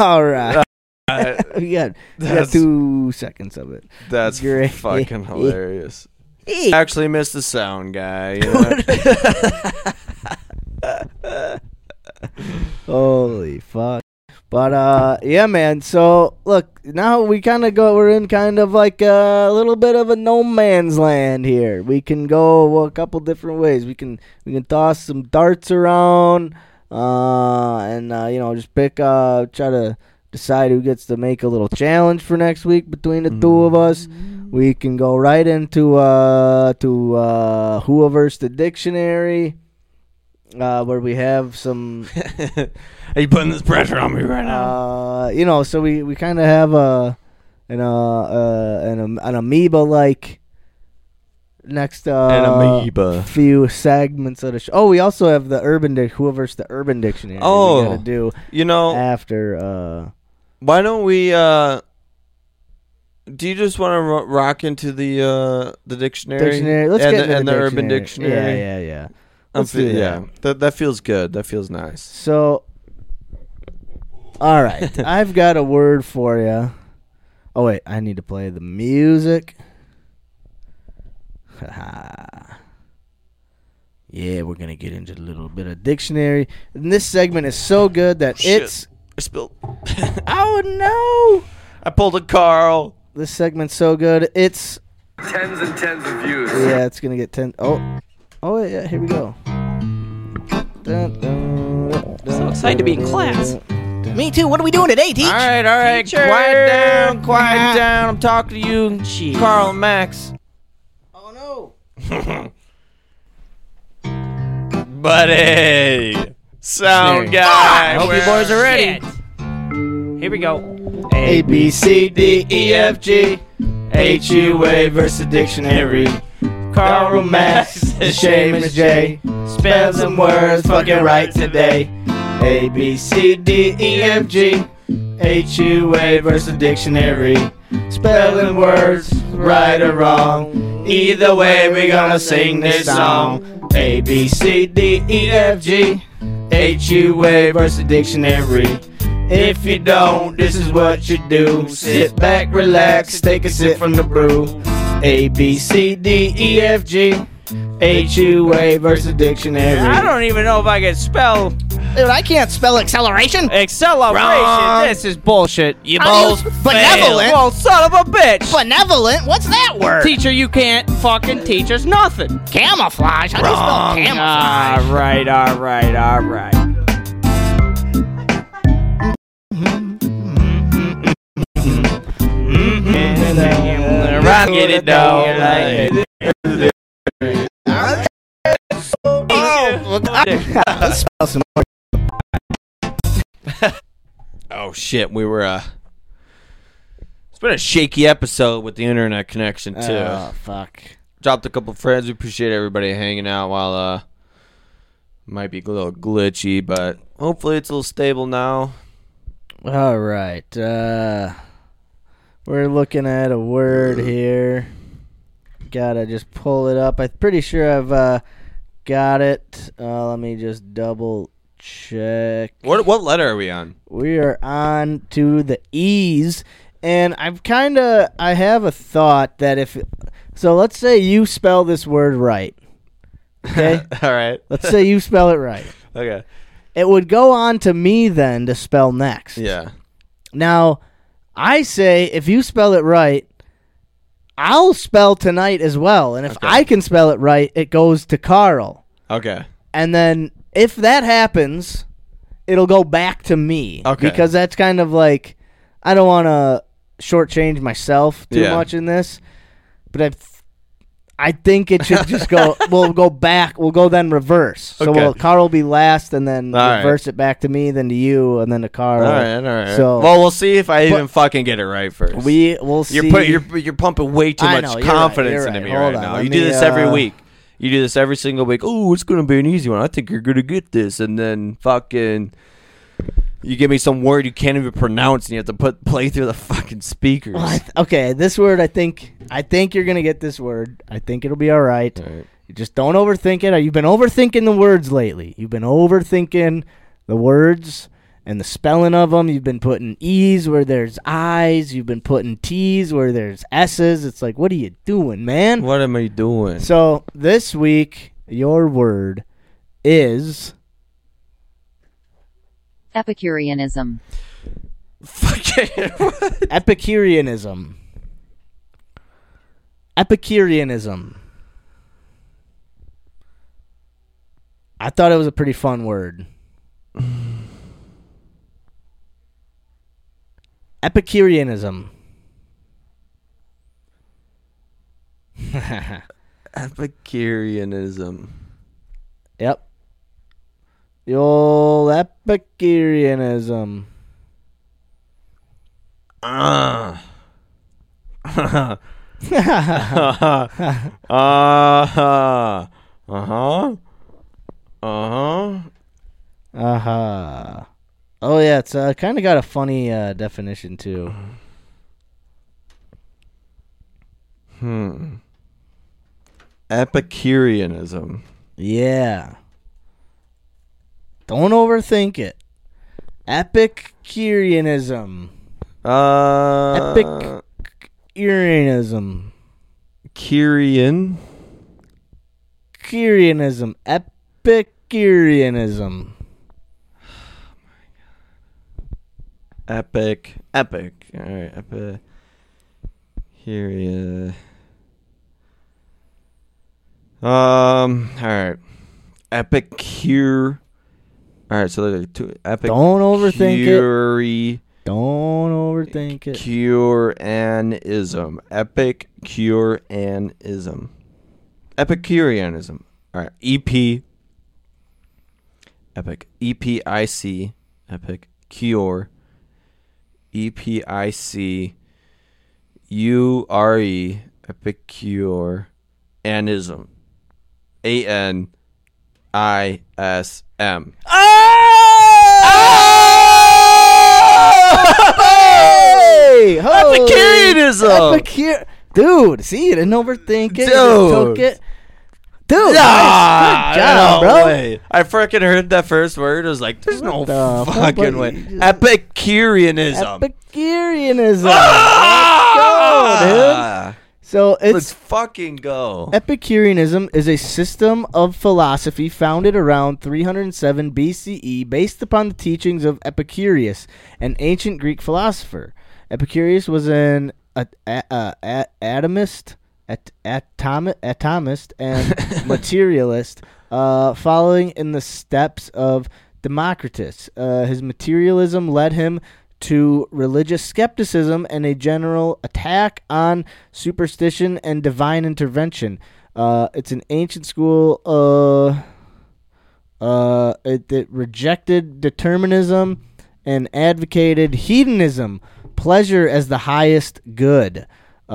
Speaker 2: All right. we got, we got
Speaker 1: Uh, That's-
Speaker 2: two seconds of it.
Speaker 1: That's
Speaker 2: Great.
Speaker 1: fucking hilarious. Actually missed the sound guy. You know?
Speaker 2: Holy fuck. But uh yeah man, so look, now we kinda go we're in kind of like a little bit of a no man's land here. We can go a couple different ways. We can we can toss some darts around, uh and uh, you know, just pick uh try to decide who gets to make a little challenge for next week between the two of us. We can go right into uh to uh who versed the dictionary. Uh, where we have some
Speaker 4: Are you putting this pressure on me right now?
Speaker 2: uh, you know, so we, we kind of have a an uh, uh an am- an amoeba like next uh
Speaker 1: An amoeba.
Speaker 2: few segments of the show. Oh, we also have the urban dic whoever's the urban dictionary.
Speaker 1: Oh.
Speaker 2: we gotta do
Speaker 1: you know,
Speaker 2: after uh
Speaker 1: why don't we? uh Do you just want to ro- rock into the uh the dictionary?
Speaker 2: dictionary. Let's
Speaker 1: and
Speaker 2: get
Speaker 1: the,
Speaker 2: into
Speaker 1: and
Speaker 2: the
Speaker 1: the urban dictionary.
Speaker 2: Yeah, yeah, yeah.
Speaker 1: I'm
Speaker 2: Let's
Speaker 1: fe-
Speaker 2: do that.
Speaker 1: yeah, that that feels good. That feels nice.
Speaker 2: So, all right, I've got a word for you. Oh wait, I need to play the music. Haha. yeah, we're gonna get into a little bit of dictionary. And this segment is so good that
Speaker 1: Shit.
Speaker 2: it's
Speaker 1: I spilled.
Speaker 2: oh no,
Speaker 1: I pulled a Carl.
Speaker 2: this segment's so good it's
Speaker 5: Tens and tens of views.
Speaker 2: yeah, it's gonna get ten. Oh, oh yeah, here we go. Dun, dun, dun,
Speaker 8: So excited to be in class.
Speaker 9: Me too. What are we doing today, teach?
Speaker 1: All right, all right,
Speaker 9: Teacher.
Speaker 1: quiet down, quiet down. I'm talking to you, Carl and Max.
Speaker 2: Oh no.
Speaker 1: Buddy! Sound guy! I hope you boys are
Speaker 8: Shit. Here we go.
Speaker 2: A B C D E F G H U A versus dictionary. Carl Max, the shame is J. Spell some words fucking right today. A B C D E F G H U A versus dictionary. Spelling words right or wrong. Either way, we gonna sing this song. A B C D E F G H U A versus dictionary. If you don't, this is what you do. Sit back, relax, take a sip from the brew. A B C D E F G H U A versus dictionary.
Speaker 8: I don't even know if I can spell
Speaker 9: Dude, I can't spell acceleration.
Speaker 8: acceleration. This is bullshit. You
Speaker 9: I use benevolent.
Speaker 8: Well, son of a bitch.
Speaker 9: Benevolent? What's that word?
Speaker 8: Teacher, you can't fucking teach us nothing.
Speaker 9: Camouflage. How do you spell camouflage?
Speaker 8: All right, all right, all right.
Speaker 2: Mm-hmm.
Speaker 1: Rock it down. Oh shit, we were uh It's been a shaky episode with the internet connection too.
Speaker 2: Oh, fuck.
Speaker 1: Dropped a couple friends. We appreciate everybody hanging out while uh might be a little glitchy, but hopefully it's a little stable now.
Speaker 2: All right. Uh, we're looking at a word here. Gotta just pull it up. I'm pretty sure I've uh, got it. Uh, let me just double check.
Speaker 1: What what letter are we on?
Speaker 2: we are on to the E's, and I've kind of I have a thought that if so, let's say you spell this word right. Okay,
Speaker 1: All right.
Speaker 2: let's say you spell it right.
Speaker 1: Okay.
Speaker 2: It would go on to me then to spell next.
Speaker 1: Yeah.
Speaker 2: Now, I say if you spell it right, I'll spell tonight as well, and if I can spell it right, it goes to Carl,
Speaker 1: Okay.
Speaker 2: and then if that happens, it'll go back to me.
Speaker 1: Okay.
Speaker 2: because that's kind of like I don't want to shortchange myself too
Speaker 1: Yeah.
Speaker 2: much in this, but I, I think it should just go. we'll go back. We'll go then reverse. So
Speaker 1: Okay.
Speaker 2: we'll, Carl will be last, and then
Speaker 1: All right.
Speaker 2: reverse it back to me, then to you, and then to Carl.
Speaker 1: All right, all right.
Speaker 2: So
Speaker 1: well, we'll see if I even fucking get it right first.
Speaker 2: we will see.
Speaker 1: you're put, you're you're pumping way too
Speaker 2: I
Speaker 1: much
Speaker 2: know, you're right,
Speaker 1: confidence
Speaker 2: you're
Speaker 1: into
Speaker 2: right.
Speaker 1: me right
Speaker 2: Hold on,
Speaker 1: now.
Speaker 2: let
Speaker 1: You do
Speaker 2: me,
Speaker 1: this every
Speaker 2: uh,
Speaker 1: week. You do this every single week. Oh, it's gonna be an easy one. I think you're gonna get this, and then fucking. You give me some word you can't even pronounce, and you have to put play through the fucking speakers.
Speaker 2: Well, I th- okay, this word I think I think you're gonna get this word. I think it'll be all right. You Just don't overthink it. You've been overthinking the words lately. You've been overthinking the words, and the spelling of them. You've been putting E's where there's I's. You've been putting T's where there's S's. It's like, what are you doing, man?
Speaker 1: What am I doing?
Speaker 2: So this week, your word is
Speaker 10: Epicureanism.
Speaker 1: Fucking what?
Speaker 2: Epicureanism. Epicureanism. I thought it was a pretty fun word. Epicureanism.
Speaker 1: Epicureanism.
Speaker 2: Yep. The old Epicureanism.
Speaker 1: Ah. Uh-huh. Uh-huh. Uh-huh.
Speaker 2: Uh huh. Oh yeah, it's uh, kind of got a funny uh, definition too.
Speaker 1: Epicureanism.
Speaker 2: Yeah. Don't overthink it. Epicureanism.
Speaker 1: Uh
Speaker 2: Epic- Epicureanism.
Speaker 1: Curian.
Speaker 2: Epicureanism. Epicureanism.
Speaker 1: Epic. Epic. All right. Epi. Here. Yeah. Um. All right. Epicure. All right. So there are two. Epic.
Speaker 2: Don't overthink it.
Speaker 1: Curie,
Speaker 2: Don't overthink it.
Speaker 1: Cure and ism. Epic cure and ism. Epicureanism. All right. EP. Epic. E P I C. Epic cure. E P I C. U R E. Epicure. Anism. A N I S M. Oh!
Speaker 2: Hey! Holy-
Speaker 1: Epicureanism!
Speaker 2: Epicure- Dude, see, you didn't overthink it. You just
Speaker 1: Dude.
Speaker 2: took it. Dude,
Speaker 1: Ah,
Speaker 2: nice. good
Speaker 1: no
Speaker 2: job, bro.
Speaker 1: way. I freaking heard that first word. I was like, there's no
Speaker 2: the fuck,
Speaker 1: fucking way.
Speaker 2: buddy? You just-
Speaker 1: Epicureanism.
Speaker 2: Epicureanism.
Speaker 1: Ah!
Speaker 2: So
Speaker 1: Let's
Speaker 2: it's
Speaker 1: fucking go.
Speaker 2: Epicureanism is a system of philosophy founded around 307 BCE E based upon the teachings of Epicurus, an ancient Greek philosopher. Epicurus was an a, a, a, a- atomist, at, atomi, atomist and materialist, uh, following in the steps of Democritus. Uh, his materialism led him to religious skepticism and a general attack on superstition and divine intervention. Uh, it's an ancient school. Uh, uh, it, it rejected determinism and advocated hedonism, pleasure as the highest good,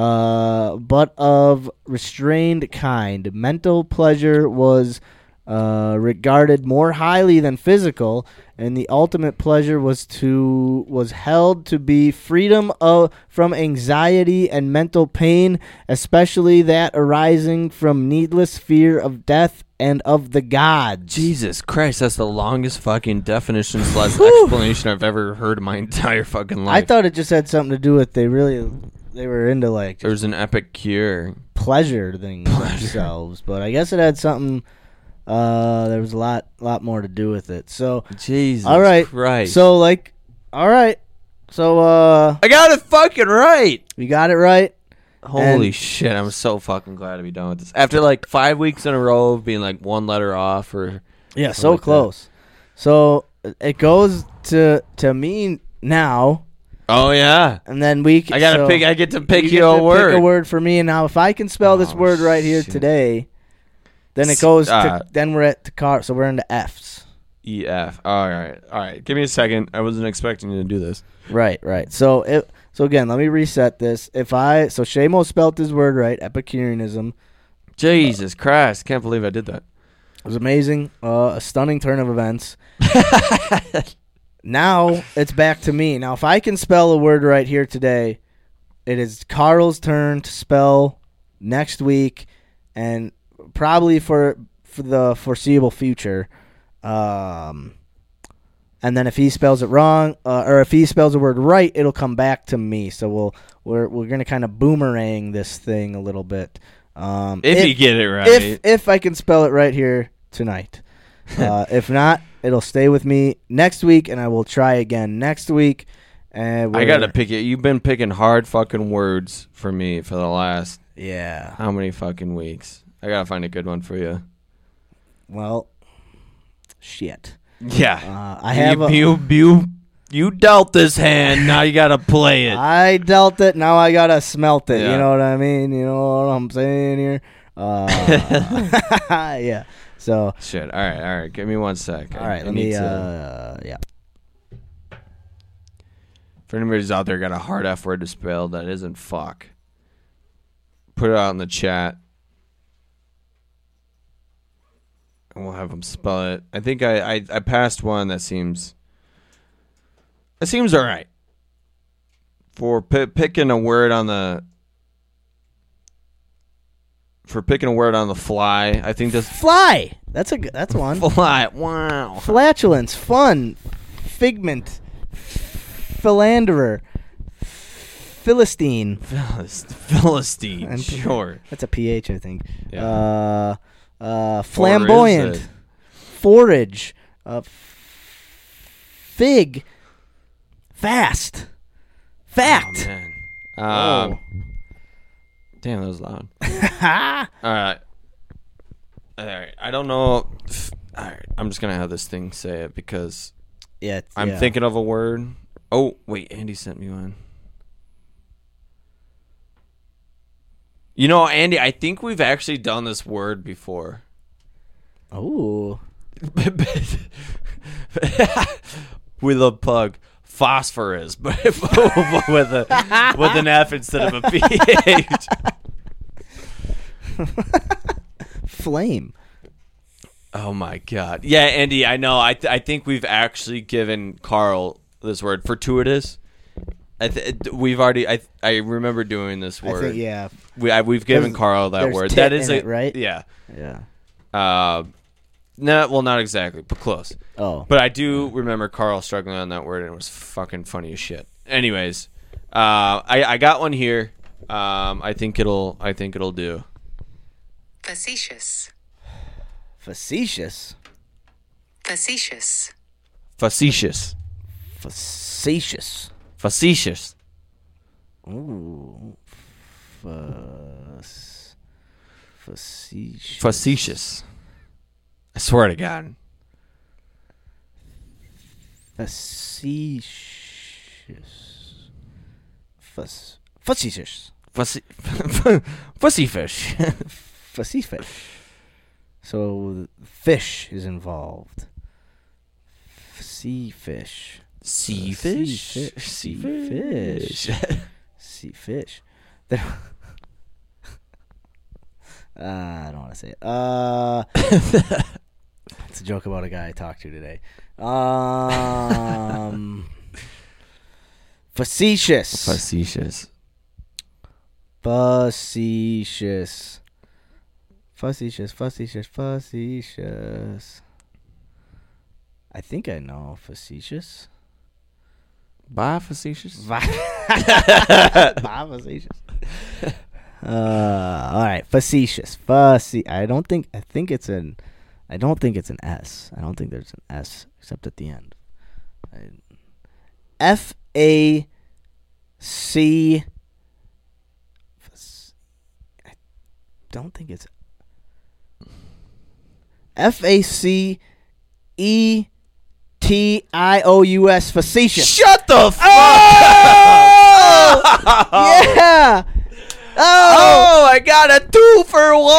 Speaker 2: uh, but of restrained kind. Mental pleasure was uh, regarded more highly than physical, and the ultimate pleasure was to was held to be freedom of from anxiety and mental pain, especially that arising from needless fear of death and of the gods.
Speaker 1: Jesus Christ, that's the longest fucking definition slash explanation I've ever heard in my entire fucking
Speaker 2: I
Speaker 1: life.
Speaker 2: thought it just had something to do with they really they were into like just
Speaker 1: there's an epic cure.
Speaker 2: pleasure things themselves, but I guess it had something. Uh, there was a lot lot more to do with it. So
Speaker 1: Jesus
Speaker 2: all right,
Speaker 1: Christ.
Speaker 2: So like, all right, so uh,
Speaker 1: I got it fucking right.
Speaker 2: you got it right.
Speaker 1: Holy
Speaker 2: And-
Speaker 1: shit, I'm so fucking glad to be done with this. After like five weeks in a row of being like one letter off or
Speaker 2: Yeah,
Speaker 1: like
Speaker 2: so
Speaker 1: that.
Speaker 2: close. So it goes to to me now,
Speaker 1: Oh yeah.
Speaker 2: and then we. c-
Speaker 1: I gotta
Speaker 2: so
Speaker 1: pick I get to pick
Speaker 2: you
Speaker 1: you,
Speaker 2: get
Speaker 1: a
Speaker 2: to
Speaker 1: word.
Speaker 2: Pick a word for me, and now if I can spell this
Speaker 1: Oh,
Speaker 2: word right here
Speaker 1: shit.
Speaker 2: today, then it
Speaker 1: S-
Speaker 2: goes.
Speaker 1: uh,
Speaker 2: to, then we're at the car, so we're into F's.
Speaker 1: E F. All right. All right. Give me a second. I wasn't expecting you to do this.
Speaker 2: Right, right. So it so again, let me reset this. If I so Shamo spelt his word right, Epicureanism
Speaker 1: Jesus Christ. Can't believe I did that.
Speaker 2: It was amazing, uh, a stunning turn of events. now it's back to me. Now if I can spell a word right here today, it is Carl's turn to spell next week, and probably for for the foreseeable future. Um, and then if he spells it wrong uh, or if he spells a word right, it'll come back to me. So we'll we're we're gonna kind of boomerang this thing a little bit. Um,
Speaker 1: If you get it right.
Speaker 2: if if I can spell it right here tonight. Uh, if not, it'll stay with me next week, and I will try again next week. And
Speaker 1: I
Speaker 2: we're-
Speaker 1: gotta pick it. You've been picking hard fucking words for me for the last
Speaker 2: Yeah.
Speaker 1: how many fucking weeks? I gotta find a good one for you.
Speaker 2: Well, shit.
Speaker 1: Yeah,
Speaker 2: Uh, I have
Speaker 1: you,
Speaker 2: a-
Speaker 1: you you you dealt this hand. Now you gotta play it.
Speaker 2: I dealt it. Now I gotta smelt it.
Speaker 1: Yeah.
Speaker 2: You know what I mean? You know what I'm saying here? Uh, yeah. So
Speaker 1: Shit. All right. All right. Give me one sec.
Speaker 2: all right, let me. Uh, yeah.
Speaker 1: For anybody's out there got a hard F word to spell that isn't fuck, put it out in the chat, and we'll have them spell it. I think I I, I passed one that seems that seems all right for pi picking a word on the for picking a word on the fly. I think this
Speaker 2: Fly. That's a good. That's one.
Speaker 1: fly. Wow.
Speaker 2: Flatulence. Fun. Figment. Philanderer. Philistine.
Speaker 1: Philistine.
Speaker 2: And-
Speaker 1: sure.
Speaker 2: That's a ph, I think.
Speaker 1: Yeah.
Speaker 2: Uh, uh, flamboyant,
Speaker 1: it?
Speaker 2: forage, uh, f- fig, fast,
Speaker 1: Oh,
Speaker 2: fact.
Speaker 1: Man. Um, Damn, that was loud. All right. All right. I don't know. All right. I'm just going to have this thing say it because
Speaker 2: yeah, it's-
Speaker 1: I'm
Speaker 2: yeah.
Speaker 1: thinking of a word. Oh, wait. Andy sent me one. You know, Andy, I think we've actually done this word before.
Speaker 2: Ooh,
Speaker 1: with a pug. Phosphorus, but with a with an F instead of a PH.
Speaker 2: flame.
Speaker 1: Oh my god. Yeah, Andy, I know. I th- I think we've actually given Carl this word fortuitous. I th- it- we've already I I remember doing this
Speaker 2: I
Speaker 1: word.
Speaker 2: think, yeah,
Speaker 1: We I, we've given
Speaker 2: There's-
Speaker 1: Carl that
Speaker 2: there's
Speaker 1: word.
Speaker 2: tit
Speaker 1: That is
Speaker 2: in
Speaker 1: a
Speaker 2: it, right?
Speaker 1: Yeah.
Speaker 2: yeah.
Speaker 1: Uh no, well not exactly, but close.
Speaker 2: Oh,
Speaker 1: But I do remember Carl struggling on that word and it was fucking funny as shit. Anyways, uh I I got one here. Um I think it'll I think it'll do.
Speaker 11: Facetious.
Speaker 2: facetious,
Speaker 11: Facetious.
Speaker 1: Facetious.
Speaker 2: facetious.
Speaker 1: Facetious.
Speaker 2: Ooh, Fac- facetious,
Speaker 1: Facetious. I swear to God.
Speaker 2: facetious, Fac- facetious.
Speaker 1: Fussy, fussy fish.
Speaker 2: a sea fish. So fish is involved. Sea fish.
Speaker 1: Sea
Speaker 2: Sea fish.
Speaker 1: Sea
Speaker 2: fish. Sea fish. There- uh, I don't want to say it. Uh, it's a joke about a guy I talked to today. Um, facetious.
Speaker 1: Facetious.
Speaker 2: Facetious. Facetious, facetious, facetious. I think I know facetious.
Speaker 1: Bye, facetious.
Speaker 2: Vi- Bye, facetious. Uh, all right, facetious. Face. I don't think. I think it's an. I don't think it's an S. I don't think there's an S except at the end. I- F A C. fac- I don't think it's. F A C E T I O U S facetious.
Speaker 1: Shut
Speaker 2: Oh!
Speaker 1: the fuck
Speaker 2: Yeah. Oh,
Speaker 1: Oh, I got a two for one.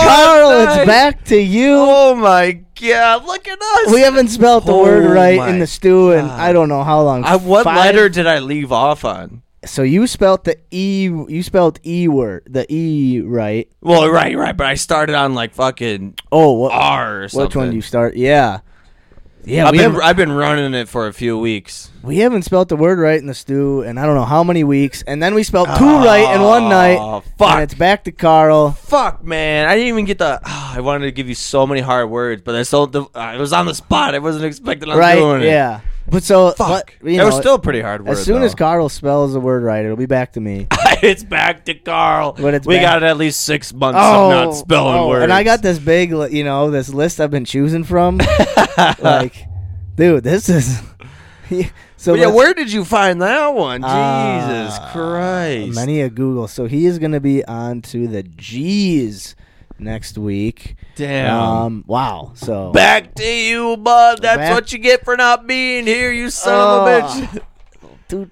Speaker 2: Carl, it's
Speaker 1: Nice.
Speaker 2: back to you.
Speaker 1: Oh my god, look at us.
Speaker 2: We haven't spelled the word
Speaker 1: Oh
Speaker 2: right
Speaker 1: my
Speaker 2: in the stew, and I don't know how long.
Speaker 1: I, what
Speaker 2: Five-
Speaker 1: letter did I leave off on?
Speaker 2: So you spelled the e. You spelled e word, the e right.
Speaker 1: Well, right, right, but I started on like fucking
Speaker 2: Oh, what?
Speaker 1: R or something.
Speaker 2: which one do you start? Yeah, yeah.
Speaker 1: I've
Speaker 2: we,
Speaker 1: been,
Speaker 2: haven't,
Speaker 1: I've been running it for a few weeks.
Speaker 2: we haven't spelled the word right in the stew, and I don't know how many weeks. And then we spelled two right in one night.
Speaker 1: Ah, fuck.
Speaker 2: And it's back to Carl.
Speaker 1: Fuck, man! I didn't even get the. I wanted to give you so many hard words, but I so I was on the spot. I wasn't expecting. I'm
Speaker 2: right?
Speaker 1: doing it.
Speaker 2: Yeah. But so,
Speaker 1: Fuck.
Speaker 2: but, you
Speaker 1: That was
Speaker 2: know,
Speaker 1: still a pretty hard word,
Speaker 2: As soon as
Speaker 1: though.
Speaker 2: Carl spells the word right, it'll be back to me.
Speaker 12: it's back to Carl.
Speaker 2: When it's
Speaker 12: we
Speaker 2: back-
Speaker 12: got at least six months of not spelling
Speaker 2: oh,
Speaker 12: words.
Speaker 2: And I got this big, li- you know, this list I've been choosing from. like, dude, this is. so
Speaker 1: But yeah,
Speaker 2: let's-
Speaker 1: where did you find that one?
Speaker 2: Ah,
Speaker 1: Jesus Christ!
Speaker 2: Many a Google. So he is going to be on to the G's next week.
Speaker 1: Damn.
Speaker 2: Um, wow. So
Speaker 1: Back to you, bud. That's
Speaker 2: Back-
Speaker 1: what you get for not being here, you son of a bitch.
Speaker 2: Too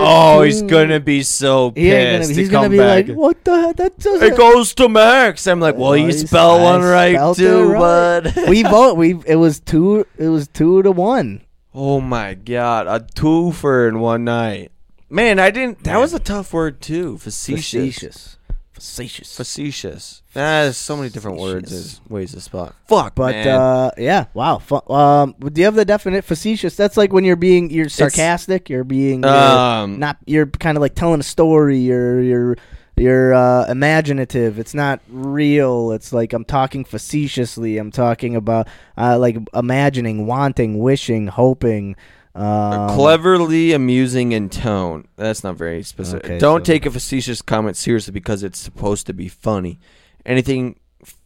Speaker 1: Oh, he's
Speaker 2: too-
Speaker 1: gonna be so pissed
Speaker 2: He ain't gonna-
Speaker 1: to
Speaker 2: he's
Speaker 1: come
Speaker 2: gonna be
Speaker 1: back.
Speaker 2: like, "What the heck? That doesn't."
Speaker 1: it goes to Max. I'm like, well, you
Speaker 2: Nice.
Speaker 1: spell
Speaker 2: I
Speaker 1: one right
Speaker 2: spelt it
Speaker 1: too,
Speaker 2: right.
Speaker 1: bud.
Speaker 2: we vote. We it was two. It was two to one.
Speaker 1: Oh my god, a twofer in one night. Man, I didn't. That was a tough word too. Facetious.
Speaker 2: Facetious. Facetious.
Speaker 1: Facetious. Ah, there's so many different words, is, ways to spell. it. Fuck,
Speaker 2: But
Speaker 1: man.
Speaker 2: uh, yeah, wow. Fu- um, do you have the definite facetious? That's like when you're being you're sarcastic. you're being you're
Speaker 1: Um,
Speaker 2: not. You're kind of like telling a story. You're you're you're uh, imaginative. It's not real. It's like I'm talking facetiously. I'm talking about uh, like imagining, wanting, wishing, hoping. Um,
Speaker 1: cleverly amusing in tone. That's not very specific.
Speaker 2: Okay,
Speaker 1: Don't
Speaker 2: so-
Speaker 1: take a facetious comment seriously because it's supposed to be funny. Anything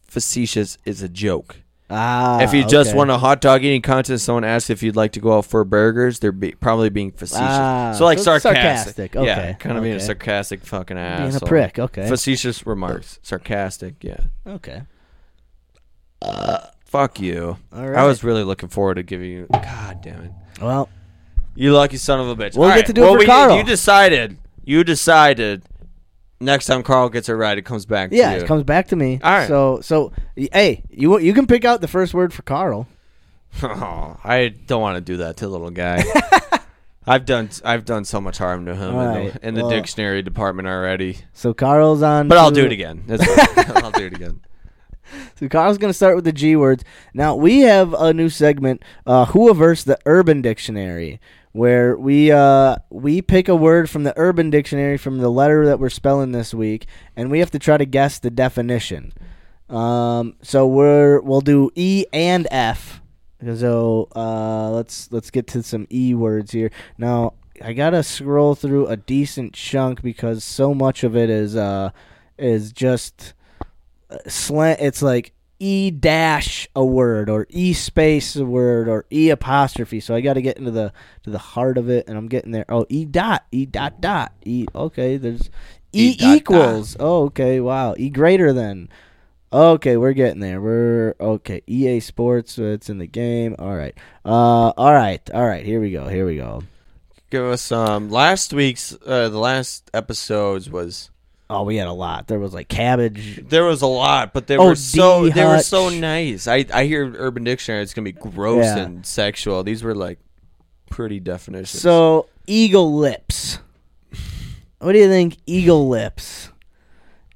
Speaker 1: facetious is a joke.
Speaker 2: Ah,
Speaker 1: if you just
Speaker 2: okay.
Speaker 1: want a hot dog eating contest, someone asks if you'd like to go out for burgers. They're be- probably being facetious.
Speaker 2: Ah,
Speaker 1: so like
Speaker 2: so it's
Speaker 1: sarcastic.
Speaker 2: sarcastic,
Speaker 1: Yeah,
Speaker 2: okay,
Speaker 1: kind of being a
Speaker 2: okay.
Speaker 1: sarcastic fucking
Speaker 2: a
Speaker 1: ass.
Speaker 2: prick, okay.
Speaker 1: Facetious remarks, sarcastic. Yeah.
Speaker 2: Okay.
Speaker 1: Fuck you.
Speaker 2: All
Speaker 1: I
Speaker 2: right.
Speaker 1: was really looking forward to giving you. God damn it.
Speaker 2: Well,
Speaker 1: You lucky son of a bitch.
Speaker 2: We'll
Speaker 1: All
Speaker 2: get
Speaker 1: right,
Speaker 2: to do it
Speaker 1: well,
Speaker 2: for
Speaker 1: we-
Speaker 2: Carl.
Speaker 1: You decided. You decided. Next time Carl gets it right, it comes back.
Speaker 2: yeah,
Speaker 1: to you.
Speaker 2: it comes back to me.
Speaker 1: All right.
Speaker 2: So so y- hey, you you can pick out the first word for Carl.
Speaker 1: Oh, I don't want to do that to little guy. I've done I've done so much harm to him
Speaker 2: All
Speaker 1: in
Speaker 2: right,
Speaker 1: the, in the
Speaker 2: well-
Speaker 1: dictionary department already.
Speaker 2: So Carl's on.
Speaker 1: But I'll
Speaker 2: to-
Speaker 1: do it again. That's all. I'll do it again.
Speaker 2: So Kyle's going to start with the G words. Now we have a new segment, uh, Who Averse the Urban Dictionary, where we uh, we pick a word from the Urban Dictionary from the letter that we're spelling this week, and we have to try to guess the definition. Um, so we're we'll do E and F. So uh, let's let's get to some E words here. Now I gotta scroll through a decent chunk because so much of it is uh, is just slant it's like e dash a word or e space a word or e apostrophe so i got to get into the to the heart of it and i'm getting there oh e dot e dot dot e okay there's e,
Speaker 13: E dot
Speaker 2: equals oh okay wow e greater than okay we're getting there we're okay ea sports so it's in the game all right uh all right all right here we go here we go
Speaker 1: Give us some last week's uh, the last episodes was
Speaker 2: oh we had a lot there was like cabbage
Speaker 1: there was a lot, but they
Speaker 2: Oh,
Speaker 1: were so
Speaker 2: D
Speaker 1: they were so
Speaker 2: Hutch.
Speaker 1: nice. I I hear Urban Dictionary it's gonna be gross
Speaker 2: Yeah.
Speaker 1: and sexual. These were like pretty definitions.
Speaker 2: So eagle lips. What do you think eagle lips?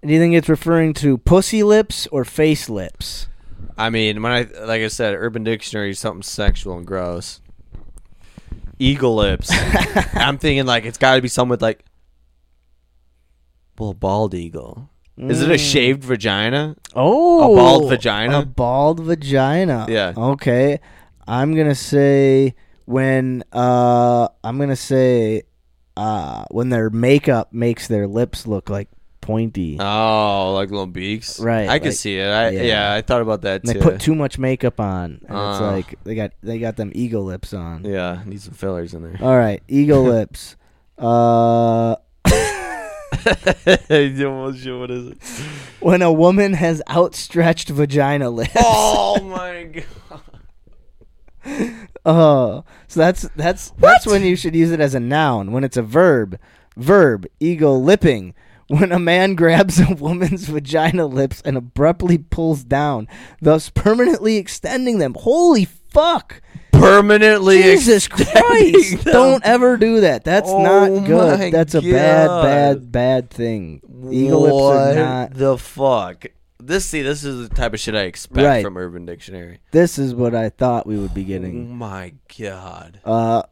Speaker 2: Do you think it's referring to pussy lips or face lips?
Speaker 1: I mean, when I like I said, Urban Dictionary is something sexual and gross. Eagle lips. I'm thinking like it's got to be something with like, well, bald eagle. Is it a
Speaker 2: Mm.
Speaker 1: shaved vagina?
Speaker 2: Oh,
Speaker 1: a bald vagina.
Speaker 2: A bald vagina.
Speaker 1: Yeah.
Speaker 2: Okay. I'm gonna say when uh I'm gonna say uh when their makeup makes their lips look like pointy.
Speaker 1: oh, like little beaks.
Speaker 2: Right,
Speaker 1: I can
Speaker 2: like-
Speaker 1: see it. I, yeah.
Speaker 2: yeah.
Speaker 1: I thought about that
Speaker 2: And
Speaker 1: too.
Speaker 2: they put too much makeup on, and it's
Speaker 1: Uh.
Speaker 2: like they got they got them eagle lips on.
Speaker 1: yeah, need some fillers in there.
Speaker 2: All right, eagle lips. Uh,
Speaker 1: what is it?
Speaker 2: when a woman has outstretched vagina lips.
Speaker 1: Oh my god.
Speaker 2: Oh, so that's that's that's when you should use it as a noun. When it's a verb, verb eagle lipping. When a man grabs a woman's vagina lips and abruptly pulls down, thus permanently extending them. Holy fuck!
Speaker 1: Permanently
Speaker 2: Jesus Christ! Don't ever do that. That's
Speaker 1: Oh
Speaker 2: not
Speaker 1: my
Speaker 2: good. That's a bad,
Speaker 1: God.
Speaker 2: bad, bad thing. Eagle lips
Speaker 1: What
Speaker 2: are not.
Speaker 1: the fuck? This see, this is the type of shit I expect
Speaker 2: Right.
Speaker 1: from Urban Dictionary.
Speaker 2: This is what I thought we would be
Speaker 1: Oh
Speaker 2: getting.
Speaker 1: my god,
Speaker 2: Uh,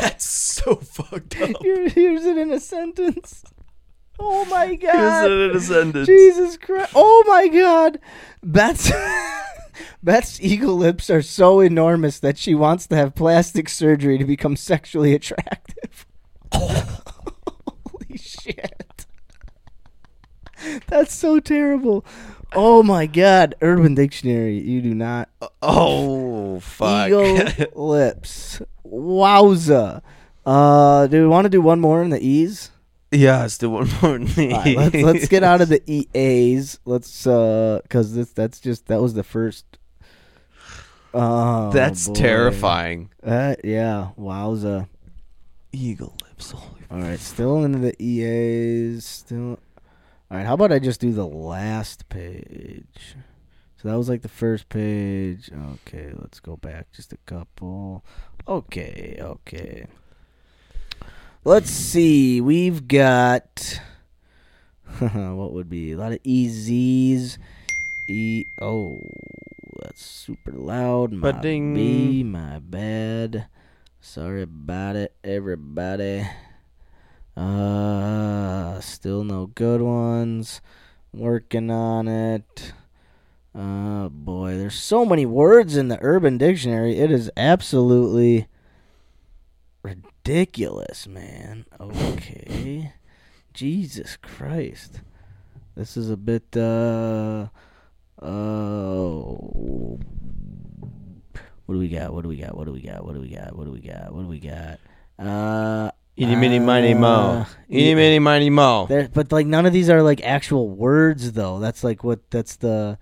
Speaker 1: that's so fucked up.
Speaker 2: Here- Here's it in a sentence. Oh my
Speaker 1: Here's
Speaker 2: god.
Speaker 1: it in a sentence.
Speaker 2: Jesus Christ. Oh my god. That's Beth's eagle lips are so enormous that she wants to have plastic surgery to become sexually attractive. Holy shit. That's so terrible. Oh my god, Urban Dictionary, you do not.
Speaker 1: Oh fuck.
Speaker 2: Eagle lips. Wowza. Uh, do we want to do one more in the E's?
Speaker 1: Yeah, let's do one more.
Speaker 2: All right, let's, let's get out of the EAs. Let's uh, cause this that's just that was the first. Oh,
Speaker 1: That's
Speaker 2: boy.
Speaker 1: terrifying.
Speaker 2: Uh, yeah, wowza.
Speaker 1: Eagle lips. Holy
Speaker 2: All right, still into the EAs. Still. All right, how about I just do the last page? So that was like the first page. Okay, let's go back just a couple. Okay, okay. Let's see. We've got what would be a lot of EZs. E oh, that's super loud. My
Speaker 1: Ba-ding.
Speaker 2: B, my bad. Sorry about it, everybody. Uh, still no good ones. Working on it. Oh boy, there's so many words in the Urban Dictionary. It is absolutely ridiculous, man. Okay. Jesus Christ. This is a bit uh oh what do we got? What do we got? What do we got? What do we got? What do we got? What do we got? Uh
Speaker 1: Eeny, meeny, miny,
Speaker 2: uh,
Speaker 1: mo. Eeny, miny, miny, mo.
Speaker 2: there, but like none of these are like actual words though. That's like what that's the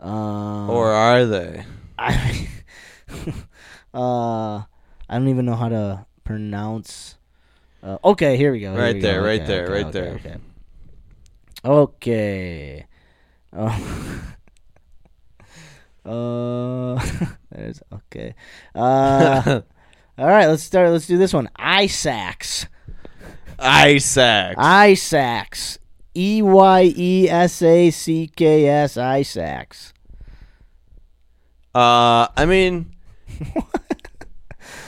Speaker 2: uh
Speaker 1: Or are they?
Speaker 2: I uh, I don't even know how to pronounce. Uh, okay, here we go. here
Speaker 1: Right
Speaker 2: we go,
Speaker 1: there, right
Speaker 2: okay,
Speaker 1: there,
Speaker 2: okay,
Speaker 1: right
Speaker 2: okay,
Speaker 1: there.
Speaker 2: Okay. Okay. Oh. uh, there's okay. Uh, all right, let's start. Let's do this one. Isaacs.
Speaker 1: Isaac.
Speaker 2: Isaacs. E y e s a c k s. Isaacs.
Speaker 1: Uh, I mean,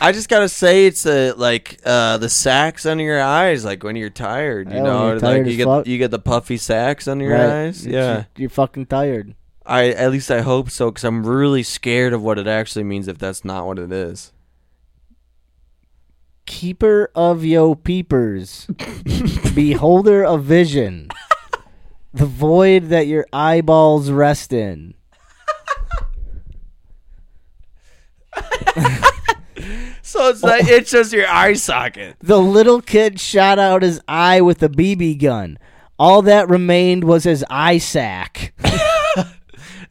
Speaker 1: I just gotta say it's a like uh the sacks under your eyes, like when you're tired, you
Speaker 2: Yeah, when
Speaker 1: know,
Speaker 2: you're
Speaker 1: like
Speaker 2: tired
Speaker 1: you
Speaker 2: as
Speaker 1: get
Speaker 2: fuck.
Speaker 1: you get the puffy sacks under your eyes.
Speaker 2: You're-
Speaker 1: Yeah,
Speaker 2: you're, you're fucking tired.
Speaker 1: I at least I hope so because I'm really scared of what it actually means if that's not what it is.
Speaker 2: keeper of yo peepers, beholder of vision, the void that your eyeballs rest in.
Speaker 1: So it's
Speaker 2: Oh.
Speaker 1: like it's just your eye socket.
Speaker 2: The little kid shot out his eye with a BB gun. All that remained was his eye sack.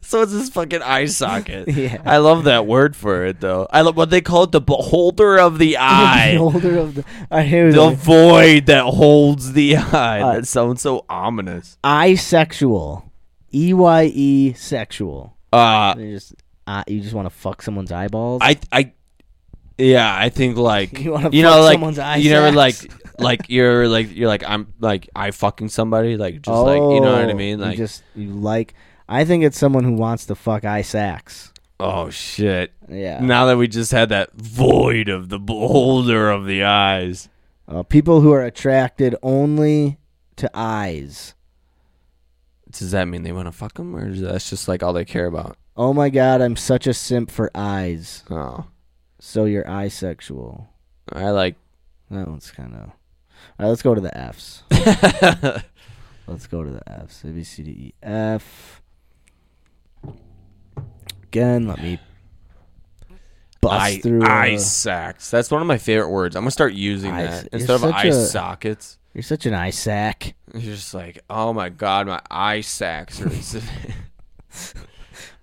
Speaker 1: So it's this fucking eye socket.
Speaker 2: Yeah.
Speaker 1: I love that word for it though. I love what they call it the beholder of the eye.
Speaker 2: beholder of the. All right, here we
Speaker 1: The
Speaker 2: go.
Speaker 1: void that holds the eye.
Speaker 2: Uh,
Speaker 1: that sounds so ominous.
Speaker 2: Eyesexual. E Y E sexual.
Speaker 1: Uh,
Speaker 2: You just, uh, you just want to fuck someone's eyeballs?
Speaker 1: I I yeah, I think like
Speaker 2: You wanna
Speaker 1: you know
Speaker 2: fuck
Speaker 1: like
Speaker 2: someone's eye
Speaker 1: you never like
Speaker 2: sacks.
Speaker 1: like you're like you're like I'm like I fucking somebody like just like you know what I
Speaker 2: Oh,
Speaker 1: mean
Speaker 2: you
Speaker 1: like
Speaker 2: just you like. I think it's someone who wants to fuck eye sacks.
Speaker 1: oh shit
Speaker 2: Yeah.
Speaker 1: now that we just had that void of the beholder of the eyes
Speaker 2: Uh, people who are attracted only to eyes.
Speaker 1: does that mean they want to fuck them or is that's just like all they care about
Speaker 2: Oh my god, I'm such a simp for eyes.
Speaker 1: oh
Speaker 2: So you're eye sexual.
Speaker 1: I like
Speaker 2: That one's kind of. All right, let's go to the F's. let's go to the F's. A B C D E F. Again, let me bust
Speaker 1: eye,
Speaker 2: through. uh,
Speaker 1: eye sacks that's one of my favorite words I'm gonna start using
Speaker 2: Eye-
Speaker 1: that
Speaker 2: you're
Speaker 1: instead of
Speaker 2: such
Speaker 1: eye
Speaker 2: a-
Speaker 1: sockets
Speaker 2: You're such an eye sack.
Speaker 1: you're just like oh my god my eye sacks are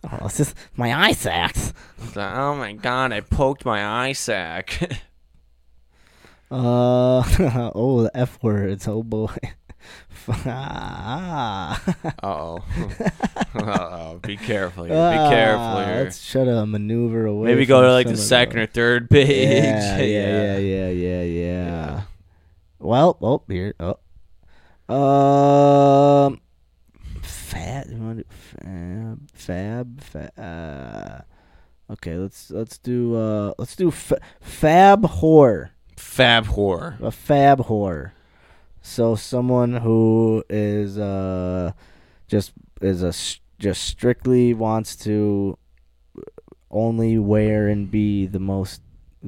Speaker 2: Oh, it's just my eye sacks.
Speaker 1: It's like, oh my god, I poked my eye sac.
Speaker 2: Uh oh, the F words. Oh boy. Ah.
Speaker 1: oh. oh. Be careful here. Be
Speaker 2: Ah,
Speaker 1: careful here.
Speaker 2: Let's try to maneuver away.
Speaker 1: Maybe go
Speaker 2: from
Speaker 1: to like the
Speaker 2: some of
Speaker 1: second or third page.
Speaker 2: Yeah, yeah, yeah, yeah, yeah, yeah. Well, oh here, oh, um, fat, you wanna do fab, fab, fa- uh, okay, let's let's do uh, let's do fa- fab whore,
Speaker 1: Fab whore.
Speaker 2: a fab whore. So someone who is uh, just is a s- just strictly wants to only wear and be the most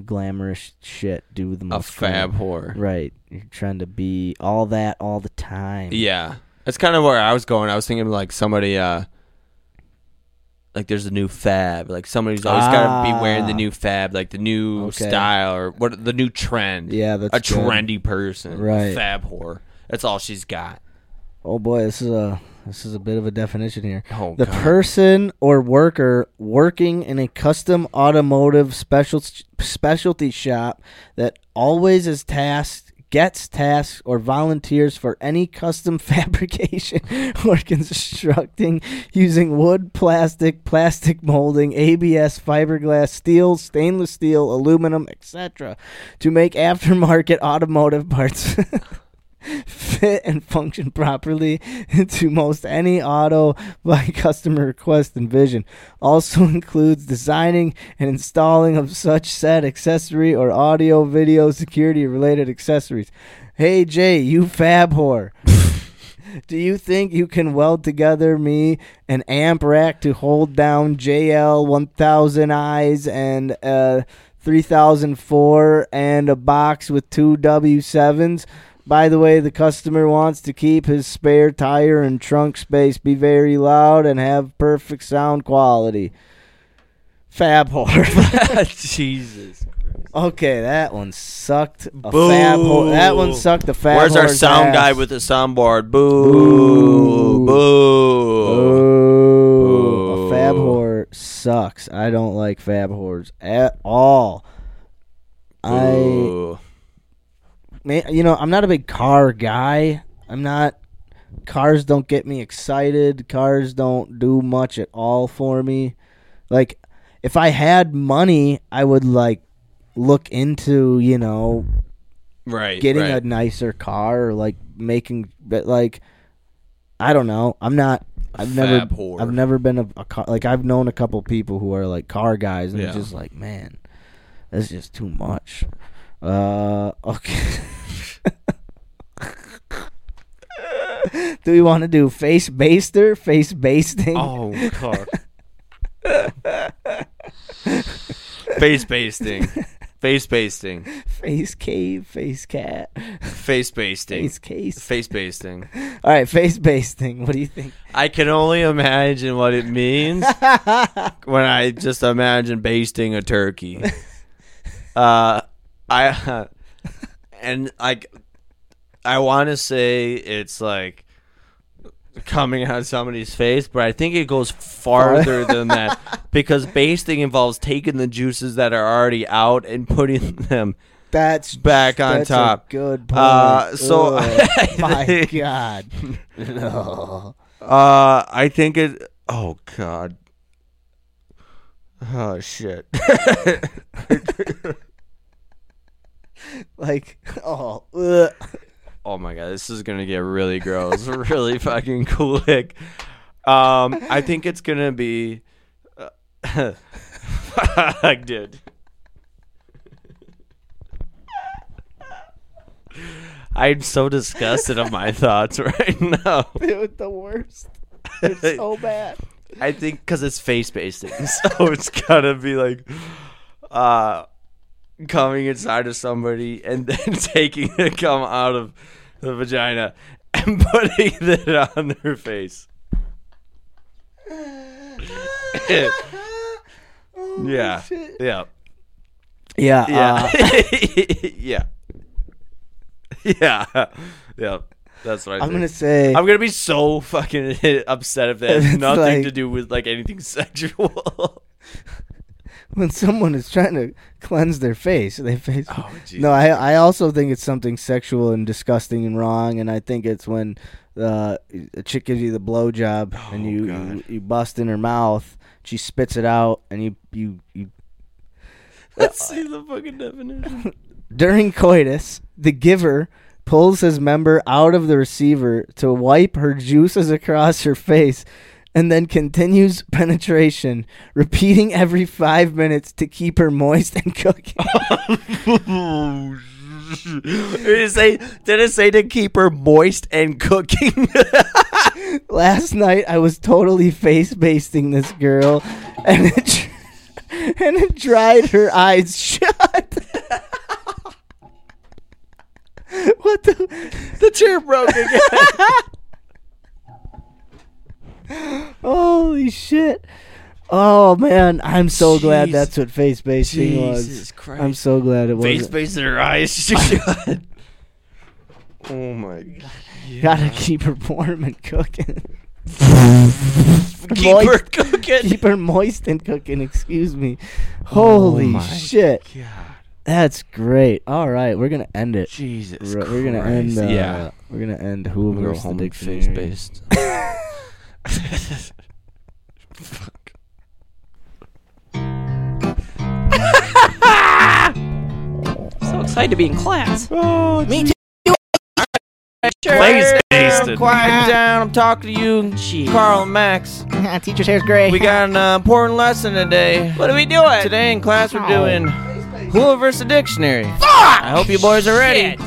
Speaker 2: glamorous shit. Do the most
Speaker 1: fab whore.
Speaker 2: Right. You're trying to be all that all the time.
Speaker 1: Yeah. That's kind of where I was going. I was thinking like somebody uh like there's a new fab. Like somebody's always got to be wearing the
Speaker 2: Ah.
Speaker 1: new fab, like the new
Speaker 2: Okay.
Speaker 1: style or what the new trend.
Speaker 2: Yeah, that's
Speaker 1: a
Speaker 2: good.
Speaker 1: trendy person.
Speaker 2: Right.
Speaker 1: Fab whore. That's all she's got.
Speaker 2: Oh boy, this is a this is a bit of a definition here.
Speaker 1: Oh,
Speaker 2: the
Speaker 1: God.
Speaker 2: person or worker working in a custom automotive special specialty shop that always is tasked gets tasks or volunteers for any custom fabrication or constructing using wood, plastic, plastic molding, ABS, fiberglass, steel, stainless steel, aluminum, etc. to make aftermarket automotive parts. fit and function properly to most any auto by customer request and vision. Also includes designing and installing of such said accessory or audio, video, security related accessories. Hey Jay, you fab whore. Do you think you can weld together me an amp rack to hold down JL 1000 eyes and uh, 3004 and a box with two W7s? By the way, the customer wants to keep his spare tire and trunk space be very loud and have perfect sound quality. Fab whore.
Speaker 1: Jesus.
Speaker 2: okay, that one sucked. A fab whore. That one sucked. The fab.
Speaker 1: Where's our
Speaker 2: whore's
Speaker 1: sound
Speaker 2: ass.
Speaker 1: guy with the soundboard? Boo. Boo.
Speaker 2: A fab whore sucks. I don't like fab whores at all.
Speaker 1: Boo.
Speaker 2: I, man, you know, I'm not a big car guy. I'm not. Cars don't get me excited. Cars don't do much at all for me. Like, if I had money, I would like look into you know
Speaker 1: Right.
Speaker 2: getting
Speaker 1: right.
Speaker 2: a nicer car or like making but like I don't know. I'm not I've never
Speaker 1: fab whore.
Speaker 2: I've never been a, a car like I've known a couple people who are like car guys and
Speaker 1: Yeah.
Speaker 2: it's just like man that's just too much. Uh okay. do we want to do face baster, face basting?
Speaker 1: Oh, God. Face basting. Face basting.
Speaker 2: face cave, face cat.
Speaker 1: Face basting.
Speaker 2: Face case.
Speaker 1: Face basting.
Speaker 2: All right, face basting. What do you think?
Speaker 1: I can only imagine what it means when I just imagine basting a turkey. Uh, I and like I want to say it's like coming out of somebody's face, but I think it goes farther than that because basting involves taking the juices that are already out and putting them
Speaker 2: That's
Speaker 1: back on
Speaker 2: that's a
Speaker 1: top.
Speaker 2: good point.
Speaker 1: Uh, so
Speaker 2: Ugh,
Speaker 1: I
Speaker 2: my
Speaker 1: think-
Speaker 2: God. No.
Speaker 1: Uh, I think it. Oh God. Oh shit.
Speaker 2: Like, oh, ugh.
Speaker 1: oh my God, this is gonna get really gross, really fucking quick. Um, I think it's gonna be. Uh, fuck, dude. I'm so disgusted of my thoughts right now.
Speaker 2: dude, the worst. They're so bad.
Speaker 1: I think because it's face basting, so it's gotta be like, uh, coming inside of somebody and then taking the cum out of the vagina and putting it on their face. yeah, yeah,
Speaker 2: Oh, Yeah,
Speaker 1: yeah,
Speaker 2: uh,
Speaker 1: yeah, yeah, yeah. That's what I
Speaker 2: I'm
Speaker 1: think.
Speaker 2: gonna say-
Speaker 1: I'm gonna be so fucking upset if that
Speaker 2: If
Speaker 1: has
Speaker 2: it's
Speaker 1: nothing
Speaker 2: like-
Speaker 1: to do with like anything sexual.
Speaker 2: when someone is trying to cleanse their face, they face.
Speaker 1: Jesus.
Speaker 2: no, I I also think it's something sexual and disgusting and wrong, and I think it's when uh, a chick gives you the blowjob
Speaker 1: Oh,
Speaker 2: and you, you you bust in her mouth, she spits it out, and you you you
Speaker 1: Let's see the fucking definition.
Speaker 2: During coitus, the giver pulls his member out of the receiver to wipe her juices across her face and then continues penetration, repeating every five minutes to keep her moist and cooking.
Speaker 1: did, it say, did it say to keep her moist and cooking?
Speaker 2: Last night, I was totally face basting this girl, and it, tr- and it dried her eyes shut. what the?
Speaker 1: The chair broke again.
Speaker 2: Holy shit. Oh man, I'm so glad that's what face basting was.
Speaker 1: Jesus Christ.
Speaker 2: I'm so glad it was.
Speaker 12: Face based their eyes shut.
Speaker 1: oh my god.
Speaker 2: Gotta keep her warm and cooking.
Speaker 12: Keep her cooking.
Speaker 2: Keep her moist and cooking. Excuse me. Holy
Speaker 12: Oh my
Speaker 2: shit. That's great. All right, we're gonna end it.
Speaker 12: Jesus
Speaker 2: we're, we're gonna end. Uh,
Speaker 12: Christ. Yeah.
Speaker 2: we're gonna end. Who
Speaker 1: go
Speaker 2: versus
Speaker 1: home
Speaker 2: the
Speaker 1: and face
Speaker 2: dictionary.
Speaker 1: based.
Speaker 12: Fuck.
Speaker 8: So excited to be in class.
Speaker 9: Me too. Sure.
Speaker 12: Face basted.
Speaker 1: Quiet down. I'm talking to you, Carl and Max.
Speaker 9: Teacher's hair's gray.
Speaker 1: We got an uh, important lesson today.
Speaker 8: What are we doing? Oh.
Speaker 1: Today in class, we're doing Hula versus the Dictionary.
Speaker 9: Fuck!
Speaker 1: I hope you boys are ready.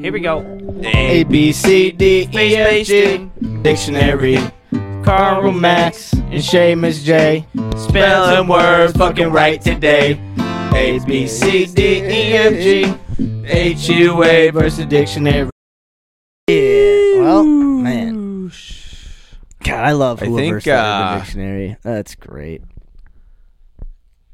Speaker 8: Here we go.
Speaker 2: A B C D E F
Speaker 1: Face
Speaker 2: G dictionary. Carl Max and Seamus J. Spelling words fucking right today. A B C D E F G H U A versus dictionary. Yeah. Well, man. God, I love
Speaker 1: I
Speaker 2: whoever
Speaker 1: think,
Speaker 2: started
Speaker 1: uh,
Speaker 2: the dictionary. That's great.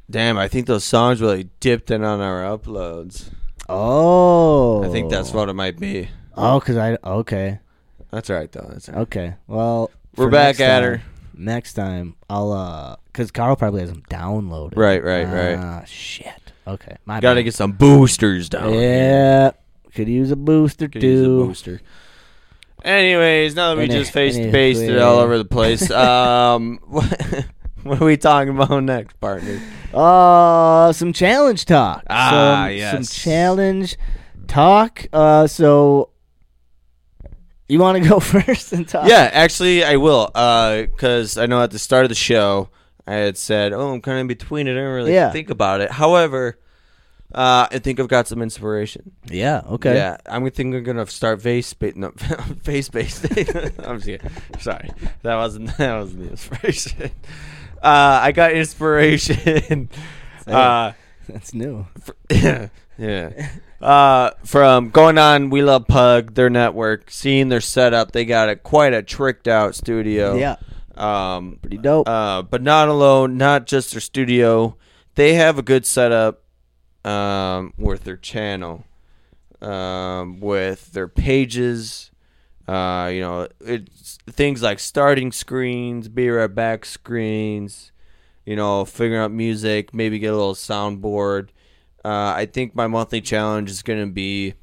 Speaker 1: Damn, I think those songs really dipped in on our uploads.
Speaker 2: Oh.
Speaker 1: I think that's what it might be.
Speaker 2: Oh, cause I okay,
Speaker 1: That's all right though. That's all right.
Speaker 2: okay. Well,
Speaker 1: We're
Speaker 2: for
Speaker 1: back
Speaker 2: next
Speaker 1: at
Speaker 2: time-
Speaker 1: her.
Speaker 2: Next time, I'll uh, cause Carl probably has them downloaded.
Speaker 1: Right, right, right.
Speaker 2: Ah, shit. Okay, my
Speaker 1: Gotta
Speaker 2: bad.
Speaker 1: get some boosters down.
Speaker 2: Yeah, could use a booster
Speaker 1: Could
Speaker 2: too.
Speaker 1: use a booster. Anyways, now that we
Speaker 2: Any-
Speaker 1: just face
Speaker 2: any-
Speaker 1: based it all over the place, um, what, what are we talking about next, partner?
Speaker 2: Uh, some challenge talk.
Speaker 1: Ah,
Speaker 2: some,
Speaker 1: yes.
Speaker 2: Some challenge talk. Uh, so you want to go first and talk?
Speaker 1: Yeah, actually, I will. Because I know at the start of the show, I had said, oh, I'm kind of in between it. I didn't really
Speaker 2: Yeah.
Speaker 1: think about it. However, uh, I think I've got some inspiration.
Speaker 2: Yeah. Okay.
Speaker 1: Yeah, I'm gonna think I'm gonna start face ba- no, face based. I'm just kidding. sorry. That wasn't that wasn't the inspiration. Uh, I got inspiration. Uh,
Speaker 2: That's new.
Speaker 1: yeah. Uh, from going on We Love Pug, their network, seeing their setup, they got it quite a tricked out studio.
Speaker 2: Yeah.
Speaker 1: Um,
Speaker 2: Pretty dope.
Speaker 1: Oh. uh, but not alone, not just their studio. They have a good setup um, with their channel, um, with their pages. Uh, you know, it's things like starting screens, be right back screens. You know, figuring out music, maybe get a little soundboard. Uh, I think my monthly challenge is going to be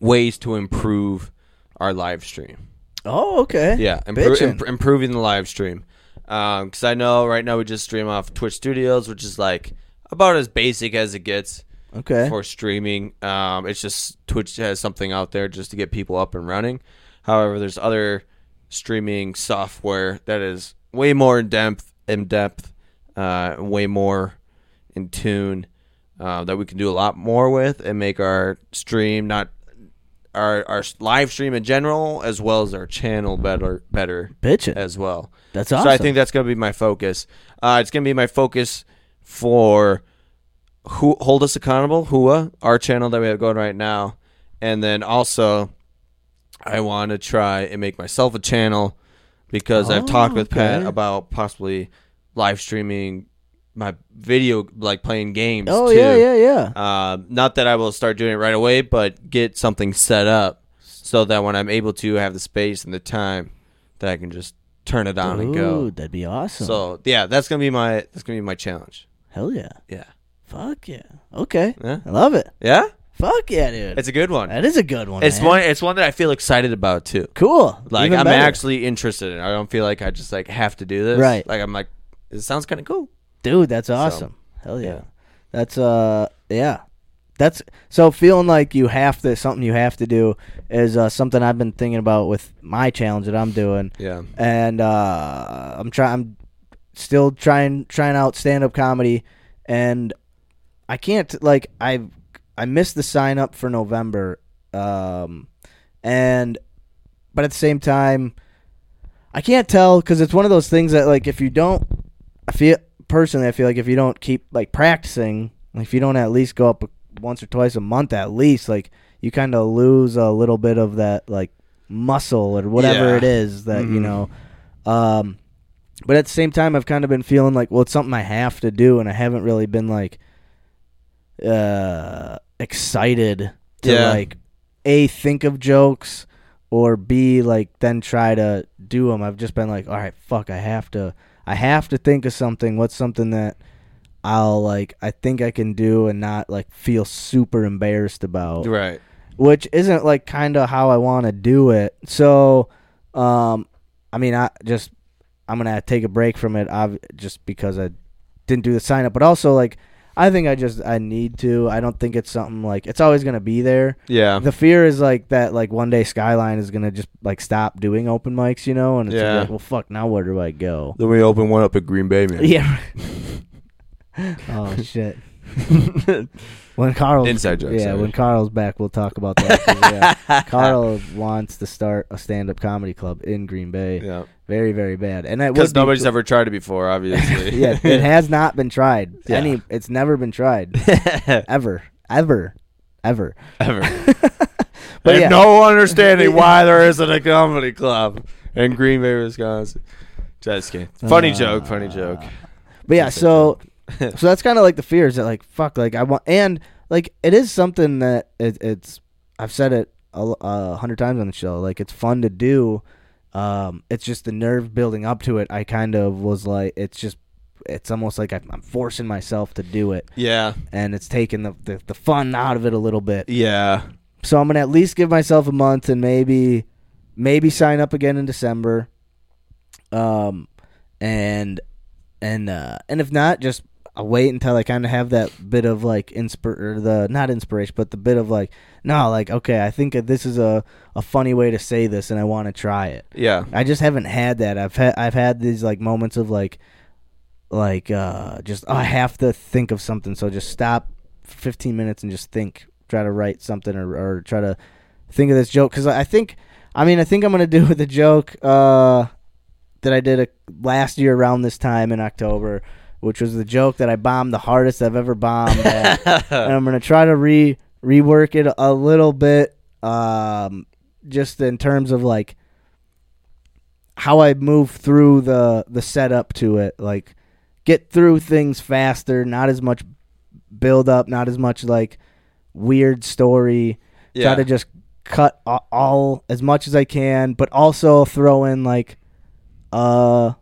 Speaker 1: ways to improve our live stream.
Speaker 2: oh, okay.
Speaker 1: Yeah, impro-
Speaker 2: Bitchin'.
Speaker 1: imp- improving the live stream. Because I know right now we just stream off Twitch Studios, which is like about as basic as it gets
Speaker 2: okay.
Speaker 1: for streaming. Um, it's just Twitch has something out there just to get people up and running. However, there's other streaming software that is way more in depth, in depth, uh, way more in tune uh, that we can do a lot more with and make our stream not our our live stream in general as well as our channel better better
Speaker 2: Bitchin'.
Speaker 1: as well.
Speaker 2: That's
Speaker 1: So I
Speaker 2: awesome.
Speaker 1: think that's going to be my focus. Uh, it's going to be my focus for who hold us accountable, Hua, our channel that we have going right now, and then also I want to try and make myself a channel because I've talked with Pat
Speaker 2: Oh, okay.
Speaker 1: about possibly live streaming my video, like playing games.
Speaker 2: Oh
Speaker 1: too.
Speaker 2: yeah, yeah, yeah.
Speaker 1: Uh, not that I will start doing it right away, but get something set up so that when I'm able to have the space and the time, that I can just turn it on and
Speaker 2: Ooh,
Speaker 1: Uh, go.
Speaker 2: that'd be awesome.
Speaker 1: So yeah, that's gonna be my that's gonna be my challenge.
Speaker 2: Hell yeah.
Speaker 1: Yeah,
Speaker 2: Fuck yeah. Okay.
Speaker 1: Yeah.
Speaker 2: I love it.
Speaker 1: yeah,
Speaker 2: Fuck yeah, dude.
Speaker 1: it's a good one.
Speaker 2: that is a good one.
Speaker 1: It's
Speaker 2: man.
Speaker 1: one. It's one that I feel excited about too.
Speaker 2: Cool.
Speaker 1: Like
Speaker 2: Even
Speaker 1: I'm
Speaker 2: better.
Speaker 1: actually interested in. it. I don't feel like I just like have to do this.
Speaker 2: Right.
Speaker 1: Like I'm like, it sounds kind of cool.
Speaker 2: Dude, that's awesome. Hell yeah.
Speaker 1: yeah.
Speaker 2: That's uh yeah. That's so feeling like you have to something you have to do is uh, something I've been thinking about with my challenge that I'm doing.
Speaker 1: Yeah.
Speaker 2: And uh I'm trying I'm still trying trying out stand up comedy and I can't like I I missed the sign up for November um and but at the same time I can't tell cuz it's one of those things that like if you don't I feel personally, I feel like if you don't keep like practicing, if you don't at least go up once or twice a month at least, like you kind of lose a little bit of that like muscle or whatever
Speaker 13: Yeah.
Speaker 2: it is that you
Speaker 13: Mhm.
Speaker 2: know. Um, but at the same time, I've kind of been feeling like, well, it's something I have to do, and I haven't really been like uh, excited to
Speaker 1: Yeah.
Speaker 2: like a think of jokes or b like then try to do them. I've just been like, all right, fuck, I have to, I have to think of something. What's something that I'll like, I think I can do and not like feel super embarrassed about,
Speaker 1: Right.
Speaker 2: Which isn't like kind of how I want to do it. So, um, I mean, I just I'm gonna take a break from it, ob- just because I didn't do the sign up, but also like I think I just I need to. I don't think it's something like it's always gonna be there.
Speaker 1: Yeah.
Speaker 2: The fear is like that like one day Skyline is gonna just like stop doing open mics, you know, and it's
Speaker 1: Yeah.
Speaker 2: like well fuck now where do I go?
Speaker 1: Then we open one up at Green Bay, man.
Speaker 2: Yeah. oh shit. when Carl
Speaker 1: Inside joke,
Speaker 2: yeah,
Speaker 1: sorry.
Speaker 2: when Carl's back, we'll talk about that. 'cause, yeah, Carl wants to start a stand-up comedy club in Green Bay.
Speaker 1: Yeah.
Speaker 2: very very bad, and that
Speaker 1: Because
Speaker 2: would be
Speaker 1: nobody's
Speaker 2: cool-
Speaker 1: ever tried it before, obviously.
Speaker 2: yeah, it has not been tried.
Speaker 1: Yeah.
Speaker 2: Any, it's never been tried, ever, ever, ever,
Speaker 1: ever. I
Speaker 2: but yeah,
Speaker 1: have no understanding why there isn't a comedy club in Green Bay, Wisconsin. Just kidding. Funny
Speaker 2: Uh,
Speaker 1: joke. Funny joke.
Speaker 2: but yeah. So, so that's kind of like the fears that like fuck, like I want, and like it is something that it, it's. I've said it a l- a hundred times on the show. Like it's fun to do. Um, it's just the nerve building up to it. I kind of was like, it's just, it's almost like I'm I'm forcing myself to do it.
Speaker 1: Yeah.
Speaker 2: and it's taking the, the the fun out of it a little bit.
Speaker 1: Yeah.
Speaker 2: So I'm gonna at least give myself a month and maybe maybe sign up again in December. Um and and uh and if not, just I'll wait until I kinda have that bit of like inspir or the not inspiration, but the bit of like, no, like, okay, I think that this is a, a funny way to say this and I wanna try it.
Speaker 1: Yeah.
Speaker 2: I just haven't had that. I've had I've had these like moments of like like uh just oh, I have to think of something. So just stop for 15 minutes and just think, try to write something or, or try to think of this joke cuz I I think I mean, I think I'm going to do the joke uh that I did a, last year around this time in October, which was the joke that I bombed the hardest I've ever bombed. At. and I'm gonna try to re rework it a little bit, um, just in terms of like how I move through the the setup to it, like get through things faster, not as much build up, not as much like weird story.
Speaker 1: Yeah.
Speaker 2: Try to just cut a- all as much as I can, but also throw in like uh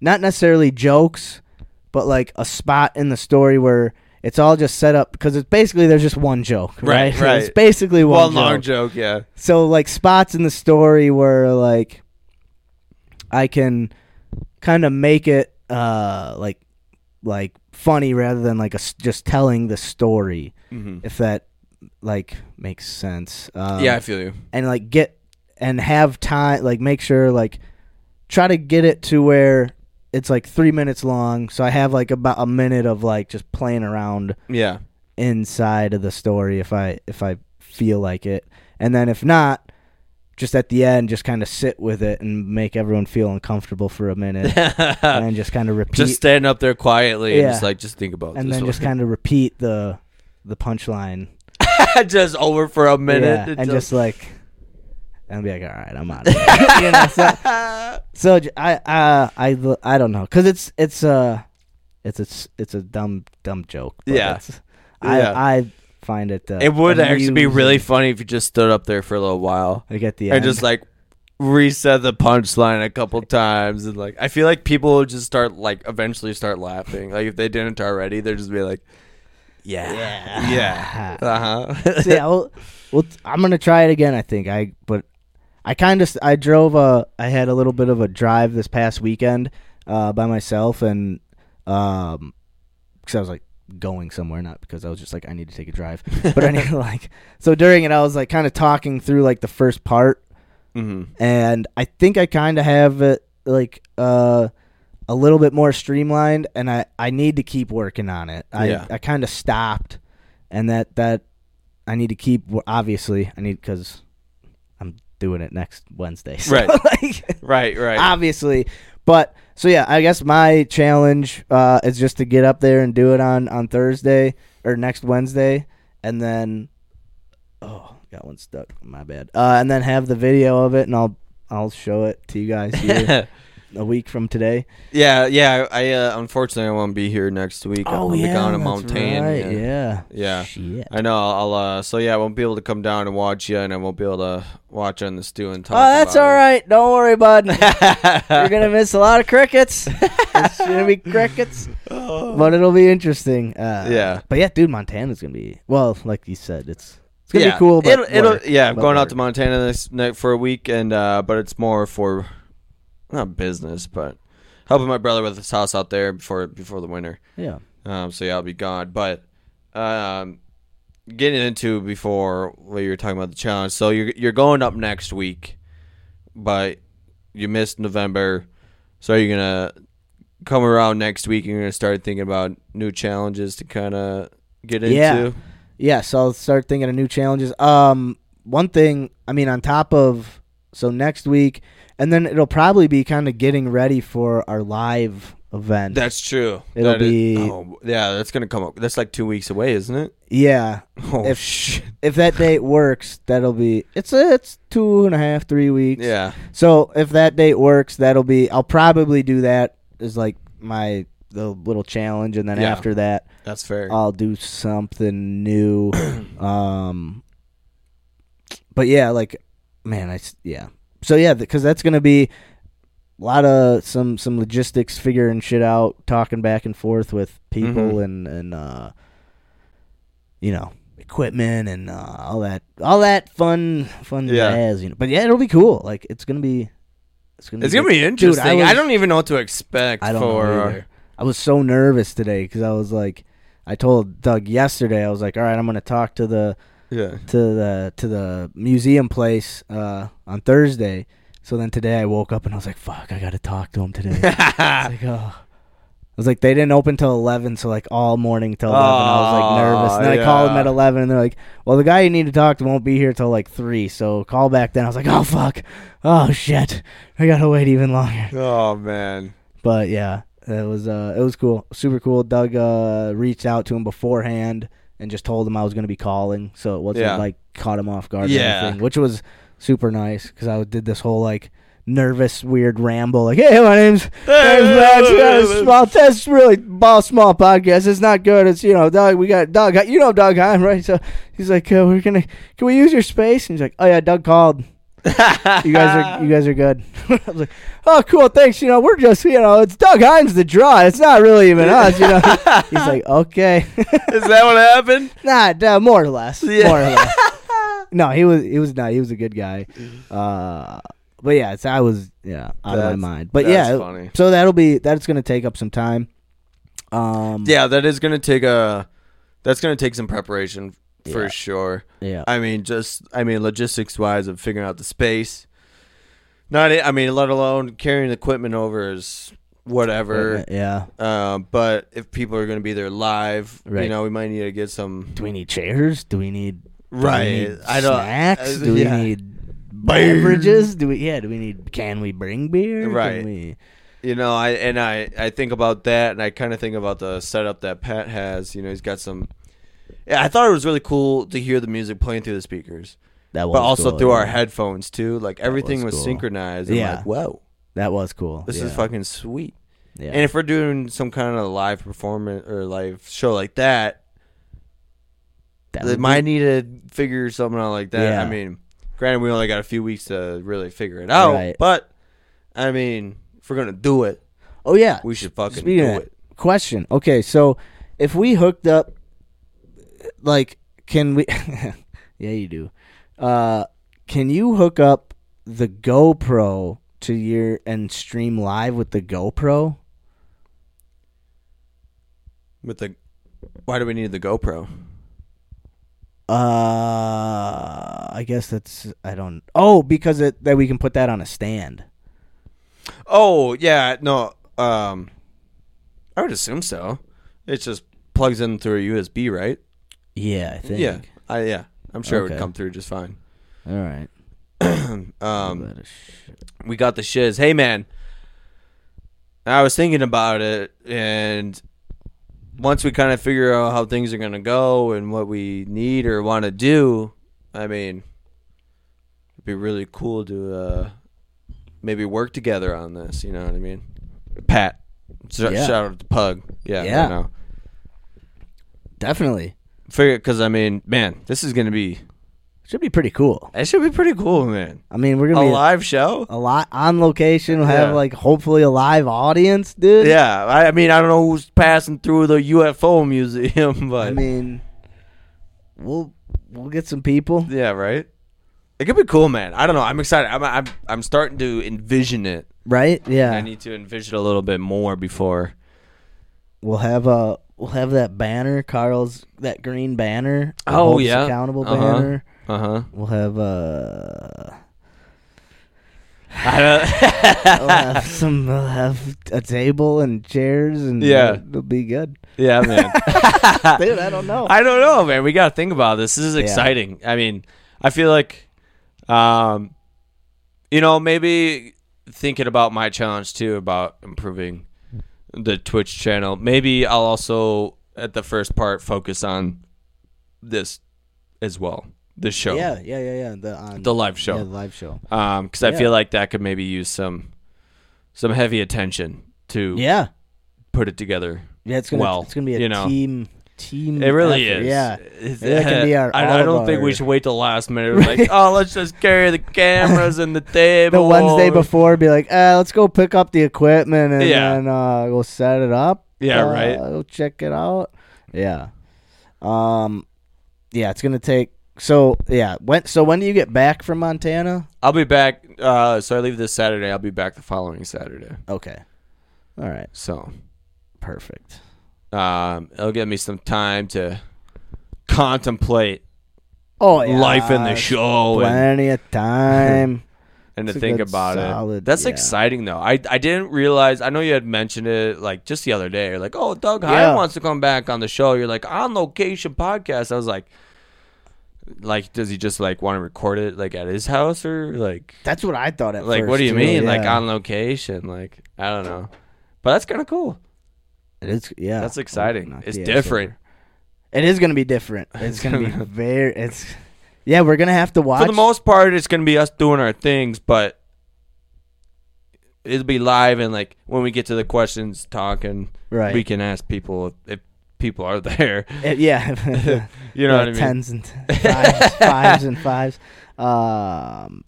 Speaker 2: not necessarily jokes, but like a spot in the story where it's all just set up because it's basically there's just one joke, right?
Speaker 1: Right. Right.
Speaker 2: It's basically one,
Speaker 1: long
Speaker 2: joke.
Speaker 1: joke. Yeah.
Speaker 2: So like spots in the story where like I can kind of make it uh like like funny rather than like a s just telling the story
Speaker 1: Mhm.
Speaker 2: if that like makes sense. Um,
Speaker 1: Yeah, I feel you.
Speaker 2: And like get and have time like make sure like try to get it to where it's like 3 minutes long so I have like about a minute of like just playing around
Speaker 1: Yeah.
Speaker 2: inside of the story if I if I feel like it. And then if not, just at the end just kind of sit with it and make everyone feel uncomfortable for a minute and then just kind of repeat
Speaker 1: Just stand up there quietly and just
Speaker 2: Yeah.
Speaker 1: like just think about
Speaker 2: and
Speaker 1: this.
Speaker 2: then
Speaker 1: one.
Speaker 2: just kind of repeat the the punchline
Speaker 1: just over for a minute
Speaker 2: yeah,
Speaker 1: It
Speaker 2: and
Speaker 1: just-
Speaker 2: just like and be like all right i'm out of here you know, so, so j- i uh, i i don't know because it's it's uh it's a s- it's a dumb dumb joke but
Speaker 1: Yeah.
Speaker 2: it's- i
Speaker 1: Yeah.
Speaker 2: i find it uh,
Speaker 1: it would actually be really
Speaker 2: amusing.
Speaker 1: funny if you just stood up there for a little while.
Speaker 2: Like at the
Speaker 1: and
Speaker 2: end.
Speaker 1: just like reset the punchline a couple times and like I feel like people would just start like eventually start laughing. Like if they didn't already, they'd just be like Yeah. Yeah. Uh huh.
Speaker 2: So, yeah, well, well, t- I'm gonna try it again. I think I, but I kind of I drove a I had a little bit of a drive this past weekend uh, by myself, and um, because I was like going somewhere, not because I was just like I need to take a drive, but I need like so during it I was like kind of talking through like the first part,
Speaker 1: Mhm.
Speaker 2: and I think I kind of have it like uh a little bit more streamlined, and I I need to keep working on it. I
Speaker 1: Yeah.
Speaker 2: I kind of stopped, and that that I need to keep. Obviously, I need because I'm doing it next Wednesday. So,
Speaker 1: Right.
Speaker 2: like,
Speaker 1: Right, right.
Speaker 2: Ah. Obviously, but so yeah, I guess my challenge uh, is just to get up there and do it on on Thursday or next Wednesday, and then oh, got one stuck. My bad. Uh, and then have the video of it, and I'll I'll show it to you guys here a week from today.
Speaker 1: Yeah, yeah. I uh, unfortunately I won't be here next week.
Speaker 2: Oh,
Speaker 1: I'll be
Speaker 2: yeah,
Speaker 1: gone to
Speaker 2: that's
Speaker 1: Montana.
Speaker 2: right, yeah.
Speaker 1: yeah.
Speaker 2: Shit.
Speaker 1: I know. I'll. Uh, so yeah, I won't be able to come down and watch you, and I won't be able to watch on the stew and talk.
Speaker 2: oh, that's
Speaker 1: about
Speaker 2: all right. Don't worry, bud. You're gonna miss a lot of crickets. It's gonna be crickets, but it'll be interesting. Uh,
Speaker 1: Oh. Yeah.
Speaker 2: but yeah, dude, Montana's gonna be well, like you said, it's it's gonna
Speaker 1: yeah.
Speaker 2: be cool. But
Speaker 1: it'll, it'll-
Speaker 2: work.
Speaker 1: yeah, I'm
Speaker 2: But
Speaker 1: going
Speaker 2: work.
Speaker 1: out to Montana this night for a week, and uh, but it's more for not business, but helping my brother with his house out there before before the winter.
Speaker 2: Yeah.
Speaker 1: Um. So yeah, I'll be gone, but um, getting into before what you were talking about the challenge. So you're you're going up next week, but you missed November, so you're gonna come around next week. and You're gonna start thinking about new challenges to kind of get into.
Speaker 2: Yeah. Yeah, so I'll start thinking of new challenges. Um one thing, I mean on top of so next week and then it'll probably be kind of getting ready for our live event.
Speaker 1: That's true.
Speaker 2: It'll
Speaker 1: That is-
Speaker 2: be
Speaker 1: oh, yeah, that's gonna come up. That's like two weeks away, isn't it?
Speaker 2: yeah.
Speaker 1: Oh,
Speaker 2: if if that date works, that'll be it's it's two and a half, three weeks.
Speaker 1: Yeah.
Speaker 2: So if that date works, that'll be I'll probably do that as like my the little challenge and then
Speaker 1: Yeah.
Speaker 2: after that
Speaker 1: That's fair.
Speaker 2: I'll do something new. um, but yeah, like, man, I s- yeah. So yeah, because that's gonna be a lot of some some logistics figuring shit out, talking back and forth with people
Speaker 1: Mhm.
Speaker 2: and and uh, you know equipment and uh, all that all that fun fun
Speaker 1: Yeah.
Speaker 2: jazz, you know. But yeah, it'll be cool. Like it's gonna be it's gonna
Speaker 1: It's
Speaker 2: be,
Speaker 1: gonna be
Speaker 2: Dude,
Speaker 1: interesting. I,
Speaker 2: was-
Speaker 1: don't even know what to expect.
Speaker 2: I don't
Speaker 1: for, uh,
Speaker 2: know either. I was so nervous today because I was like, I told Doug yesterday. I was like, all right, I'm gonna talk to the
Speaker 1: Yeah.
Speaker 2: to the to the museum place uh, on Thursday. So then today I woke up and I was like, fuck, I gotta talk to him today.
Speaker 1: uh,
Speaker 2: I was like, oh. I was like, they didn't open till eleven, so like all morning till eleven, I was like nervous. And then I called them
Speaker 1: yeah.
Speaker 2: at eleven, and they're like, "Well, the guy you need to talk to won't be here till like three, so call back then." I was like, "Oh fuck, oh shit, I gotta wait even longer."
Speaker 1: Oh man.
Speaker 2: But yeah, it was uh, it was cool, super cool. Doug uh, reached out to him beforehand and just told him I was going to be calling, so it wasn't
Speaker 1: Yeah.
Speaker 2: like caught him off guard.
Speaker 1: Yeah.
Speaker 2: or anything, which was super nice because I did this whole like nervous, weird ramble, like, "Hey, my name's, my name's Max. We got a small, that's really ball small podcast. It's not good. It's you know, Doug. We got Doug. You know, Doug Heim, right? So he's like, uh, we're gonna, can we use your space? And he's like, oh yeah, Doug called." you guys are you guys are good. I was like, oh cool, thanks. You know, we're just you know, it's Doug Hines the draw. It's not really even us. You know, he's like, okay,
Speaker 1: Is that what happened?
Speaker 2: nah, nah, more or less,
Speaker 1: Yeah.
Speaker 2: more or less. No, he was he was not. He was a good guy. Uh, but yeah, it's I was yeah out of my
Speaker 1: Mm-hmm. That's-
Speaker 2: mind. But
Speaker 1: that's
Speaker 2: yeah,
Speaker 1: funny.
Speaker 2: so that'll be that's gonna take up some time. Um,
Speaker 1: Yeah, that is gonna take a. That's gonna take some preparation for sure.
Speaker 2: Yeah.
Speaker 1: I mean, just I mean, logistics wise of figuring out the space. Not it. I mean, let alone carrying equipment over is whatever.
Speaker 2: Yeah.
Speaker 1: Uh, but if people are gonna be there live, you
Speaker 2: Right.
Speaker 1: know, we might need to get some.
Speaker 2: do we need chairs? Do we need do we
Speaker 1: Right.
Speaker 2: need
Speaker 1: I don't-
Speaker 2: snacks.
Speaker 1: uh,
Speaker 2: do we
Speaker 1: yeah.
Speaker 2: need beverages? Do we yeah? Do we need? Can we bring beer? Can
Speaker 1: right
Speaker 2: we-
Speaker 1: you know i and i i think about that and i kind of think about the setup that pat has you know he's got some yeah i thought it was really cool to hear the music playing through the speakers
Speaker 2: That
Speaker 1: but
Speaker 2: was
Speaker 1: also
Speaker 2: cool,
Speaker 1: through our
Speaker 2: yeah.
Speaker 1: headphones too like everything was,
Speaker 2: cool.
Speaker 1: synchronized and
Speaker 2: Yeah.
Speaker 1: like whoa
Speaker 2: That was cool.
Speaker 1: this is
Speaker 2: yeah.
Speaker 1: fucking sweet
Speaker 2: Yeah.
Speaker 1: and if we're doing some kind of live performance or live show like that
Speaker 2: That
Speaker 1: they
Speaker 2: would be-
Speaker 1: might need to figure something out like that i
Speaker 2: Yeah.
Speaker 1: mean granted we only got a few weeks to really figure it out
Speaker 2: Right.
Speaker 1: but i mean if we're gonna do it
Speaker 2: Oh yeah.
Speaker 1: we should fucking
Speaker 2: Speaking
Speaker 1: do
Speaker 2: of
Speaker 1: it
Speaker 2: that, question. Okay, so if we hooked up, like, can we? yeah, you do. Uh, can you hook up the GoPro to your and stream live with the GoPro?
Speaker 1: With the, why do we need the GoPro?
Speaker 2: Uh, I guess that's I don't. Oh, because it that we can put that on a stand.
Speaker 1: Oh yeah, no. Um, I would assume so. It just plugs in through a USB, right?
Speaker 2: Yeah, I think.
Speaker 1: Yeah, I yeah. I'm sure it would
Speaker 2: Okay.
Speaker 1: come through just fine.
Speaker 2: All right.
Speaker 1: Um, we got the shiz. Hey man, I was thinking about it, and once we kind of figure out how things are gonna go and what we need or want to do, I mean, it'd be really cool to uh, maybe work together on this. You know what I mean? Pat, sh-
Speaker 2: Yeah.
Speaker 1: shout out to Pug. Yeah,
Speaker 2: Yeah.
Speaker 1: I know.
Speaker 2: Definitely.
Speaker 1: Figure because I mean, man, this is gonna be
Speaker 2: Should be pretty cool.
Speaker 1: it should be pretty cool, man.
Speaker 2: I mean, we're gonna
Speaker 1: a
Speaker 2: be
Speaker 1: live show.
Speaker 2: a lot on location. We'll have
Speaker 1: Yeah.
Speaker 2: like hopefully a live audience, dude.
Speaker 1: Yeah, I, I mean, I don't know who's passing through the UFO museum, but
Speaker 2: I mean, we'll we'll get some people.
Speaker 1: yeah, right. It could be cool, man. I don't know. I'm excited. I'm I'm, I'm starting to envision it.
Speaker 2: Right? Yeah.
Speaker 1: I need to envision a little bit more before.
Speaker 2: We'll have uh we'll have that banner, Carl's that green banner. that
Speaker 1: Oh,
Speaker 2: holds us
Speaker 1: yeah.
Speaker 2: accountable
Speaker 1: Uh-huh.
Speaker 2: banner.
Speaker 1: Uh-huh.
Speaker 2: We'll have uh
Speaker 1: I don't-
Speaker 2: we'll have some we'll have a table and chairs and
Speaker 1: Yeah.
Speaker 2: it'll be good.
Speaker 1: Yeah, man.
Speaker 2: Dude, I don't know.
Speaker 1: I don't know, man. We got to think about this. This is
Speaker 2: Yeah.
Speaker 1: exciting. I mean, I feel like, um, you know, maybe thinking about my challenge too about improving the Twitch channel. Maybe I'll also at the first part focus on this as well. This show,
Speaker 2: Yeah, yeah, yeah, yeah. The on,
Speaker 1: the live show,
Speaker 2: Yeah, the live show.
Speaker 1: Um, because I
Speaker 2: Yeah.
Speaker 1: feel like that could maybe use some some heavy attention to
Speaker 2: Yeah.
Speaker 1: put it together.
Speaker 2: Yeah, it's gonna
Speaker 1: well,
Speaker 2: it's gonna be a
Speaker 1: you know?
Speaker 2: team team.
Speaker 1: It really
Speaker 2: effort.
Speaker 1: is.
Speaker 2: Yeah,
Speaker 1: It's-
Speaker 2: Maybe that can be our. all
Speaker 1: I, I
Speaker 2: of
Speaker 1: don't think we
Speaker 2: our-
Speaker 1: should wait till last minute. We're like, oh, let's just carry the cameras and the table.
Speaker 2: The Wednesday before, be like, uh, let's go pick up the equipment and
Speaker 1: Yeah.
Speaker 2: then uh, go set it up.
Speaker 1: Yeah,
Speaker 2: Uh,
Speaker 1: right.
Speaker 2: Go check it out. Yeah. Um, yeah, it's gonna take. So yeah, when so when do you get back from Montana?
Speaker 1: I'll be back. Uh, so I leave this Saturday. I'll be back the following Saturday.
Speaker 2: Okay, all right,
Speaker 1: So
Speaker 2: perfect.
Speaker 1: um, it'll give me some time to contemplate
Speaker 2: Oh, yeah,
Speaker 1: life in the show and,
Speaker 2: Plenty of time.
Speaker 1: and to
Speaker 2: It's a
Speaker 1: think
Speaker 2: good
Speaker 1: about it.
Speaker 2: solid-
Speaker 1: That's
Speaker 2: yeah.
Speaker 1: exciting though. I I didn't realize. I know you had mentioned it like just the other day. You're like, oh, Doug Hyde
Speaker 2: Yeah.
Speaker 1: wants to come back on the show. You're like on location podcast. I was like, like does he just like want to record it like at his house or like
Speaker 2: That's what I thought at
Speaker 1: like
Speaker 2: first.
Speaker 1: what do you
Speaker 2: too,
Speaker 1: mean like
Speaker 2: yeah.
Speaker 1: on location like I don't know. But that's kind of cool.
Speaker 2: It is, yeah.
Speaker 1: That's exciting.
Speaker 2: Knock
Speaker 1: it's
Speaker 2: Uh, the ass
Speaker 1: different.
Speaker 2: It is going to be different. It's going to be very. It's yeah. We're going to have to watch.
Speaker 1: For the most part, it's gonna be us doing our things, but it'll be live and like when we get to the questions, talking.
Speaker 2: Right.
Speaker 1: We can ask people if, if people are there.
Speaker 2: Eh, yeah.
Speaker 1: you know
Speaker 2: Yeah,
Speaker 1: what I mean.
Speaker 2: Tens and fives, fives and fives. Um,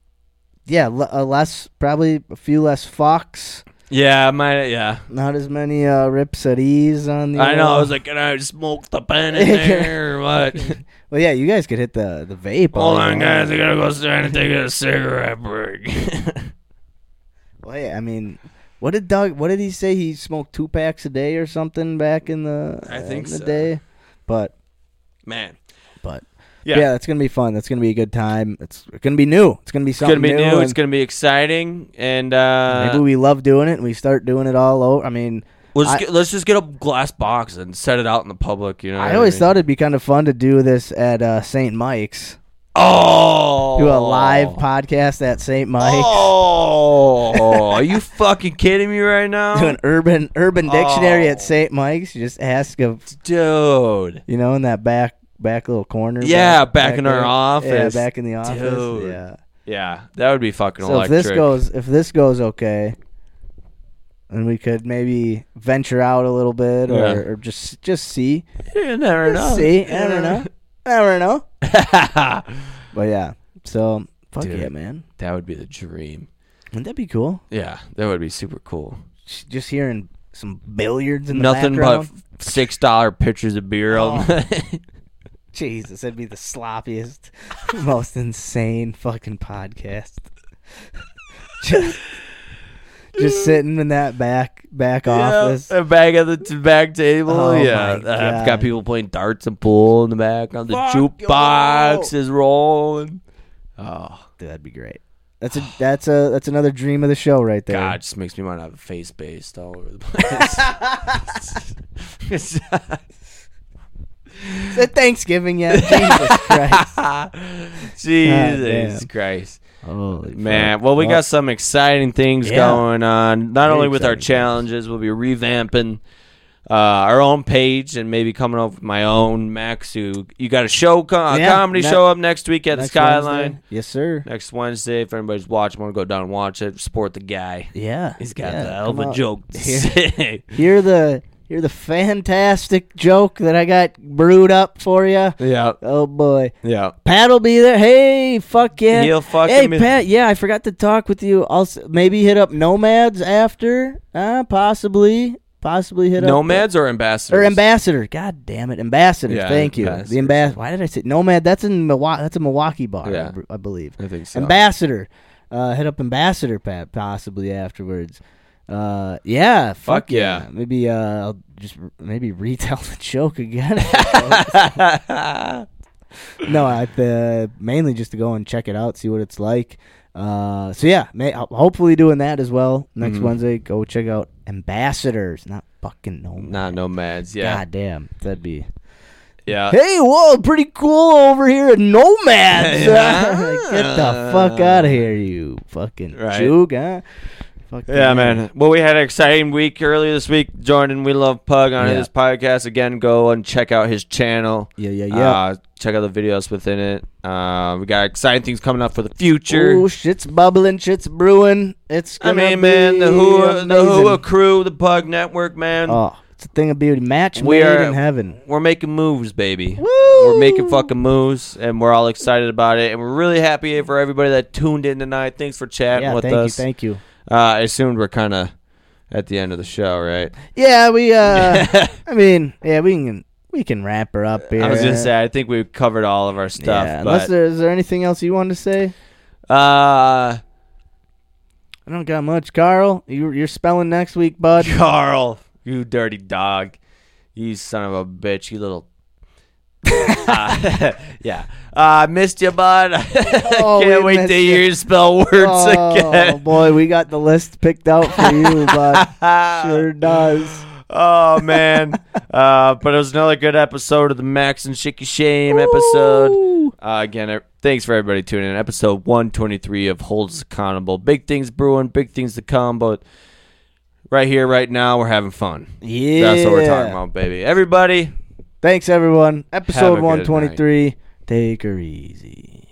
Speaker 2: yeah, l- uh, less probably a few less Fox.
Speaker 1: Yeah, my yeah.
Speaker 2: Not as many uh, rips at ease on the.
Speaker 1: I know. I
Speaker 2: uh,
Speaker 1: was like, can I smoke the pen in there or what?
Speaker 2: well, yeah, you guys could hit the the vape.
Speaker 1: Hold
Speaker 2: all you
Speaker 1: on,
Speaker 2: want.
Speaker 1: guys. I gotta go stand and take a cigarette break.
Speaker 2: Well, yeah, I mean, what did Doug? What did he say? He smoked two packs a day or something back in the uh,
Speaker 1: I think
Speaker 2: in the
Speaker 1: so.
Speaker 2: day. But
Speaker 1: Man,
Speaker 2: but
Speaker 1: Yeah.
Speaker 2: yeah. that's gonna be fun. That's gonna be a good time. It's gonna be new. It's gonna be
Speaker 1: it's
Speaker 2: something
Speaker 1: gonna be new. It's
Speaker 2: and
Speaker 1: gonna be exciting, and uh,
Speaker 2: maybe we love doing it and we start doing it all over. I mean,
Speaker 1: let's
Speaker 2: I-
Speaker 1: get, let's just get a glass box and set it out in the public. You know,
Speaker 2: I always thought it'd be kind of fun to do this at uh, St. Mike's.
Speaker 1: Oh,
Speaker 2: Do a live podcast at St. Mike's.
Speaker 1: Oh, are you fucking kidding me right
Speaker 2: Do
Speaker 1: now,
Speaker 2: an urban urban dictionary
Speaker 1: Oh.
Speaker 2: at St. Mike's. You just ask a
Speaker 1: dude?
Speaker 2: you know in that back back little corner.
Speaker 1: Yeah, back in our
Speaker 2: there.
Speaker 1: office.
Speaker 2: Yeah, back in the office.
Speaker 1: Dude.
Speaker 2: Yeah.
Speaker 1: Yeah, that would be fucking
Speaker 2: So if
Speaker 1: electric.
Speaker 2: this goes if this goes okay, then we could maybe venture out a little bit or,
Speaker 1: Yeah.
Speaker 2: or just just see.
Speaker 1: you never
Speaker 2: Just
Speaker 1: know.
Speaker 2: see. I don't know. I don't know. But yeah. So fuck
Speaker 1: Dude.
Speaker 2: yeah, man.
Speaker 1: That would be the dream.
Speaker 2: Wouldn't that be cool?
Speaker 1: Yeah, that would be super cool.
Speaker 2: Sh- Just hearing some billiards in the
Speaker 1: Nothing
Speaker 2: background. Oh.
Speaker 1: but six dollar pitchers of beer. on-
Speaker 2: Jesus, that'd be the sloppiest, most insane fucking podcast. just, just sitting in that back back office.
Speaker 1: Yeah, back at the t- back table.
Speaker 2: Oh
Speaker 1: yeah,
Speaker 2: my
Speaker 1: I've got
Speaker 2: God.
Speaker 1: people playing darts and pool in the back. On the jukebox is rolling. Oh
Speaker 2: Dude, that'd be great. That's a that's a that's another dream of the show right there.
Speaker 1: God, just makes me want to have a face based all over the place.
Speaker 2: Is it Thanksgiving yet? Jesus Christ.
Speaker 1: Jesus
Speaker 2: God damn.
Speaker 1: Christ.
Speaker 2: Holy
Speaker 1: Man,
Speaker 2: fuck.
Speaker 1: well, we
Speaker 2: Well-
Speaker 1: got some exciting things
Speaker 2: Yeah.
Speaker 1: going on. Not
Speaker 2: Very
Speaker 1: only with our
Speaker 2: exciting
Speaker 1: challenges, we'll be revamping uh, our own page and maybe coming up with my own Max. Who you got a show, co- a
Speaker 2: Yeah,
Speaker 1: comedy
Speaker 2: ne-
Speaker 1: show up next week at the
Speaker 2: next
Speaker 1: Skyline.
Speaker 2: Wednesday. Yes, sir.
Speaker 1: Next Wednesday, if anybody's watching, want to go down and watch it. Support the guy.
Speaker 2: Yeah,
Speaker 1: he's got
Speaker 2: yeah,
Speaker 1: the hell of
Speaker 2: come
Speaker 1: a
Speaker 2: on.
Speaker 1: joke. to
Speaker 2: Here-
Speaker 1: say.
Speaker 2: Hear the hear the fantastic joke that I got brewed up for you.
Speaker 1: Yeah.
Speaker 2: Oh boy.
Speaker 1: Yeah.
Speaker 2: Pat'll be there. Hey, fuck yeah.
Speaker 1: He'll fucking
Speaker 2: Hey,
Speaker 1: be-
Speaker 2: Pat. Yeah, I forgot to talk with you. I'll s- maybe hit up Nomads after. Uh, possibly, possibly hit up
Speaker 1: Nomads or ambassadors?
Speaker 2: Or ambassador. God damn it, ambassador.
Speaker 1: Yeah,
Speaker 2: Thank you. The ambassador. Why did I say nomad? That's in Milwaukee. That's a Milwaukee bar, I
Speaker 1: Yeah.
Speaker 2: b- I, believe.
Speaker 1: I think so.
Speaker 2: Ambassador. Uh, head up ambassador, Pat. Possibly afterwards. Uh, yeah. Fuck,
Speaker 1: Fuck yeah.
Speaker 2: Maybe uh, I'll just r- maybe retell the joke again. no, I uh, mainly just to go and check it out, see what it's like. Uh, so yeah, may, ho- hopefully doing that as well next
Speaker 1: Mhm.
Speaker 2: Wednesday. Go check out ambassadors, not fucking nomad.
Speaker 1: Not nomads. Yeah.
Speaker 2: God damn, that'd be.
Speaker 1: Yeah.
Speaker 2: hey, whoa, pretty cool over here at Nomads.
Speaker 1: Yeah.
Speaker 2: Get the fuck out of here, you fucking
Speaker 1: Right.
Speaker 2: juke, huh? Fuck
Speaker 1: Yeah, man. Well, we had an exciting week earlier this week. Jordan, we love Pug on
Speaker 2: Yeah.
Speaker 1: his podcast. Again, go and check out his channel.
Speaker 2: Yeah, yeah, yeah.
Speaker 1: Uh, check out the videos within it. Uh, we got exciting things coming up for the future.
Speaker 2: Oh, shit's bubbling, shit's brewing. It's
Speaker 1: I
Speaker 2: gonna
Speaker 1: mean, man, the
Speaker 2: be
Speaker 1: Hua, the
Speaker 2: amazing.
Speaker 1: Hua crew, the Pug Network, man.
Speaker 2: Oh, it's a thing of beauty. Match
Speaker 1: we
Speaker 2: made
Speaker 1: are
Speaker 2: in heaven.
Speaker 1: We're making moves, baby. We're making fucking moves, and we're all excited about it. And we're really happy for everybody that tuned in tonight. Thanks for chatting
Speaker 2: Yeah,
Speaker 1: with
Speaker 2: thank you,
Speaker 1: us.
Speaker 2: thank you.
Speaker 1: Uh, I assumed we're kind of at the end of the show, right?
Speaker 2: Yeah, we. uh I mean, yeah, we can we can wrap her up here.
Speaker 1: I was gonna say I think we've covered all of our stuff.
Speaker 2: Yeah, unless
Speaker 1: but,
Speaker 2: there is there anything else you wanted to say?
Speaker 1: uh,
Speaker 2: I don't got much, Carl. You, you're spelling next week, bud.
Speaker 1: Carl, you dirty dog, you son of a bitch, you little. Uh, yeah, uh, missed you, bud.
Speaker 2: Oh,
Speaker 1: Can't
Speaker 2: we
Speaker 1: wait
Speaker 2: missed
Speaker 1: to
Speaker 2: you.
Speaker 1: hear you spell words
Speaker 2: oh,
Speaker 1: again.
Speaker 2: boy, we got the list picked out for you, bud. Sure does.
Speaker 1: Oh man! uh, but it was another good episode of the Max and Shicky Shame episode. Uh, again, er- thanks for everybody tuning in. Episode one twenty three of Holds Us Accountable. Big things brewing, big things to come. But right here, right now, we're having fun. that's what we're
Speaker 2: Yeah.
Speaker 1: talking about, baby. Everybody,
Speaker 2: Thanks, everyone.
Speaker 1: Have a
Speaker 2: Episode
Speaker 1: good
Speaker 2: 123. Take her easy.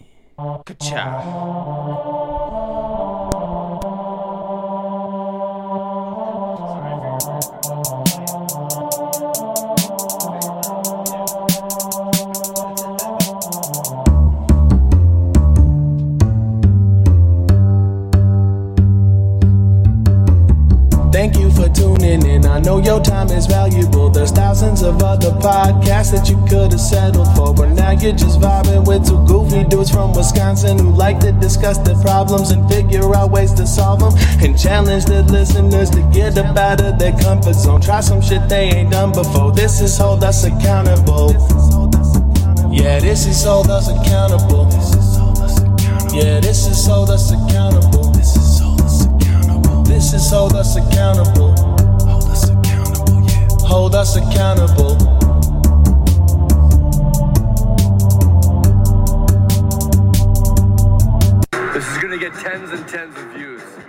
Speaker 3: Thank you for tuning in. I know your time is valuable. There's thousands of other podcasts that you could have settled for, but now you're just vibing with two goofy dudes from Wisconsin who like to discuss their problems and figure out ways to solve them and challenge the listeners to get up out of their comfort zone. Try some shit they ain't done before. This is hold us accountable. Yeah, this is hold us accountable. Yeah, this is hold us accountable. This is hold us accountable. This is hold us accountable. Hold us accountable, yeah. Hold us accountable.
Speaker 5: This is gonna get tens and tens of views.